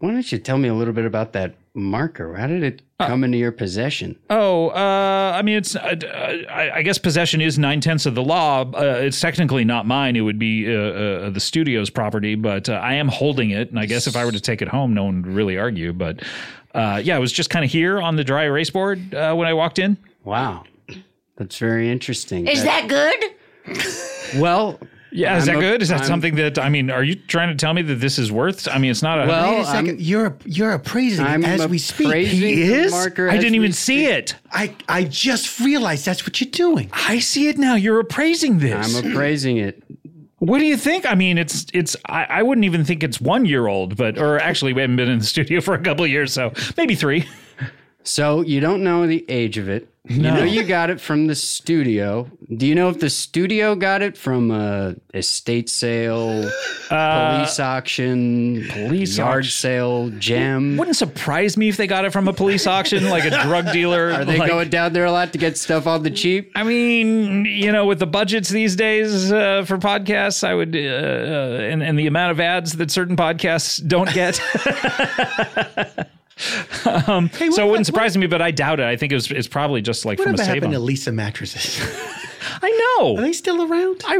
S5: why don't you tell me a little bit about that marker? How did it
S1: Uh.
S5: come into your possession?
S1: Oh, uh, I mean, it's. Uh, d- uh, I, I guess possession is nine tenths of the law. Uh, it's technically not mine. It would be uh, uh, the studio's property, but uh, I am holding it. And I guess if I were to take it home, no one would really argue. But uh, yeah, it was just kind of here on the dry erase board uh, when I walked in.
S5: Wow. That's very interesting.
S4: Is that good?
S5: well?
S1: Yeah, is
S5: I'm
S1: that
S5: a-
S1: good? Is that
S5: I'm-
S1: something that I mean? Are you trying to tell me that this is worth? I mean, it's not. A,
S5: Well,
S3: Wait a 2nd
S5: I'm-
S3: you're you're appraising it
S5: I'm
S3: as we speak.
S5: appraising
S3: He
S5: the
S3: is.
S5: marker
S1: I
S5: as
S1: didn't
S5: we
S1: even
S5: speak.
S1: see it.
S3: I I just realized that's what you're doing.
S1: I see it now. You're appraising this.
S5: I'm appraising it.
S1: What do you think? I mean, it's it's. I, I wouldn't even think it's one year old, but or actually, we haven't been in the <laughs> studio for a couple of years, so maybe three.
S5: So you don't know the age of it. You know you got it from the studio. Do you know if the studio got it from a estate sale, police auction,
S1: Uh, police
S5: yard
S1: auction.
S5: sale, gem?
S1: Wouldn't surprise me if they got it from a police auction, like a drug dealer.
S5: Are they
S1: like-
S5: going down there a lot to get stuff on the cheap?
S1: I mean, you know, with the budgets these days uh, for podcasts, I would, uh, uh, and and the amount of ads that certain podcasts don't get. <laughs> um, so it wouldn't surprise me, but I doubt it. I think it was, it's probably just like from a
S3: Whatever
S1: save.
S3: happened to Lisa mattresses? <laughs>
S1: I know.
S3: Are they still around?
S1: I,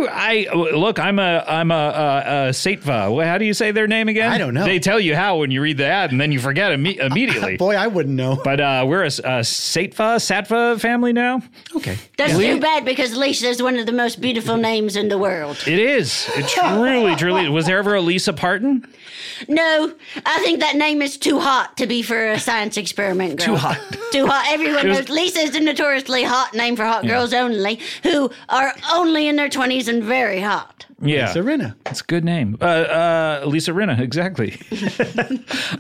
S1: I look. I'm a I'm a, a, a Satva. Well, How do you say their name again?
S3: I don't know.
S1: They tell you how when you read the ad, and then you forget
S3: <laughs>
S1: imme- immediately.
S3: Boy, I wouldn't know.
S1: but uh, we're a, a Satva Satva family now.
S3: okay.
S4: That's too bad because Lisa is one of the most beautiful names in the world.
S1: It is. It truly,
S3: <laughs>
S1: truly. Was there ever a Lisa Parton?
S4: No, I think that name is too hot to be for a science experiment girl. Too hot. too hot. Everyone knows Lisa is a notoriously hot name for hot girls only, who who are only in their 20s and very hot.
S6: Yeah.
S3: Serena.
S1: That's a good name, uh, uh, Lisa Rinna.
S3: <laughs>
S1: Exactly. <laughs>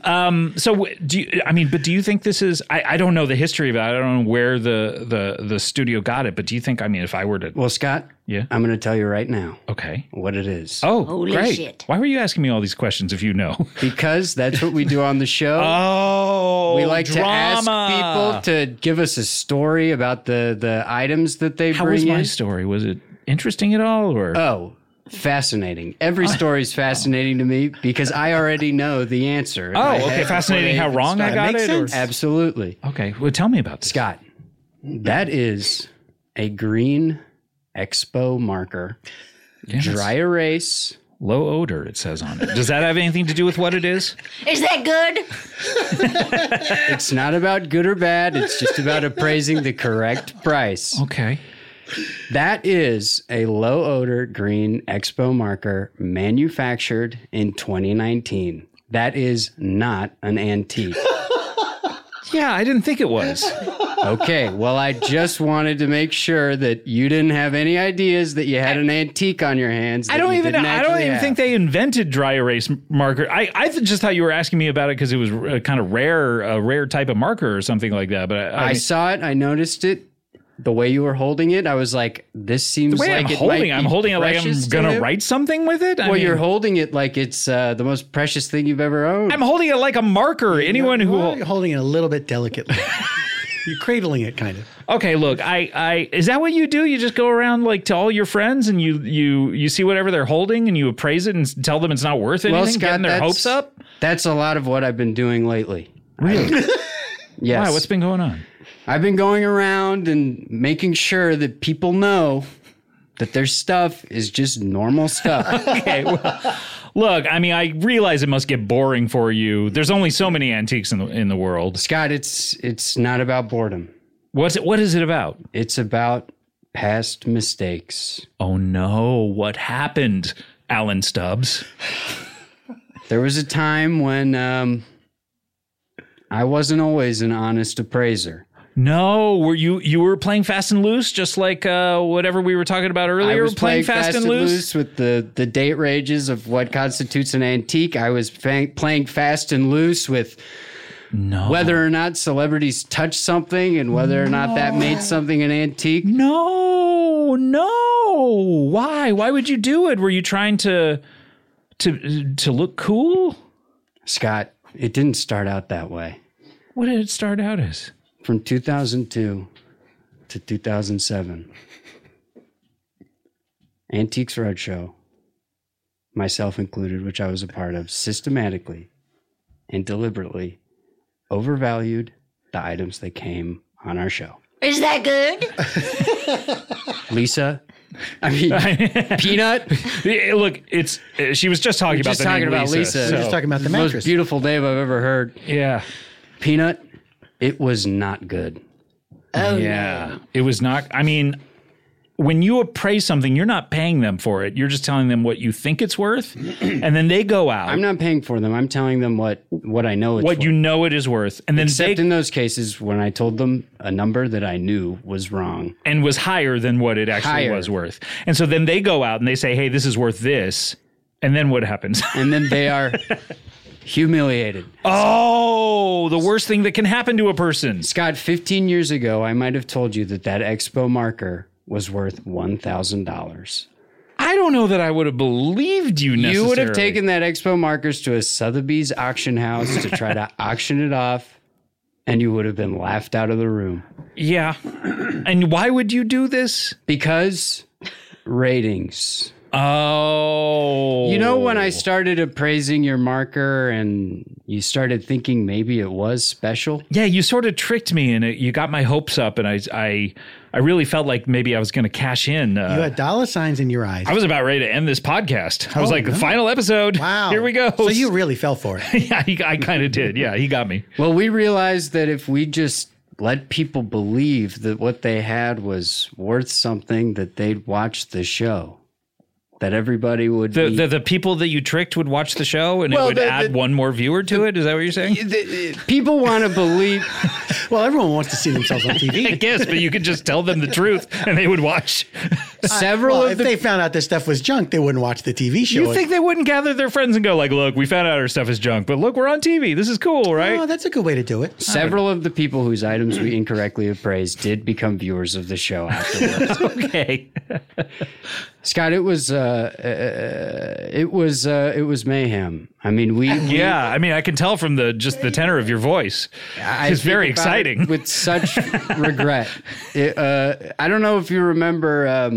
S1: um, so, w- do you, I mean? But do you think this is? I, I don't know the history of it. I don't know where the the the studio got it. But do you think? I mean, if I were to,
S5: Well, Scott,
S1: Yeah.
S5: I'm going to tell you right now
S1: okay.
S5: what it is.
S1: Oh,
S4: Holy
S1: great.
S4: shit.
S1: Why were you asking me all these questions if you know?
S5: Because that's what we do on the
S1: <laughs>
S5: show.
S1: Oh,
S5: we like to
S1: drama.
S5: ask people to give us a story about the the items that they
S1: How
S5: bring
S1: was my
S5: in.
S1: story? Was it interesting at all? Or
S5: Oh, fascinating. Every story is fascinating to me because I already know the answer. in
S1: oh,
S5: my
S1: okay.
S5: head
S1: Fascinating
S5: before
S1: how
S5: they even
S1: wrong I
S5: start.
S1: got
S3: Makes
S1: it. or-
S3: sense.
S5: Absolutely.
S1: okay, well, tell me about this.
S5: Scott, that is a green expo marker,
S1: Yes.
S5: dry erase.
S1: Low odor. It says on it. Does that have anything to do with what it is?
S4: Is that good?
S5: It's not about good or bad, it's just about appraising the correct price.
S1: Okay.
S5: That is a low odor green expo marker manufactured in 2019. That is not an antique.
S1: Yeah, I didn't think it <laughs> was.
S5: Okay, well, I just wanted to make sure that you didn't have any ideas that you had an antique on your hands.
S1: I
S5: that
S1: don't
S5: you
S1: even.
S5: didn't
S1: I don't
S5: actually
S1: even
S5: have.
S1: think they invented dry erase m- marker. I, I th- just thought you were asking me about it because it was uh, kind of rare, a rare type of marker or something like that. But I, I
S5: I
S1: mean,
S5: saw it. I noticed it. The way you were holding it, I was like, "This seems
S1: the way
S5: like
S1: I'm
S5: it
S1: holding,
S5: might
S1: I'm
S5: be
S1: holding it like
S5: precious
S1: I'm
S5: to
S1: gonna
S5: you."
S1: write something with it. I
S5: Well, you're
S1: mean,
S5: holding it like it's uh, the most precious thing you've ever owned.
S1: I'm holding it like a marker. Anyone who
S3: Well, you're holding it a little bit delicately. <laughs> You're cradling it, kind of.
S1: okay, look, I, I is that what you do? You just go around like to all your friends and you you you see whatever they're holding and you appraise it and s- tell them it's not worth anything, getting their
S5: that's-
S1: hopes up.
S5: That's a lot of what I've been doing lately. Really?
S1: <laughs>
S5: yes.
S1: Wow, what's been going
S5: <laughs>
S1: on?
S5: I've been going around and making sure that people know that their stuff is just normal stuff.
S1: Okay, well, look, I mean, I realize it must get boring for you. There's only so many antiques in the in the world.
S5: Scott, it's it's not about boredom.
S1: What's it, what is it about?
S5: It's about past mistakes.
S1: Oh no, what happened, Alan Stubbs?
S5: There was a time when um, I wasn't always an honest appraiser.
S1: No, were you you were playing fast and loose, just like uh, whatever we were talking about earlier?
S5: I was
S1: playing, fast, and loose.
S5: with the, the date ranges of what constitutes an antique. I was fa- playing fast and loose with
S1: No,
S5: whether or not celebrities touched something and whether or not that made something an antique.
S1: no, no. Why? Why would you do it? Were you trying to to to look cool?
S5: Scott, it didn't start out that way.
S1: What did it start out as? <laughs>
S5: From 2002 to 2007, Antiques Roadshow, myself included, which I was a part of, systematically and deliberately overvalued the items that came on our show.
S4: Is that good?
S5: Lisa, I mean, Peanut,
S1: Yeah, Look, it's uh, she was just talking about
S5: just
S1: the name
S5: talking about Lisa.
S1: so-
S5: We're
S3: Just talking about the
S5: most
S3: mattress.
S5: beautiful name I've ever heard.
S1: yeah,
S5: Peanut, it was not good.
S1: yeah. It was not. I mean, when you appraise something, you're not paying them for it. You're just telling them what you think it's worth, and then they go out
S5: I'm not paying for them. I'm telling them what what I know. It's
S1: what
S5: worth.
S1: you know it is worth, and then
S5: Except
S1: they
S5: in those cases when I told them a number that I knew was wrong.
S1: and was higher than what it actually
S5: Higher.
S1: was worth, and so then they go out and they say, "Hey, this is worth this," and then what happens? <laughs>
S5: And then they are humiliated.
S1: oh, the worst thing that can happen to a person.
S5: Scott, 15 years ago, I might have told you that that expo marker was worth $1,000.
S1: I don't know that I would have believed you. Necessarily.
S5: You would have taken that expo markers to a Sotheby's auction house to
S1: <laughs>
S5: try to auction it off, and you would have been laughed out of the room
S1: yeah. <clears throat> and why would you do this?
S5: because ratings.
S1: Oh.
S5: You know, when I started appraising your marker and you started thinking maybe it was special?
S1: Yeah, you sort of tricked me and it, you got my hopes up and I I I really felt like maybe I was going to cash in.
S3: You
S1: Uh,
S3: had dollar signs in your eyes.
S1: I was about ready to end this podcast. I was like, final episode.
S3: wow.
S1: Here we go.
S3: So you really fell for
S1: <laughs>
S3: it.
S1: yeah, he, I kind of did. Yeah, he got me.
S5: Well, we realized that if we just let people believe that what they had was worth something, that they'd watch the show. that everybody would
S1: The,
S5: be-
S1: the the people that you tricked would watch the show and
S5: Well,
S1: it would
S5: the-
S1: add
S5: the-
S1: one more viewer to it. Is that what you're saying? <laughs>
S5: people want to believe
S3: Well, everyone wants to see themselves on
S1: <laughs>
S3: TV.
S1: I guess, but you could just tell them the <laughs> truth and they would watch.
S5: <laughs> several
S3: Well,
S5: of
S3: if
S5: the
S3: they found out this stuff was junk, they wouldn't watch the TV show.
S1: You think they wouldn't gather their friends and go like, "Look, we found out our stuff is junk, but look, we're on TV. This is cool, right?"
S3: Oh, that's a good way to do it.
S5: several of the people whose items we incorrectly appraised did become viewers of the show afterwards.
S1: <laughs> okay.
S5: Scott, it was uh, uh, it was uh, it was mayhem. I mean, we we-
S1: Yeah, I mean, I can tell from the just the tenor of your voice.
S5: I
S1: it's
S5: think
S1: very
S5: about it
S1: exciting.
S5: with such regret. It, uh, I don't know if you remember um,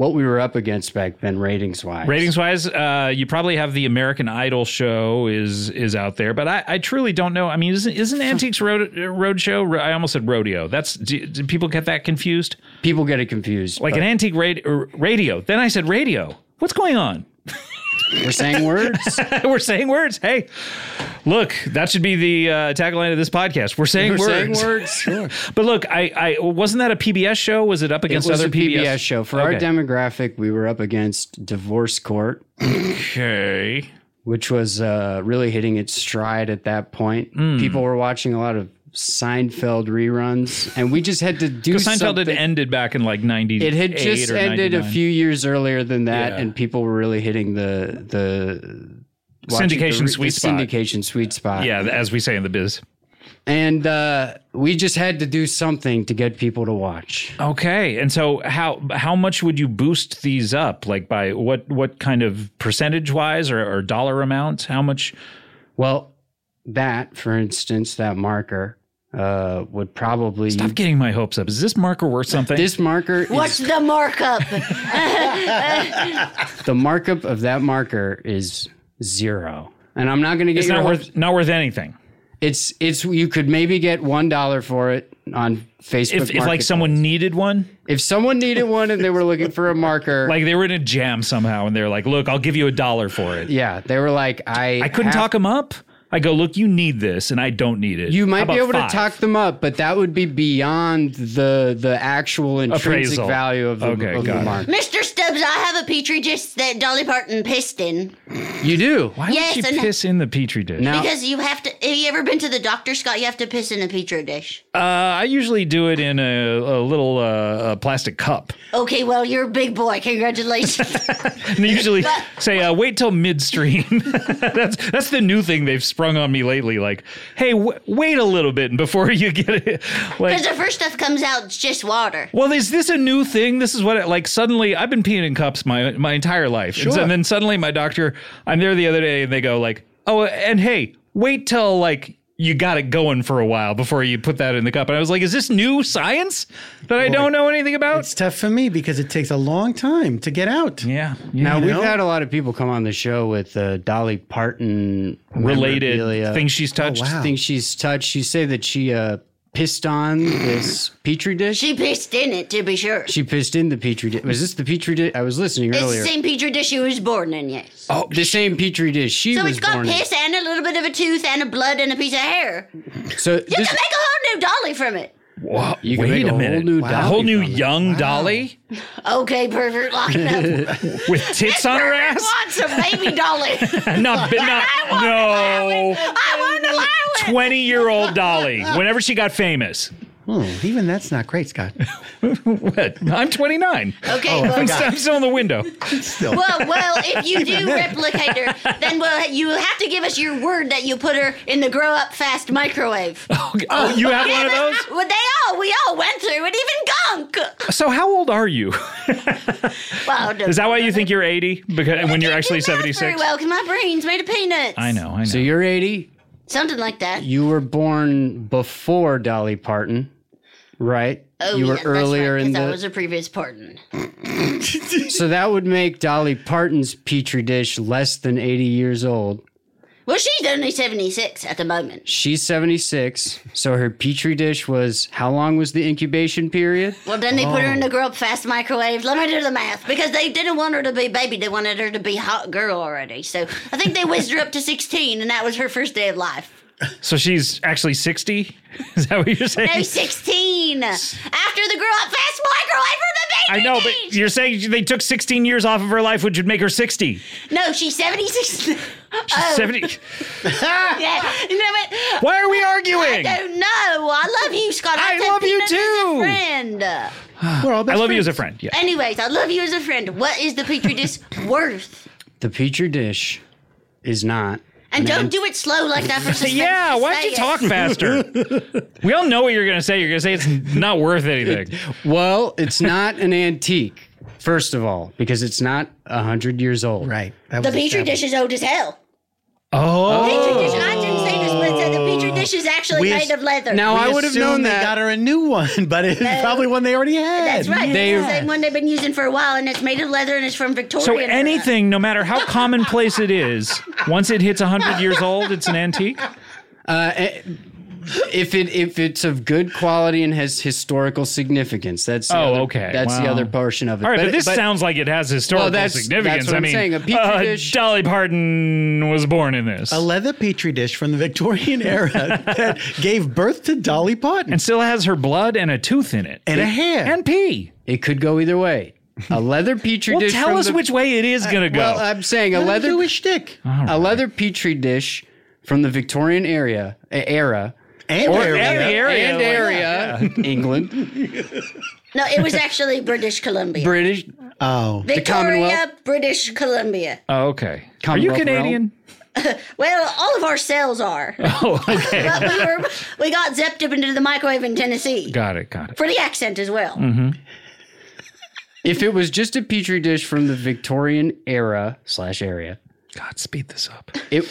S5: what we were up against back then, ratings wise.
S1: Ratings wise, uh, you probably have the American Idol show is is out there, but I, I truly don't know. I mean, isn't, isn't <laughs> Antiques Road Roadshow? ro- I almost said rodeo. That's do, do people get that confused?
S5: People get it confused.
S1: Like an antique rad, er, radio. Then I said radio. What's going on? <laughs>
S5: we're saying words.
S1: We're saying words. Hey, look, that should be the uh, tagline of this podcast. We're saying
S5: we're
S1: words.
S5: saying words.
S1: But look, I, I wasn't that a PBS show? Was it up
S5: It
S1: against
S5: was a
S1: other
S5: PBS, show for our
S1: Okay.
S5: demographic. We were up against Divorce Court,
S1: Okay.
S5: which was uh, really hitting its stride at that point.
S1: Hmm.
S5: People were watching a lot of Seinfeld reruns, and we just had
S1: <laughs>
S5: to do
S1: Because Seinfeld had
S5: something.
S1: ended back in like ninety.
S5: It had just
S1: or
S5: ended a
S1: 99.
S5: few years earlier than that,
S1: Yeah.
S5: and people were really hitting the the watching the
S1: Syndication
S5: re-
S1: sweet
S5: the
S1: spot.
S5: Syndication sweet spot.
S1: Yeah, as we say in the biz.
S5: and uh, we just had to do something to get people to watch.
S1: Okay, and so how how much would you boost these up? Like by what what kind of percentage wise or, or dollar amount? How much?
S5: Well, that, for instance, that marker uh, would probably
S1: Stop getting my hopes up. Is this marker worth something?
S5: this marker.
S4: What's
S5: Is,
S4: the markup?
S5: the markup of that marker is zero, and I'm not going to get
S1: it's
S5: your
S1: not
S5: hopes-
S1: worth not worth anything.
S5: It's it's you could maybe get one dollar for it on
S1: If,
S5: Facebook.
S1: if like
S5: Marketplace.
S1: someone needed one,
S5: If someone
S1: <laughs>
S5: needed one and they were looking for a marker,
S1: like they were in a jam somehow, and they're like, "Look, I'll give you a dollar for it."
S5: yeah, they were like, I
S1: I couldn't
S5: have-
S1: talk them up. I go, "Look, you need this, and I don't need it."
S5: You
S1: How
S5: might
S1: about
S5: be able
S1: five?"
S5: to talk them up, but that would be beyond the the actual intrinsic
S1: Appraisal.
S5: value of the,
S1: Okay,
S5: of
S1: got
S5: the
S1: it.
S5: mark.
S4: Mr. Stubbs, I have a petri dish that Dolly Parton pissed in. <laughs>
S5: You do.
S1: Why
S4: Yes,
S1: would she
S4: and-
S1: piss in the petri dish?
S5: Now,
S4: Because you have to. Have you ever been to the doctor, Scott? You have to piss in a petri dish.
S1: Uh, I usually do it in a, a little uh, a plastic cup.
S4: Okay, well, you're a big boy. Congratulations.
S1: And they
S4: <laughs>
S1: usually say, uh, "Wait till midstream." <laughs> that's that's the new thing they've sprung on me lately. Like, hey, w- wait a little bit before you get it. <laughs> Like,
S4: Because the first stuff comes out, it's just water.
S1: well, is this a new thing? This is what it, like suddenly I've been peeing in cups my my entire life, and, so- and then suddenly my doctor, I'm there the other day, and they go like, "Oh, and hey, wait till like." You got it going for a while before you put that in the cup. And I was like, is this new science that I don't know anything about?
S3: It's tough for me because it takes a long time to get out.
S1: Yeah.
S5: now
S3: you
S5: we've
S3: know?
S5: had a lot of people come on the show with uh, Dolly Parton
S1: related
S5: memorabilia,
S1: things she's touched.
S3: wow.
S5: things she's touched. She say that she uh, pissed
S4: <coughs>
S5: on this petri dish.
S4: She pissed in it, to be sure.
S5: She pissed in the petri dish. Was this the petri dish? I was listening
S4: It's
S5: earlier.
S4: the same petri dish she was born in, yes.
S5: oh, the same petri dish. She
S4: so
S5: was
S4: it's got
S5: born in.
S4: piss and a little bit of a tooth and a blood and a piece of hair. You
S5: So
S4: can
S5: this,
S4: make a whole new dolly from it.
S1: Wha-
S5: You can make a whole new
S1: a
S5: Dolly
S1: whole new
S5: from it.
S1: young Dolly
S4: Okay, pervert lock
S1: <laughs>
S4: it up.
S1: with tits on her
S4: Pervert
S5: <laughs>
S1: ass. Oh,
S4: wants a
S1: <laughs>
S4: baby dolly. <laughs>
S1: Not, but not
S4: I won't allow
S1: no.
S4: it. I won't allow it.
S1: Twenty-year-old Dolly. Whenever she got famous,
S3: Oh, even that's not great, Scott.
S1: <laughs> what? I'm
S3: <laughs>
S1: 29.
S4: Okay, well,
S1: I'm, st- I'm still in the window.
S4: well, well, if you do replicate her, then well, you have to give us your word that you put her in the grow up fast microwave.
S1: Okay.
S3: Uh,
S1: Oh, <laughs> you have one of
S3: <laughs>
S1: those.
S4: Well, they all, we all went through it, even Gunk. <laughs>
S1: So how old are you?
S4: Well,
S1: Is that why you think you're 80? Because when you're
S4: I can't
S1: actually
S4: do math Very
S1: 76.
S4: well, 'cause my brain's made of peanuts.
S1: I know. I know.
S5: so you're 80.
S4: Something like that.
S5: You were born before Dolly Parton, right?
S4: Oh,
S5: you were
S4: yeah, that's
S5: earlier
S4: right, 'cause
S5: in
S4: I
S5: the.
S4: was a previous partner.
S5: so that would make Dolly Parton's petri dish less than 80 years old.
S4: Well, she's only 76 at the moment.
S5: She's 76, so her petri dish was how long was the incubation period?
S4: Well, then they put her in
S1: Oh.
S4: the grow up fast microwave. Let me do the math. Because they didn't want her to be baby, they wanted her to be hot girl already. So I think they whizzed her up to 16, and that was her first day of life.
S1: So she's actually <laughs> 60. Is that what you're saying?
S4: No, 16. After the grow up fast microwave for the baby
S1: I know, but you're saying they took 16 years off of her life, which would make her 60. She's
S4: No, she's 76. <laughs> She's Oh.
S1: 70.
S4: Yeah. You know what?
S1: Why are we arguing?
S4: I don't know. I love you, Scott.
S1: I
S4: take
S1: love you
S4: peanuts as a
S1: too.
S4: friend.
S3: We're all best
S1: I love you as
S3: friends.
S1: a friend. Yeah.
S4: Anyways, I love you as a friend. What is the petri dish worth?
S5: The petri dish is not.
S4: And don't do it slow like that for suspense.
S1: Yeah,
S4: Just
S1: why
S4: say
S1: don't you
S4: it.
S1: talk faster? <laughs> we all know what you're going to say. You're going to say it's not worth
S5: <laughs>
S1: anything.
S5: Well, it's not an antique, first of all, because it's not a hundred years old.
S3: Right. That
S4: The
S3: was
S4: petri
S3: established.
S4: dish is old as hell.
S1: Oh.
S4: Petri dish. I didn't say this, but it said the petri dish is actually
S3: We-
S4: made of leather.
S5: Now
S1: Oh,
S3: We
S5: I would have
S3: assume
S5: known
S3: they
S5: that.
S3: got her a new one, <laughs> but it's probably one they already had.
S4: That's right.
S5: They-
S4: it's the same one they've been using for a while, and it's made of leather, and it's from Victoria.
S1: So anything, no matter how commonplace it is, once it hits 100 years old, it's an antique?
S5: Uh, eh, if it if it's of good quality and has historical significance, that's the
S1: Oh,
S5: other,
S1: okay.
S5: That's the
S1: Wow.
S5: other portion of it.
S1: All right, but, this
S5: sounds.
S1: sounds like it has historical
S5: Well, that's-
S1: significance.
S5: that's what
S1: I
S5: I'm
S1: mean,
S5: saying. A petri
S1: uh,
S5: dish-
S1: Dolly Parton was born in this,
S3: A leather petri dish from the Victorian
S1: <laughs>
S3: era that gave birth to Dolly Parton
S1: and still has her blood and a tooth in it,
S3: and a hair.
S1: and pee.
S5: It could go either way. A leather petri
S1: Well,
S5: dish.
S1: tell
S5: from
S1: us
S5: the- Uh,
S1: which way it is going to go.
S5: Well, I'm saying a
S3: Let him
S5: leather
S3: do his shtick.
S5: a leather petri dish from the Victorian area eh, era
S3: And hair.
S1: and area,
S5: and
S1: like-
S5: area <laughs> England,
S4: No, it was actually British Columbia.
S5: British.
S3: Oh.
S4: Victoria,
S5: Commonwealth.
S4: British Columbia.
S1: Oh, okay. Are you
S5: Commonwealth
S1: Canadian? <laughs>
S4: Well, all of our cells are.
S1: Oh, okay.
S4: but we were we got zipped up into the microwave in Tennessee
S1: got it. Got it.
S4: for the accent as well.
S5: If it was just a petri dish from the Victorian era slash area,
S1: God, speed this up.
S5: it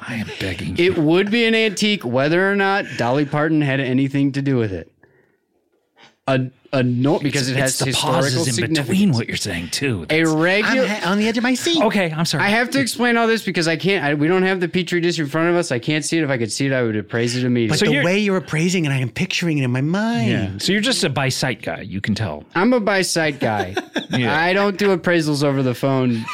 S1: I am begging.
S5: it would be an antique whether or not Dolly Parton had anything to do with it. A a no because it has
S1: it's the
S5: historical
S1: pauses in
S5: significance.
S1: between what you're saying too.
S5: A
S3: I'm
S5: regular
S3: ha- on the edge of my seat.
S1: okay, I'm sorry.
S5: I have to explain all this because I can't. I, we don't have the petri dish in front of us. I can't see it. If I could see it, I would appraise it immediately.
S3: But
S1: So
S3: the
S1: you're-
S3: way you're appraising it, I am picturing it in my mind.
S1: yeah. So you're just a by sight guy. You can tell.
S5: I'm a by
S1: <laughs>
S5: sight guy. I don't do appraisals over the phone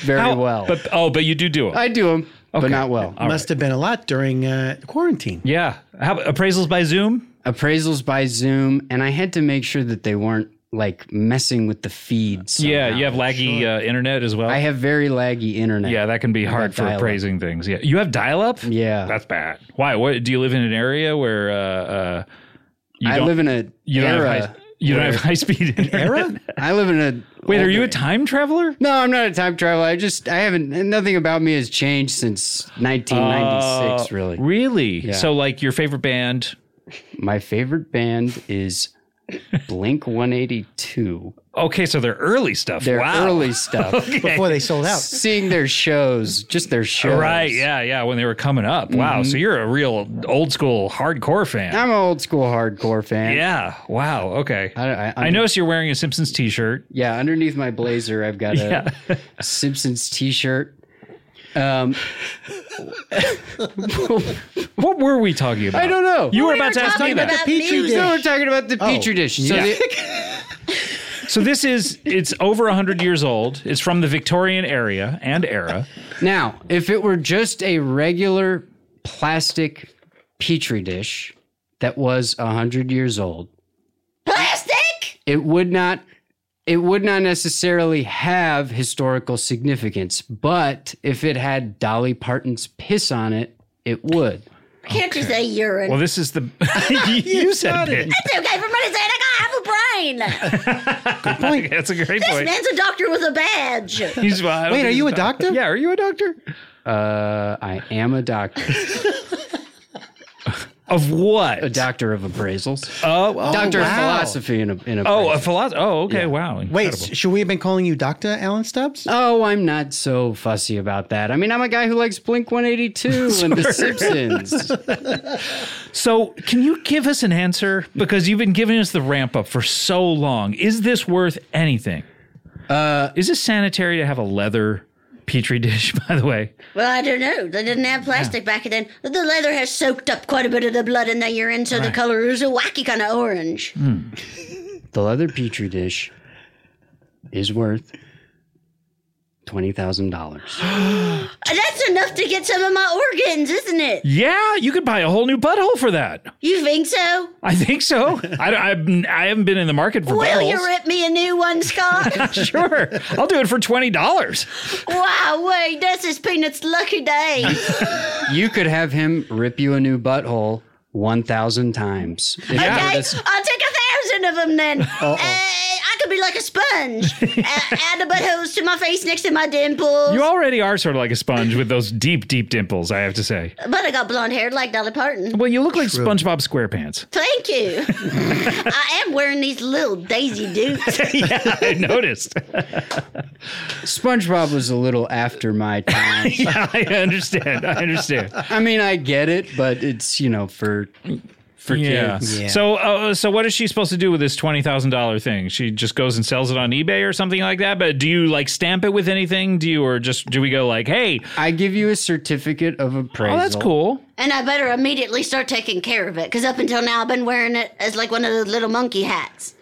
S5: very
S1: How-
S5: well.
S1: But oh, but you do do it.
S5: I do them, but not well.
S3: Must have been a lot during uh, quarantine.
S1: yeah. How, appraisals by Zoom.
S5: Appraisals by Zoom, and I had to make sure that they weren't like messing with the feeds.
S1: Yeah, you have laggy uh, internet as well.
S5: I have very laggy internet.
S1: yeah, that can be
S5: got
S1: hard for
S5: dial-up.
S1: appraising things. Yeah, you have dial-up.
S5: Yeah.
S1: that's bad. Why? What? Do you live in an area where uh, uh, you
S5: I
S1: don't,
S5: live in a
S1: you don't
S5: era.
S1: have high, you don't have high
S5: <laughs>
S1: speed internet?
S3: Era?
S5: I live in a.
S1: <laughs> Wait, are
S5: older-
S1: you a time traveler?
S5: No, I'm not a time traveler. I just I haven't nothing about me has changed since 1996 really.
S1: Uh, Really? So, like, your favorite band?
S5: My favorite band is Blink 182.
S1: Okay, so they're early stuff.
S5: Their
S1: wow. <laughs>
S5: early stuff.
S3: Before they sold
S5: <laughs>
S3: out.
S5: Seeing their shows, just their shows.
S1: Right, yeah, yeah, when they were coming up. Wow, so you're a real old school hardcore fan.
S5: I'm an old school hardcore fan.
S1: yeah, wow, okay.
S5: I, I,
S1: I noticed you're wearing a Simpsons t shirt.
S5: Yeah, underneath my blazer, I've
S1: <laughs>
S5: got a Simpsons T-shirt. Um,
S1: What were we talking about?
S5: I don't know.
S1: You were about to ask me
S4: talking
S1: that.
S4: about
S3: Petri
S4: music.
S3: dish.
S5: No, we're talking about the petri dish. So
S1: Oh. yeah.
S5: the-
S1: <laughs> So this is it's over 100 years old. It's from the Victorian area and era.
S5: Now, if it were just a regular plastic petri dish that was 100 years old,
S4: Plastic?
S5: it would not it would not necessarily have historical significance, but if it had Dolly Parton's piss on it, it would.
S4: Can't you say urine?
S1: Well, this is the <laughs> you, said it.
S4: it's okay for me to say it. I
S1: <laughs>
S4: gotta have a brain.
S1: That's a great
S4: this
S1: point.
S4: man's a doctor with a badge.
S1: He's, well, I don't
S3: Wait,
S1: think
S3: are
S1: he's
S3: you a doctor?
S1: Yeah, are you a doctor?
S5: Uh, I am a doctor,
S1: Of what?
S5: a doctor of appraisals,
S1: Oh, oh,
S5: doctor of
S3: wow.
S5: philosophy in, a, in appraisals.
S1: oh, a philosopher. Oh, okay. Wow.
S3: Wait,
S1: incredible.
S3: should we have been calling you Dr. Alan Stubbs?
S5: Oh, I'm not so fussy about that. I mean, I'm a guy who likes
S1: <laughs>
S5: Blink 182 and The Simpsons.
S1: So, can you give us an answer? Because you've been giving us the ramp up for so long. Is this worth anything? Uh, is it sanitary to have a leather petri dish? <laughs> By the way,
S4: Well, I don't know. They didn't have plastic back then. The leather has soaked up quite a bit of the blood in the urine, so the color is a wacky kind of orange.
S1: Mm.
S5: The leather petri dish is worth twenty thousand dollars.
S4: Uh, That's enough to get some of my organs, isn't it?
S1: Yeah, you could buy a whole new butthole for that.
S4: You think so?
S1: I think so. I, don't- I'm- I haven't been in the market for
S4: Will you
S1: buttholes.
S4: rip me a new one,
S1: <laughs>
S4: Scott?
S1: sure, I'll do it for twenty dollars.
S4: wow, wait, this is Peanut's lucky day.
S5: You could have him rip you a new butthole one thousand times. If
S4: Okay,
S5: you
S4: I'll
S5: were
S4: take
S5: to-
S4: a thousand of them then. Uh, I could be like a sponge. uh, add the buttholes to my face next to my dimples.
S1: You already are sort of like a sponge with those deep, deep dimples. I have to say.
S4: but I got blonde hair like Dolly Parton.
S1: Well, you look like SpongeBob SquarePants.
S4: Thank you. I am wearing these little daisy
S1: <laughs>
S4: dukes.
S1: yeah, I noticed. <laughs>
S5: SpongeBob was a little
S1: <laughs>
S5: after my time.
S1: yeah, I understand. I understand.
S5: I mean, I get it, but it's you know for for
S1: Yeah.
S5: kids.
S1: So, uh, so what is she supposed to do with this twenty thousand dollar thing? She just goes and sells it on eBay or something like that. But do you like stamp it with anything? Do you or just do we go like, hey,
S5: I give you a certificate of appraisal.
S1: oh, that's cool.
S4: and I better immediately start taking care of it because up until now I've been wearing it as like one of those little monkey hats.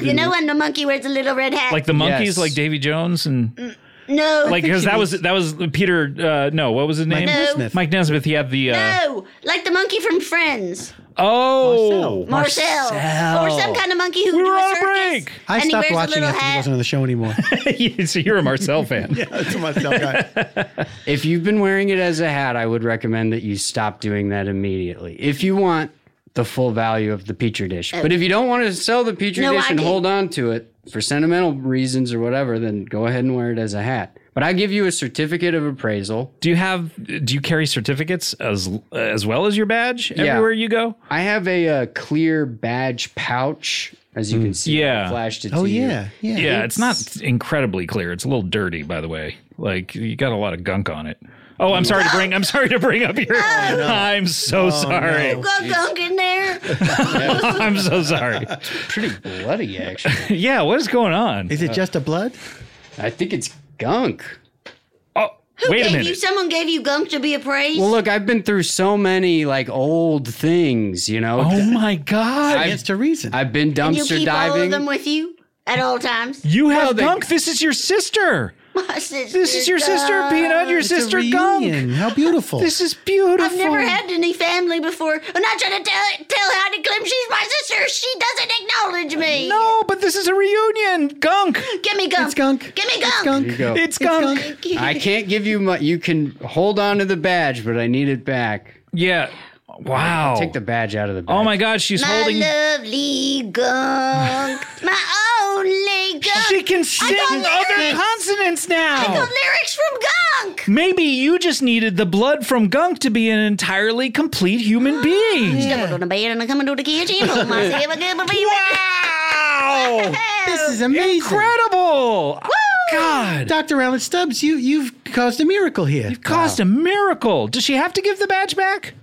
S4: You know when the monkey wears a little red hat?
S1: Like the monkeys,
S5: Yes.
S1: like Davy Jones and
S4: no,
S1: like because that was that was Peter. Uh, no, what was his name?
S4: Nesmith.
S1: Mike Nesmith. He had the uh,
S4: no, like the monkey from Friends,
S1: oh
S4: Marcel. or some kind of monkey who
S1: We
S4: do
S1: were
S4: a
S1: on
S4: circus.
S1: break.
S3: I
S4: and he
S3: stopped
S4: wears
S3: watching after
S4: a little
S3: he
S4: hat.
S3: wasn't on the show anymore.
S1: <laughs> so you're a Marcel
S5: <laughs>
S1: fan.
S3: That's what myself got.
S5: If you've been wearing it as a hat, I would recommend that you stop doing that immediately. If you want the full value of the petri dish, but if you don't want to sell the petri
S4: Uh, No,
S5: dish
S4: I
S5: and
S4: did-
S5: hold on to it for sentimental reasons or whatever, then go ahead and wear it as a hat. But I give you a certificate of appraisal.
S1: Do you have? Do you carry certificates as as well as your badge everywhere you go?
S5: I have a, uh clear badge pouch, as you can see.
S1: Mm. Yeah.
S5: I flashed
S3: <laughs>
S5: it.
S3: Oh
S5: to you.
S3: yeah, yeah.
S1: Yeah, it's, not incredibly clear. It's a little dirty, by the way. Like you got a lot of gunk on it. Oh, I'm sorry to bring. I'm sorry to bring up your. <laughs> I'm so sorry.
S4: <laughs> Go gunk in there.
S1: <laughs> I'm so sorry.
S5: pretty bloody actually.
S1: Yeah, what is going on?
S3: Is it just a blood?
S5: I think it's
S4: <laughs>
S5: gunk.
S1: Oh, wait a
S4: Gave
S1: minute.
S4: You, someone gave you gunk to be appraised.
S5: Well, look, I've been through so many like old things, you know.
S1: oh my god!
S5: I've,
S3: Against a reason.
S5: I've been
S4: and you
S5: dumpster
S4: keep all of
S5: diving.
S4: them with you at all times.
S1: you have
S5: well, they-
S1: gunk. This is your sister.
S4: My sister
S1: This is your sister
S4: gunk.
S1: Peanut. Your
S3: It's a
S1: sister
S3: reunion.
S1: Gunk.
S3: How beautiful.
S1: This is beautiful.
S4: I've never had any family before. I'm not trying to tell, tell how to claim she's my sister. She doesn't acknowledge me.
S1: No, but this is a reunion. Gunk.
S4: Give me gunk.
S3: It's gunk.
S4: Give me
S3: It's
S4: gunk.
S3: gunk.
S5: There you go.
S1: It's gunk.
S5: I can't give you much. You can hold on to the badge, but I need it back.
S1: Yeah. Wow.
S5: Take the badge out of the. Badge.
S1: oh my god, she's
S4: My
S1: holding.
S4: lovely gunk. my only gunk.
S1: She can sing
S4: got
S1: other
S4: lyrics.
S1: consonants
S4: I got
S1: now.
S4: lyrics from gunk.
S1: Maybe you just needed the blood from Gunk to be an entirely complete human being.
S4: Stumbled on a bed and I come into the kitchen. Pulled myself a
S1: <laughs>
S4: good
S1: Wow!
S3: This is amazing.
S1: Incredible! God,
S3: Dr. Alan Stubbs, you you've caused a miracle here.
S1: caused a miracle. Does she have to give the badge back?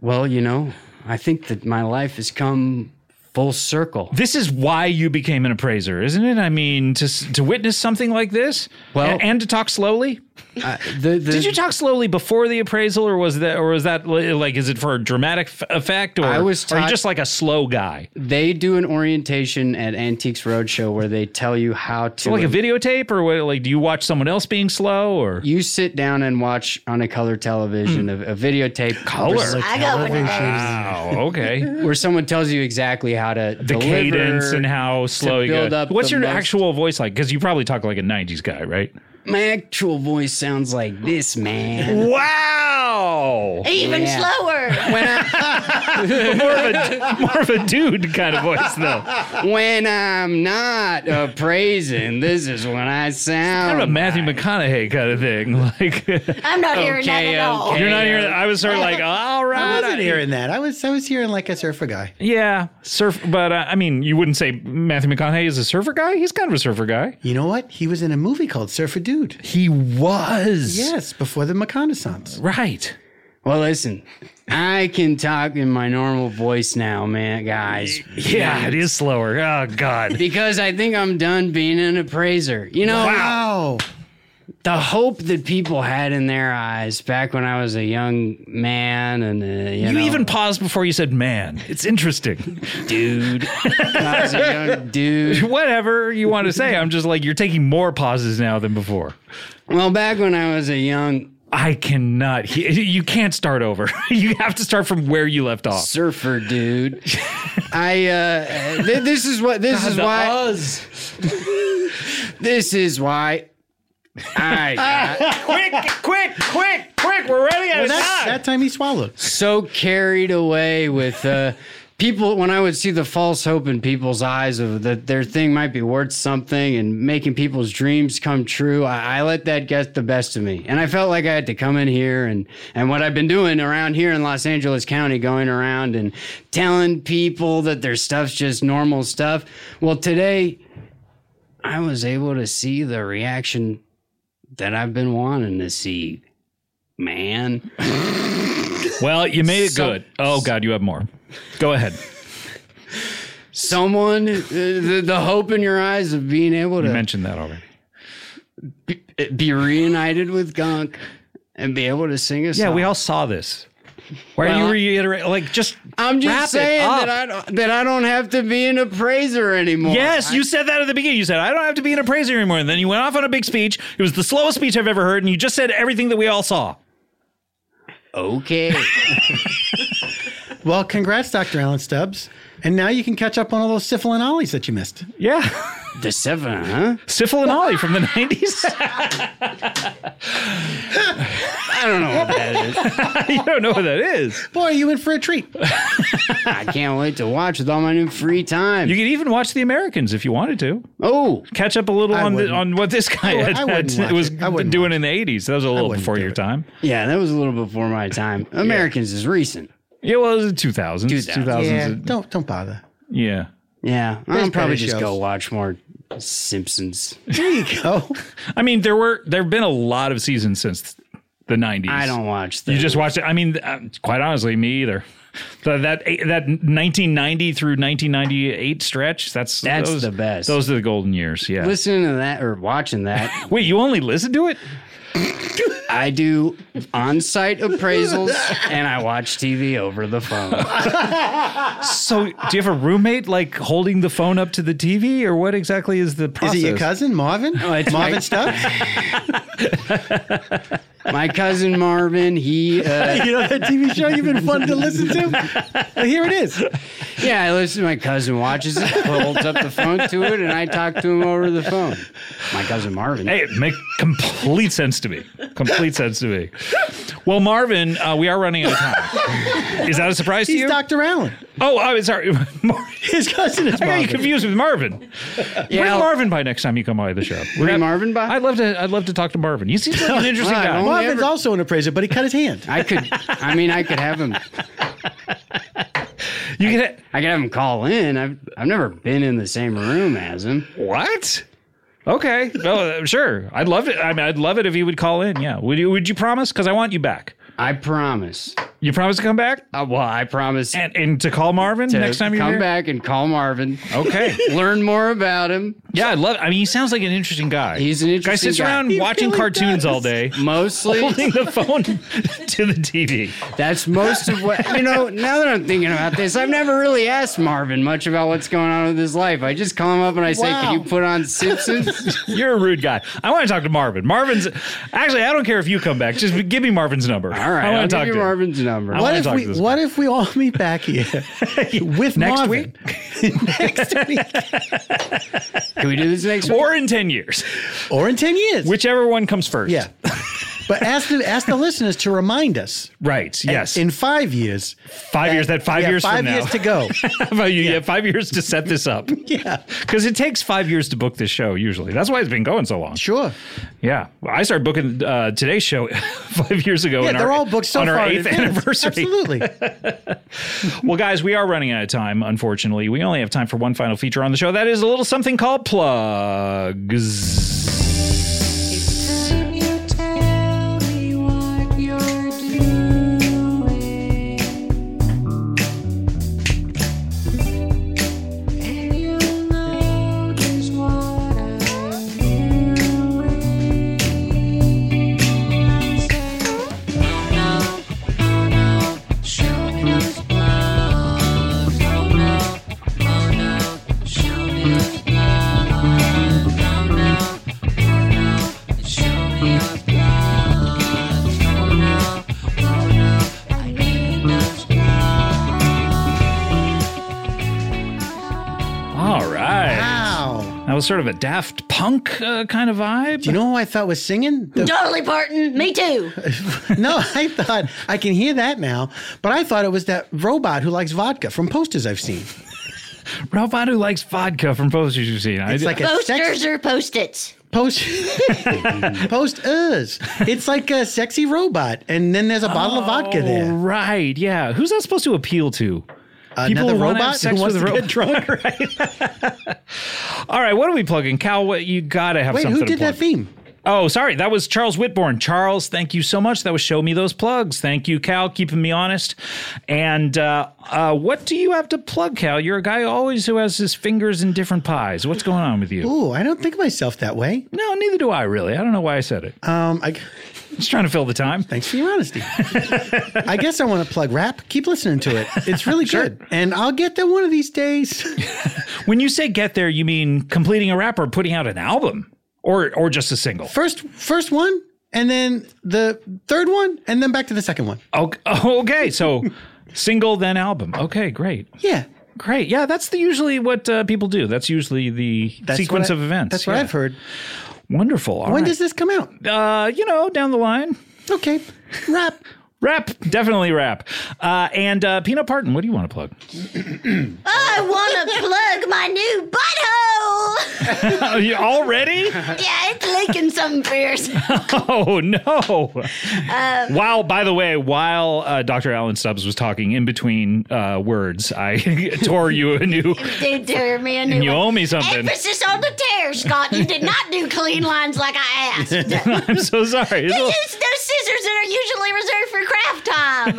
S5: Well, you know, I think that my life has come full circle.
S1: This is why you became an appraiser, isn't it? I mean, to s- to witness something like this,
S5: Well-
S1: and, and to talk slowly.
S5: The- the-
S1: Did you talk slowly before the appraisal, or was that, or was that li- like, is it for dramatic f- effect, or
S5: I was
S1: are you
S5: taught-
S1: just like a slow guy,
S5: They do an orientation at Antiques Roadshow where they tell you how to.
S1: like a videotape, or what, like do you watch someone else being slow, or
S5: you sit down and watch on a color television a, a videotape
S1: Hmm. color?
S4: I got one of those.
S1: Wow. Oh, Okay.
S5: where someone tells you exactly how to
S1: The cadence and how slow you
S5: build
S1: go.
S5: up
S1: What's
S5: the
S1: your
S5: most-
S1: actual voice like? Because you probably talk like a '90s guy, right?
S5: my actual voice sounds like this man
S1: Wow.
S4: Even
S5: Yeah.
S4: slower.
S5: when I,
S1: more, of a, more of a dude kind of voice, though.
S5: when i'm not appraising this is when i
S1: Kind
S5: sound
S1: of a Matthew McConaughey kind of thing. <laughs> Like
S4: I'm not hearing that
S5: Okay,
S4: at all.
S5: okay.
S1: you're not hearing. I was sort of
S4: <laughs>
S1: like, all right.
S3: I wasn't hearing that. I was I was hearing like a surfer guy.
S1: Yeah, surf. But uh, I mean, you wouldn't say Matthew McConaughey is a surfer guy. He's kind of a surfer guy.
S3: You know what? He was in a movie called Surfer Dude.
S1: He was.
S3: Yes, before the reconnaissance.
S1: Right.
S5: well listen i can talk in my normal voice now man
S1: <laughs>
S5: guys
S1: Yeah, it is <laughs> slower. Oh God.
S5: because i think i'm done being an appraiser you know
S3: Wow.
S5: the hope that people had in their eyes back when I was a young man, and uh, you,
S1: You
S5: know,
S1: even paused before you said man. It's <laughs> interesting.
S5: dude, when I was a
S1: <laughs>
S5: young dude.
S1: Whatever you want to say. I'm just like, you're taking more pauses now than before.
S5: Well, back when I was a young
S1: I cannot. he- You can't start over. <laughs> You have to start from where you left off.
S5: surfer dude, I uh, th- this is what this is why this is why I
S1: <laughs>
S5: got
S1: quick, quick, quick, quick. We're running out of
S3: That, that time he swallowed.
S5: so carried away with uh, people when I would see the false hope in people's eyes of that their thing might be worth something and making people's dreams come true. I, I let that get the best of me, and I felt like I had to come in here and and what I've been doing around here in Los Angeles County, going around and telling people that their stuff's just normal stuff. Well, today. I was able to see the reaction that I've been wanting to see, man.
S1: Well, you made it
S5: So-
S1: good. Oh God, you have more. Go ahead.
S5: someone uh, the, the hope in your eyes of being able
S1: You
S5: to
S1: mentioned that already.
S5: be reunited with gunk and be able to sing a song
S1: Yeah, we all saw this. Why
S5: Well,
S1: are
S5: I-
S1: you reiterating? Like, just wrap
S5: i'm
S1: it
S5: just saying
S1: up.
S5: that i don't that i don't have to be an appraiser anymore
S1: Yes,
S5: I-
S1: you said that at the beginning. You said, I don't have to be an appraiser anymore. And then you went off on a big speech. It was the slowest speech I've ever heard. And you just said everything that we all saw.
S5: okay
S1: <laughs>
S3: Well, congrats, Dr. Alan Stubbs. And now you can catch up on all those syphilin ollies that you missed.
S1: Yeah.
S5: the seven huh
S1: <laughs> Syphil and Ollie from the 90s.
S5: i don't know what that
S1: <laughs>
S5: is
S1: you don't know what that is.
S3: Boy, are you in for a treat.
S5: i can't wait to watch with all my new free time
S1: You could even watch The Americans if you wanted to.
S5: oh
S1: Catch up a little
S3: I
S1: on the,
S3: wouldn't.
S1: on what this guy
S3: I would-
S1: had,
S3: I wouldn't
S1: had-
S3: watch
S1: was
S3: it. I wouldn't
S1: doing in the 80s. That was a little
S3: wouldn't
S1: before
S3: do
S1: your
S3: it.
S1: time.
S5: yeah that was a little before my time americans is recent
S1: Yeah, well, it was the 2000s.
S5: 2000s.
S1: 2000s.
S3: Yeah, don't don't bother.
S1: yeah.
S5: yeah i'll probably just
S3: shows.
S5: go watch more simpsons
S3: There you go.
S1: I mean, there were there have been a lot of seasons since the '90s.
S5: i don't watch
S1: You
S5: those.
S1: just watched it. I mean, uh, quite honestly, me either. The, that eh, that 1990 through 1998 stretch. That's
S5: That's
S1: those-
S5: the best.
S1: Those are the golden years. Yeah.
S5: listening to that or watching that
S1: Wait, you only listen to it?
S5: I do on-site appraisals and I watch TV over the phone.
S1: So, do you have a roommate like holding the phone up to the TV, or what exactly is the
S3: Is
S1: process?
S3: it your cousin, Marvin?
S5: Oh, it's
S3: Marvin
S5: my-
S3: Stubbs? <laughs>
S5: My cousin Marvin, he uh,
S3: you know that TV show you've been fun to listen to? Well, here it is.
S5: yeah, I listen to my cousin watches it, holds up the phone to it, and I talk to him over the phone. My cousin Marvin.
S1: Hey, it makes complete sense to me. Complete sense to me. Well, Marvin, uh, we are running out of time. Is that a surprise to
S3: He's
S1: you?
S3: Dr. Allen.
S1: oh, I'm sorry. <laughs> Mar-
S3: His cousin is
S1: I got you
S3: Marvin.
S1: confused with
S5: <laughs>
S1: Marvin. Bring
S5: I'll-
S1: Marvin by next time you come by the show. We're
S5: Bring Marvin by?
S1: I'd love to. I'd love to talk to Marvin. He seems like
S5: <laughs>
S1: an interesting
S5: Well, I
S1: guy.
S5: won't-
S3: Marvin's
S5: Never-
S3: also an appraiser, but he cut his hand.
S5: I could I mean I could have him
S1: You get
S5: I could have him call in. I've I've never been in the same room as him.
S1: what? Okay. No, uh, sure. I'd love it. I mean, I'd love it if he would call in. Yeah. Would you? Would you promise? Because I want you back.
S5: I promise.
S1: You promise to come back
S5: Uh, well, I promise
S1: and, and to call Marvin
S5: to
S1: next time you're
S5: come
S1: here?
S5: back and call Marvin. <laughs>
S1: Okay.
S5: Learn more about him.
S1: Yeah, I love. I mean, he sounds like an interesting guy.
S5: He's an
S1: guy
S5: interesting
S1: sits
S5: guy.
S1: around
S5: He
S1: watching
S3: really
S1: cartoons
S3: does.
S1: all day. <laughs>
S5: Mostly
S1: Holding the phone <laughs> to the TV.
S5: That's most of what you know. Now that I'm thinking about this, I've never really asked Marvin much about what's going on with his life. I just call him up and I say,
S3: Wow.
S5: "Can you put
S1: <laughs>
S5: on Simpsons?"
S1: You're a rude guy. I want to talk to Marvin. Marvin's actually, I don't care if you come back. Just give me Marvin's number.
S5: All right,
S1: I
S5: I'll
S1: want to
S5: give
S1: talk
S5: you
S1: to him.
S5: Marvin's number.
S1: I
S3: What
S1: wanna
S3: if
S1: talk
S3: we
S1: to this
S3: what if we all meet
S1: <laughs>
S3: back here with
S1: Next
S3: Marvin <laughs> next week
S5: Can we do this next week?
S1: Or in ten years,
S3: or in ten years?
S1: whichever one comes first. <laughs>
S3: yeah. But ask the ask the listeners to remind us
S1: Right. Yes.
S3: in five years.
S1: five years. That five
S3: yeah,
S1: years.
S3: Five
S1: from
S3: years
S1: now.
S3: to go.
S1: <laughs>
S3: <laughs>
S1: How about you? Yeah. Five years to set this up.
S3: Yeah.
S1: Because it takes five years to book this show. Usually, that's why it's been going so long.
S3: Sure.
S1: Yeah, Well, I started booking uh, today's show <laughs> five years ago.
S3: Yeah,
S1: in
S3: they're
S1: our-
S3: all booked so
S1: on
S3: far
S1: our
S3: in
S1: eighth
S3: advance.
S1: anniversary. <laughs>
S3: Absolutely.
S1: Well, guys, we are running out of time. Unfortunately, we only have time for one final feature on the show. That is a little something called plugs.
S7: What I'm doing.
S1: All right.
S3: Wow.
S1: That was sort of a Daft Punk uh, kind of vibe.
S3: Do you know who I thought was singing? The-
S4: Dolly Parton, me too.
S3: no, <laughs> I thought I can hear that now, but I thought it was that robot who likes vodka from posters I've seen.
S1: Robot who likes vodka from posters you've seen. I
S3: It's
S1: d-
S3: like a sex
S4: Posters or post-its.
S3: post <laughs> posters. It's like a sexy robot, and then there's a bottle of
S1: Oh.
S3: vodka there.
S1: Right, yeah. Who's that supposed to appeal to? People
S3: Another
S1: who wanna have
S3: robot
S1: sex
S3: who wants
S1: with
S3: to
S1: ro-
S3: get drunk.
S1: <laughs> All right, what are we plugging? Cal, what, you gotta have
S3: Wait,
S1: something
S3: who
S1: to
S3: did
S1: plug.
S3: that theme?
S1: Oh, sorry. That was Charles Whitborn. Charles, thank you so much. That was Show Me Those Plugs. Thank you, Cal, keeping me honest. And uh, uh, what do you have to plug, Cal? You're a guy always who has his fingers in different pies. What's going on with you?
S3: Ooh, I don't think of myself that way.
S1: No, neither do I really. I don't know why I said it.
S3: Um, I,
S1: Just trying to fill the time.
S3: thanks for your honesty. I guess I want to plug rap. Keep listening to it.
S1: <laughs>
S3: It's really good, and I'll get there one of these days.
S1: When you say get there, you mean completing a rap or putting out an album or or just a single?
S3: First, first one, and then the third one, and then back to the second one.
S1: Okay, <laughs> okay so single then album. Okay, great.
S3: Yeah,
S1: Great. Yeah, that's the, usually what uh, people do. That's usually the
S3: that's
S1: sequence
S3: what I-
S1: of events.
S3: That's what
S1: Yeah.
S3: I've heard.
S1: Wonderful. All
S3: When
S1: right.
S3: does this come out?
S1: uh, you know, down the line.
S3: Okay, rap.
S1: Rap, definitely rap. Uh, and uh, Peanut Parton, what do you want to plug? <laughs>
S4: I want to plug my new butthole.
S1: Oh, you already? <laughs>
S4: Yeah, it's leaking some fierce.
S1: Oh, no.
S4: Um,
S1: while, by the way, while uh, Dr. Alan Stubbs was talking in between uh, words, I <laughs> tore you a
S4: <laughs>
S1: new.
S4: Dude, tear me a new
S1: You
S4: one.
S1: owe me something.
S4: Emphasis on the tear, Scott. You did not do clean lines like
S1: <laughs>
S4: I asked. you
S1: I'm so sorry. It's a-
S4: used those scissors that are usually reserved for craft time.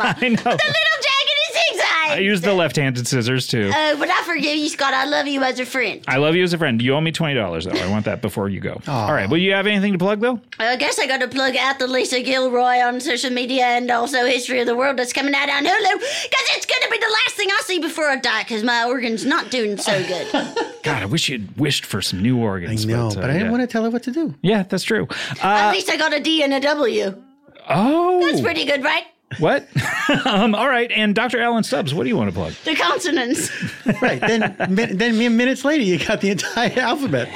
S1: <laughs> I know.
S4: The little jaggedy zigzag.
S1: I use the left handed scissors too.
S4: Oh, but I forgive you, Scott. I love you as a friend.
S1: I love you as a friend. You owe me $20, though. I want that before you <laughs> go. All right. Will you have anything to plug, though?
S4: I guess I got to plug out the Lisa Gilroy on social media and also History of the World that's coming out on Hulu because it's going to be the last thing I see before I die because my organ's not doing so
S1: <laughs>
S4: good.
S1: Uh, God, I wish you'd wished for some new organs.
S3: No,
S1: uh,
S3: but I didn't
S1: yeah.
S3: want to tell her what to do.
S1: Yeah, that's true. Uh,
S4: At least I got a D and a W.
S1: oh.
S4: That's pretty good, right?
S1: What? <laughs> um, all right. And Dr. Alan Stubbs, what do you want to plug?
S4: The consonants.
S3: Right then, min- then min- minutes later, you got the entire <laughs> alphabet.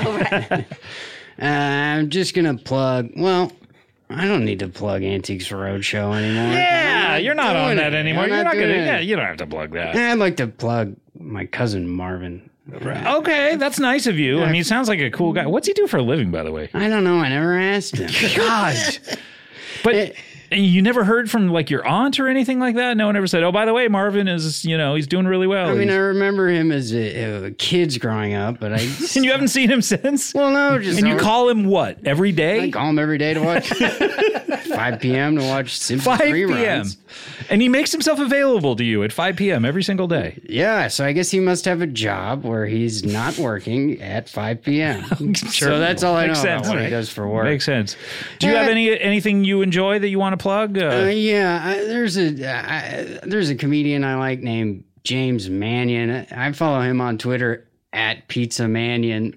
S5: Uh, I'm just gonna plug. Well, I don't need to plug Antiques Roadshow anymore.
S1: Yeah, you're not
S5: doing
S1: on that
S5: it.
S1: anymore.
S5: I'm
S1: You're
S5: not
S1: not gonna.
S5: doing it.
S1: Yeah, you don't have to plug that.
S5: I'd like to plug my cousin Marvin.
S1: Okay, that's nice of you. I mean, he sounds like a cool guy. What's he do for a living, by the way?
S5: I don't know. I never
S1: <laughs>
S5: asked him.
S1: God.
S5: Eh.
S1: But you never heard from like your aunt or anything like that. No one ever said, "Oh, by the way, Marvin is you know he's doing really well."
S5: I mean, I
S1: He's-
S5: remember him as a, a kids growing
S1: <laughs>
S5: up, but I.
S1: and you haven't seen him <laughs> since.
S5: well, no, just
S1: and you
S5: over-
S1: call him what every
S5: I
S1: day?
S5: call him every day to
S1: <laughs>
S5: watch 5 p.m. to watch Simpsons
S1: 5 p.m.
S5: reruns.
S1: And he makes himself available to you at 5 p.m. every single day.
S5: Yeah, so I guess he must have a job where he's not working at 5 <laughs>
S1: <laughs>
S5: p.m.
S1: Sure.
S5: So that's all I
S1: Makes
S5: know
S1: sense.
S5: about what
S1: Alright.
S5: he does for work.
S1: Makes sense. Do you have
S5: Uh,
S1: any anything you enjoy that you want to plug? Uh,
S5: Uh, yeah, I, there's a I, there's a comedian I like named James Mannion. I follow him on Twitter at Pizza Mannion,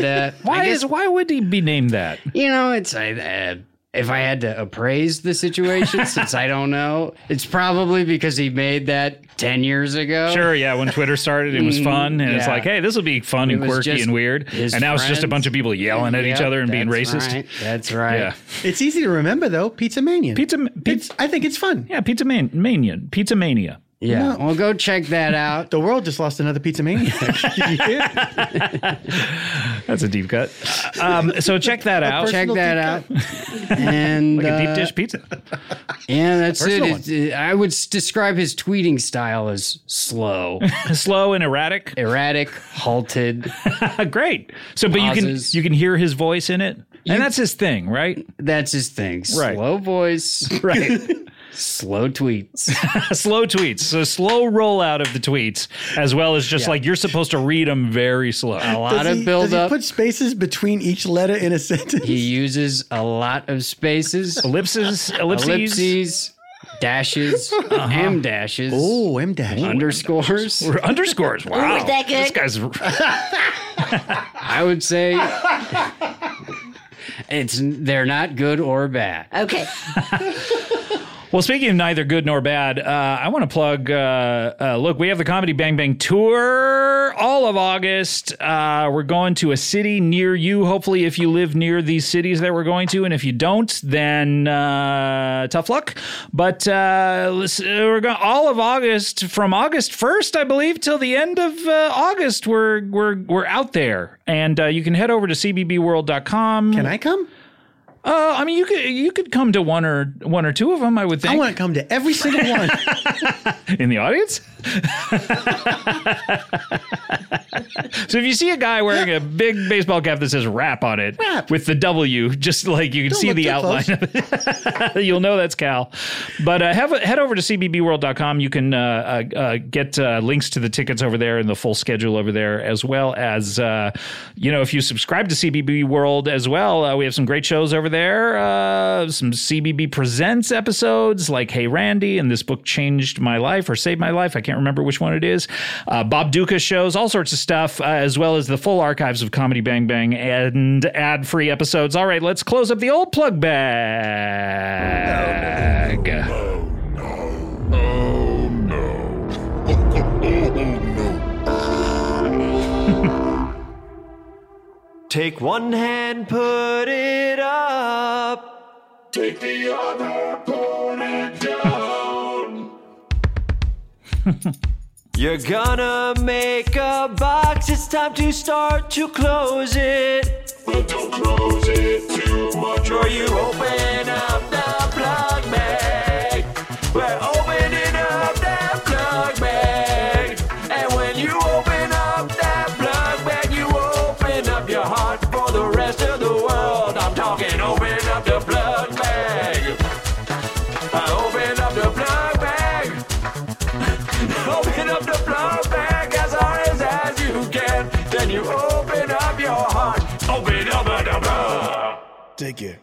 S1: <laughs>
S5: uh,
S1: why
S5: I guess,
S1: is why would he be named that?
S5: you know it's I, uh, if I had to appraise
S1: <laughs>
S5: the situation, since I don't know, it's probably because he made that ten years ago.
S1: Sure, yeah. When Twitter started, it was fun, and it's
S5: Oh. Mm, yeah.
S1: like, hey, this will be fun and
S5: was
S1: quirky
S5: just
S1: and weird.
S5: his
S1: And now it's just a
S5: friends.
S1: bunch of people yelling at each
S5: Yep,
S1: other and being
S5: that's
S1: racist.
S5: right, That's right.
S1: Yeah,
S3: It's easy to remember though. Pizza Mania.
S1: pizza,
S3: It's,
S1: pizza,
S3: I think it's fun.
S1: yeah, pizza man, mania, pizza mania.
S5: Yeah. Well, go check that
S3: <laughs>
S5: out.
S3: The world just lost another Pizza
S5: <laughs>
S3: Mania.
S1: That's a deep cut. Um, so check
S5: <laughs>
S1: that out.
S5: check that out. <laughs>
S3: <laughs>
S5: and
S1: like a
S5: uh,
S1: deep dish pizza.
S5: Yeah, that's it.
S3: Personal
S5: It's- it- I would s- describe his tweeting style as slow,
S1: <laughs> Slow and erratic. Uh,
S5: erratic,
S1: <laughs>
S5: halted.
S1: Great. So, but
S5: Pauses.
S1: you can you can hear his voice in it, and that's his thing,
S5: <laughs>
S1: right?
S5: That's his thing.
S1: Right.
S5: Slow voice,
S1: Right.
S3: <laughs>
S5: slow tweets.
S1: slow tweets. So slow rollout of the tweets, as well as just like you're supposed to read them very slow.
S5: A lot of build
S3: does
S5: up.
S3: he
S5: He,
S3: put spaces between each letter in a <laughs> sentence?
S5: uses a lot of spaces,
S1: Ellipses, ellipses.
S5: ellipses, dashes, m dashes,
S3: oh, M dash.
S5: underscores.
S1: Underscores. Wow.
S4: <laughs> that good?
S1: This guy's
S5: I would say it's they're not good or bad.
S4: Okay.
S1: Well, speaking of neither good nor bad, uh, I want to plug. Uh, uh, look, we have the Comedy Bang Bang tour all of August. Uh, we're going to a city near you. Hopefully, if you live near these cities that we're going to, and if you don't, then uh, tough luck. But uh, let's- uh, we're going all of August from August first, I believe, till the end of uh, August. We're we're we're out there, and uh, you can head over to cbbworld.com.
S3: Can I come?
S1: Uh, I mean, you could you could come to one or one or two of them. I would think
S3: I want to come to every single one.
S1: <laughs> in the audience. so if you see a guy wearing a big baseball cap that says "rap" on it
S3: Rap.
S1: with the W, just like you can see
S3: look
S1: the
S3: too
S1: outline
S3: close.
S1: of it, <laughs> you'll know that's Cal. But uh, have a, head over to cbbworld.com. You can uh, uh, uh, get uh, links to the tickets over there and the full schedule over there, as well as uh, you know if you subscribe to CBB World as well. Uh, we have some great shows over there. Uh, some CBB Presents episodes like Hey Randy and this book changed my life or saved my life. I can't remember which one it is. Uh, Bob Duca shows, all sorts of stuff, uh, as well as the full archives of Comedy Bang Bang and ad free episodes. All right, let's close up the old plug bag.
S7: Take one hand, put it up. Take the other, put it down. You're gonna make a box, it's time to start to close it. But don't close it too much, or you open up the plug bag. We're opening up that plug bag. And when you open up that plug bag, you open up your heart for the rest of the world. I'm talking, open up the plug bag. I open up the plug bag. <laughs> Open up the plug bag as hard as you can. Then you open up your heart. Open up the plug.
S2: Take it.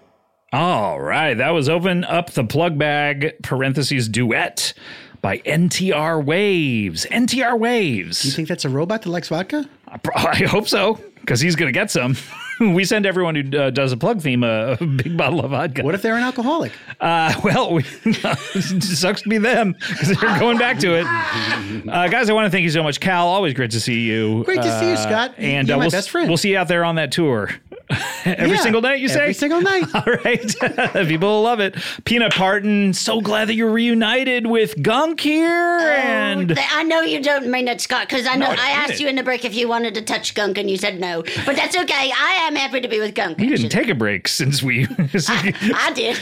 S1: All right, that was Open Up the Plug Bag, parentheses, duet by NTR Waves. NTR Waves.
S3: you think that's a robot that likes vodka?
S1: Pro- <laughs> I hope so, because he's going to get some. <laughs> we send everyone who uh, <laughs> does a plug theme a, a big bottle of vodka.
S3: What if they're an alcoholic?
S1: Uh, <laughs> well, we, it sucks to be them because they're going back to it. Uh, guys, I want to thank you so much, Cal. Always great to see you.
S3: Great to see you,
S1: Uh,
S3: Scott.
S1: and
S3: You're
S1: uh,
S3: my
S1: we'll,
S3: best friend.
S1: we'll see you out there on that tour. <laughs> every
S3: Yeah,
S1: single night, you say?
S3: Every single night.
S1: <laughs> All right. <laughs> People will love it. Peanut Parton, so glad that you're reunited with Gunk here.
S3: Oh,
S1: and
S4: Th- I know you don't mean it, Scott, because I know
S1: I
S4: I,
S1: didn't.
S4: asked you in the break if you wanted to touch Gunk and you said no. But that's okay. I am happy to be with Gunk.
S1: we didn't
S4: actually.
S1: take a break since we. <laughs>
S4: I did.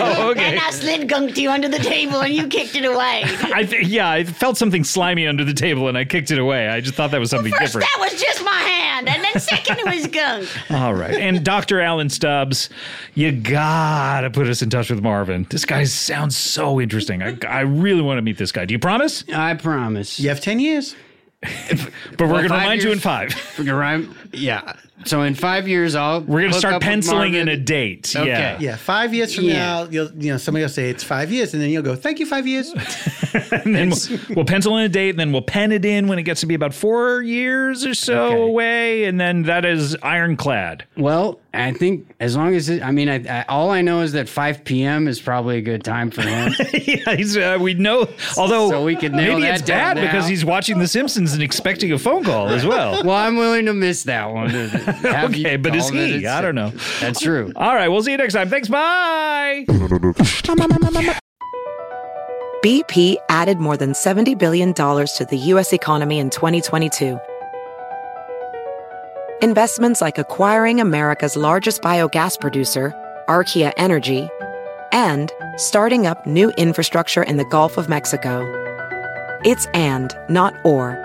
S1: Oh, okay.
S4: <laughs> And I slid Gunk to you under the table and you kicked it away.
S1: I th- yeah, I felt something slimy under the table and I kicked it away. I just thought that was something
S4: First,
S1: different.
S4: that was just my hand. And then second, it was Gunk.
S1: All right. And Dr. Alan Stubbs, you gotta put us in touch with Marvin. This guy sounds so interesting. I, I really want to meet this guy. Do you promise?
S5: I promise.
S3: You have 10 years.
S1: But we're
S5: Well,
S1: gonna
S5: five
S1: remind you in
S5: years-
S1: five.
S5: You're right. Yeah. So in five years, I'll.
S1: We're gonna
S5: hook
S1: start
S5: up with
S1: penciling in a
S5: Marvin.
S1: date.
S5: Okay.
S1: Yeah.
S3: Yeah, five years from
S5: Yeah.
S3: now, you'll, you know, somebody will say it's five years, and then you'll go, thank you, five years.
S1: And then we'll, we'll pencil in a date, and then we'll pen it in when it gets to be about four years or so
S5: Okay.
S1: away, and then that is
S5: <laughs>
S1: ironclad.
S5: Well, I think as long as it, I mean, I, I, all I know is that 5 p.m. is probably a good time
S1: <laughs>
S5: for him.
S1: yeah, he's, uh, we know. Although
S5: So we could nail
S1: maybe
S5: that
S1: it's bad
S5: down now.
S1: because he's watching The Simpsons and expecting a phone call as well.
S5: <laughs> well, I'm willing to miss that
S1: <laughs>
S5: one. Have you
S1: okay, but is
S5: called it
S1: he?
S5: a
S1: I
S5: six.
S1: don't know.
S5: That's true.
S1: All right, we'll see you next time. Thanks. Bye.
S8: BP added more than $70 billion to the U.S. economy in 2022. Investments like acquiring America's largest biogas producer, Archaea Energy, and starting up new infrastructure in the Gulf of Mexico. It's and, not or.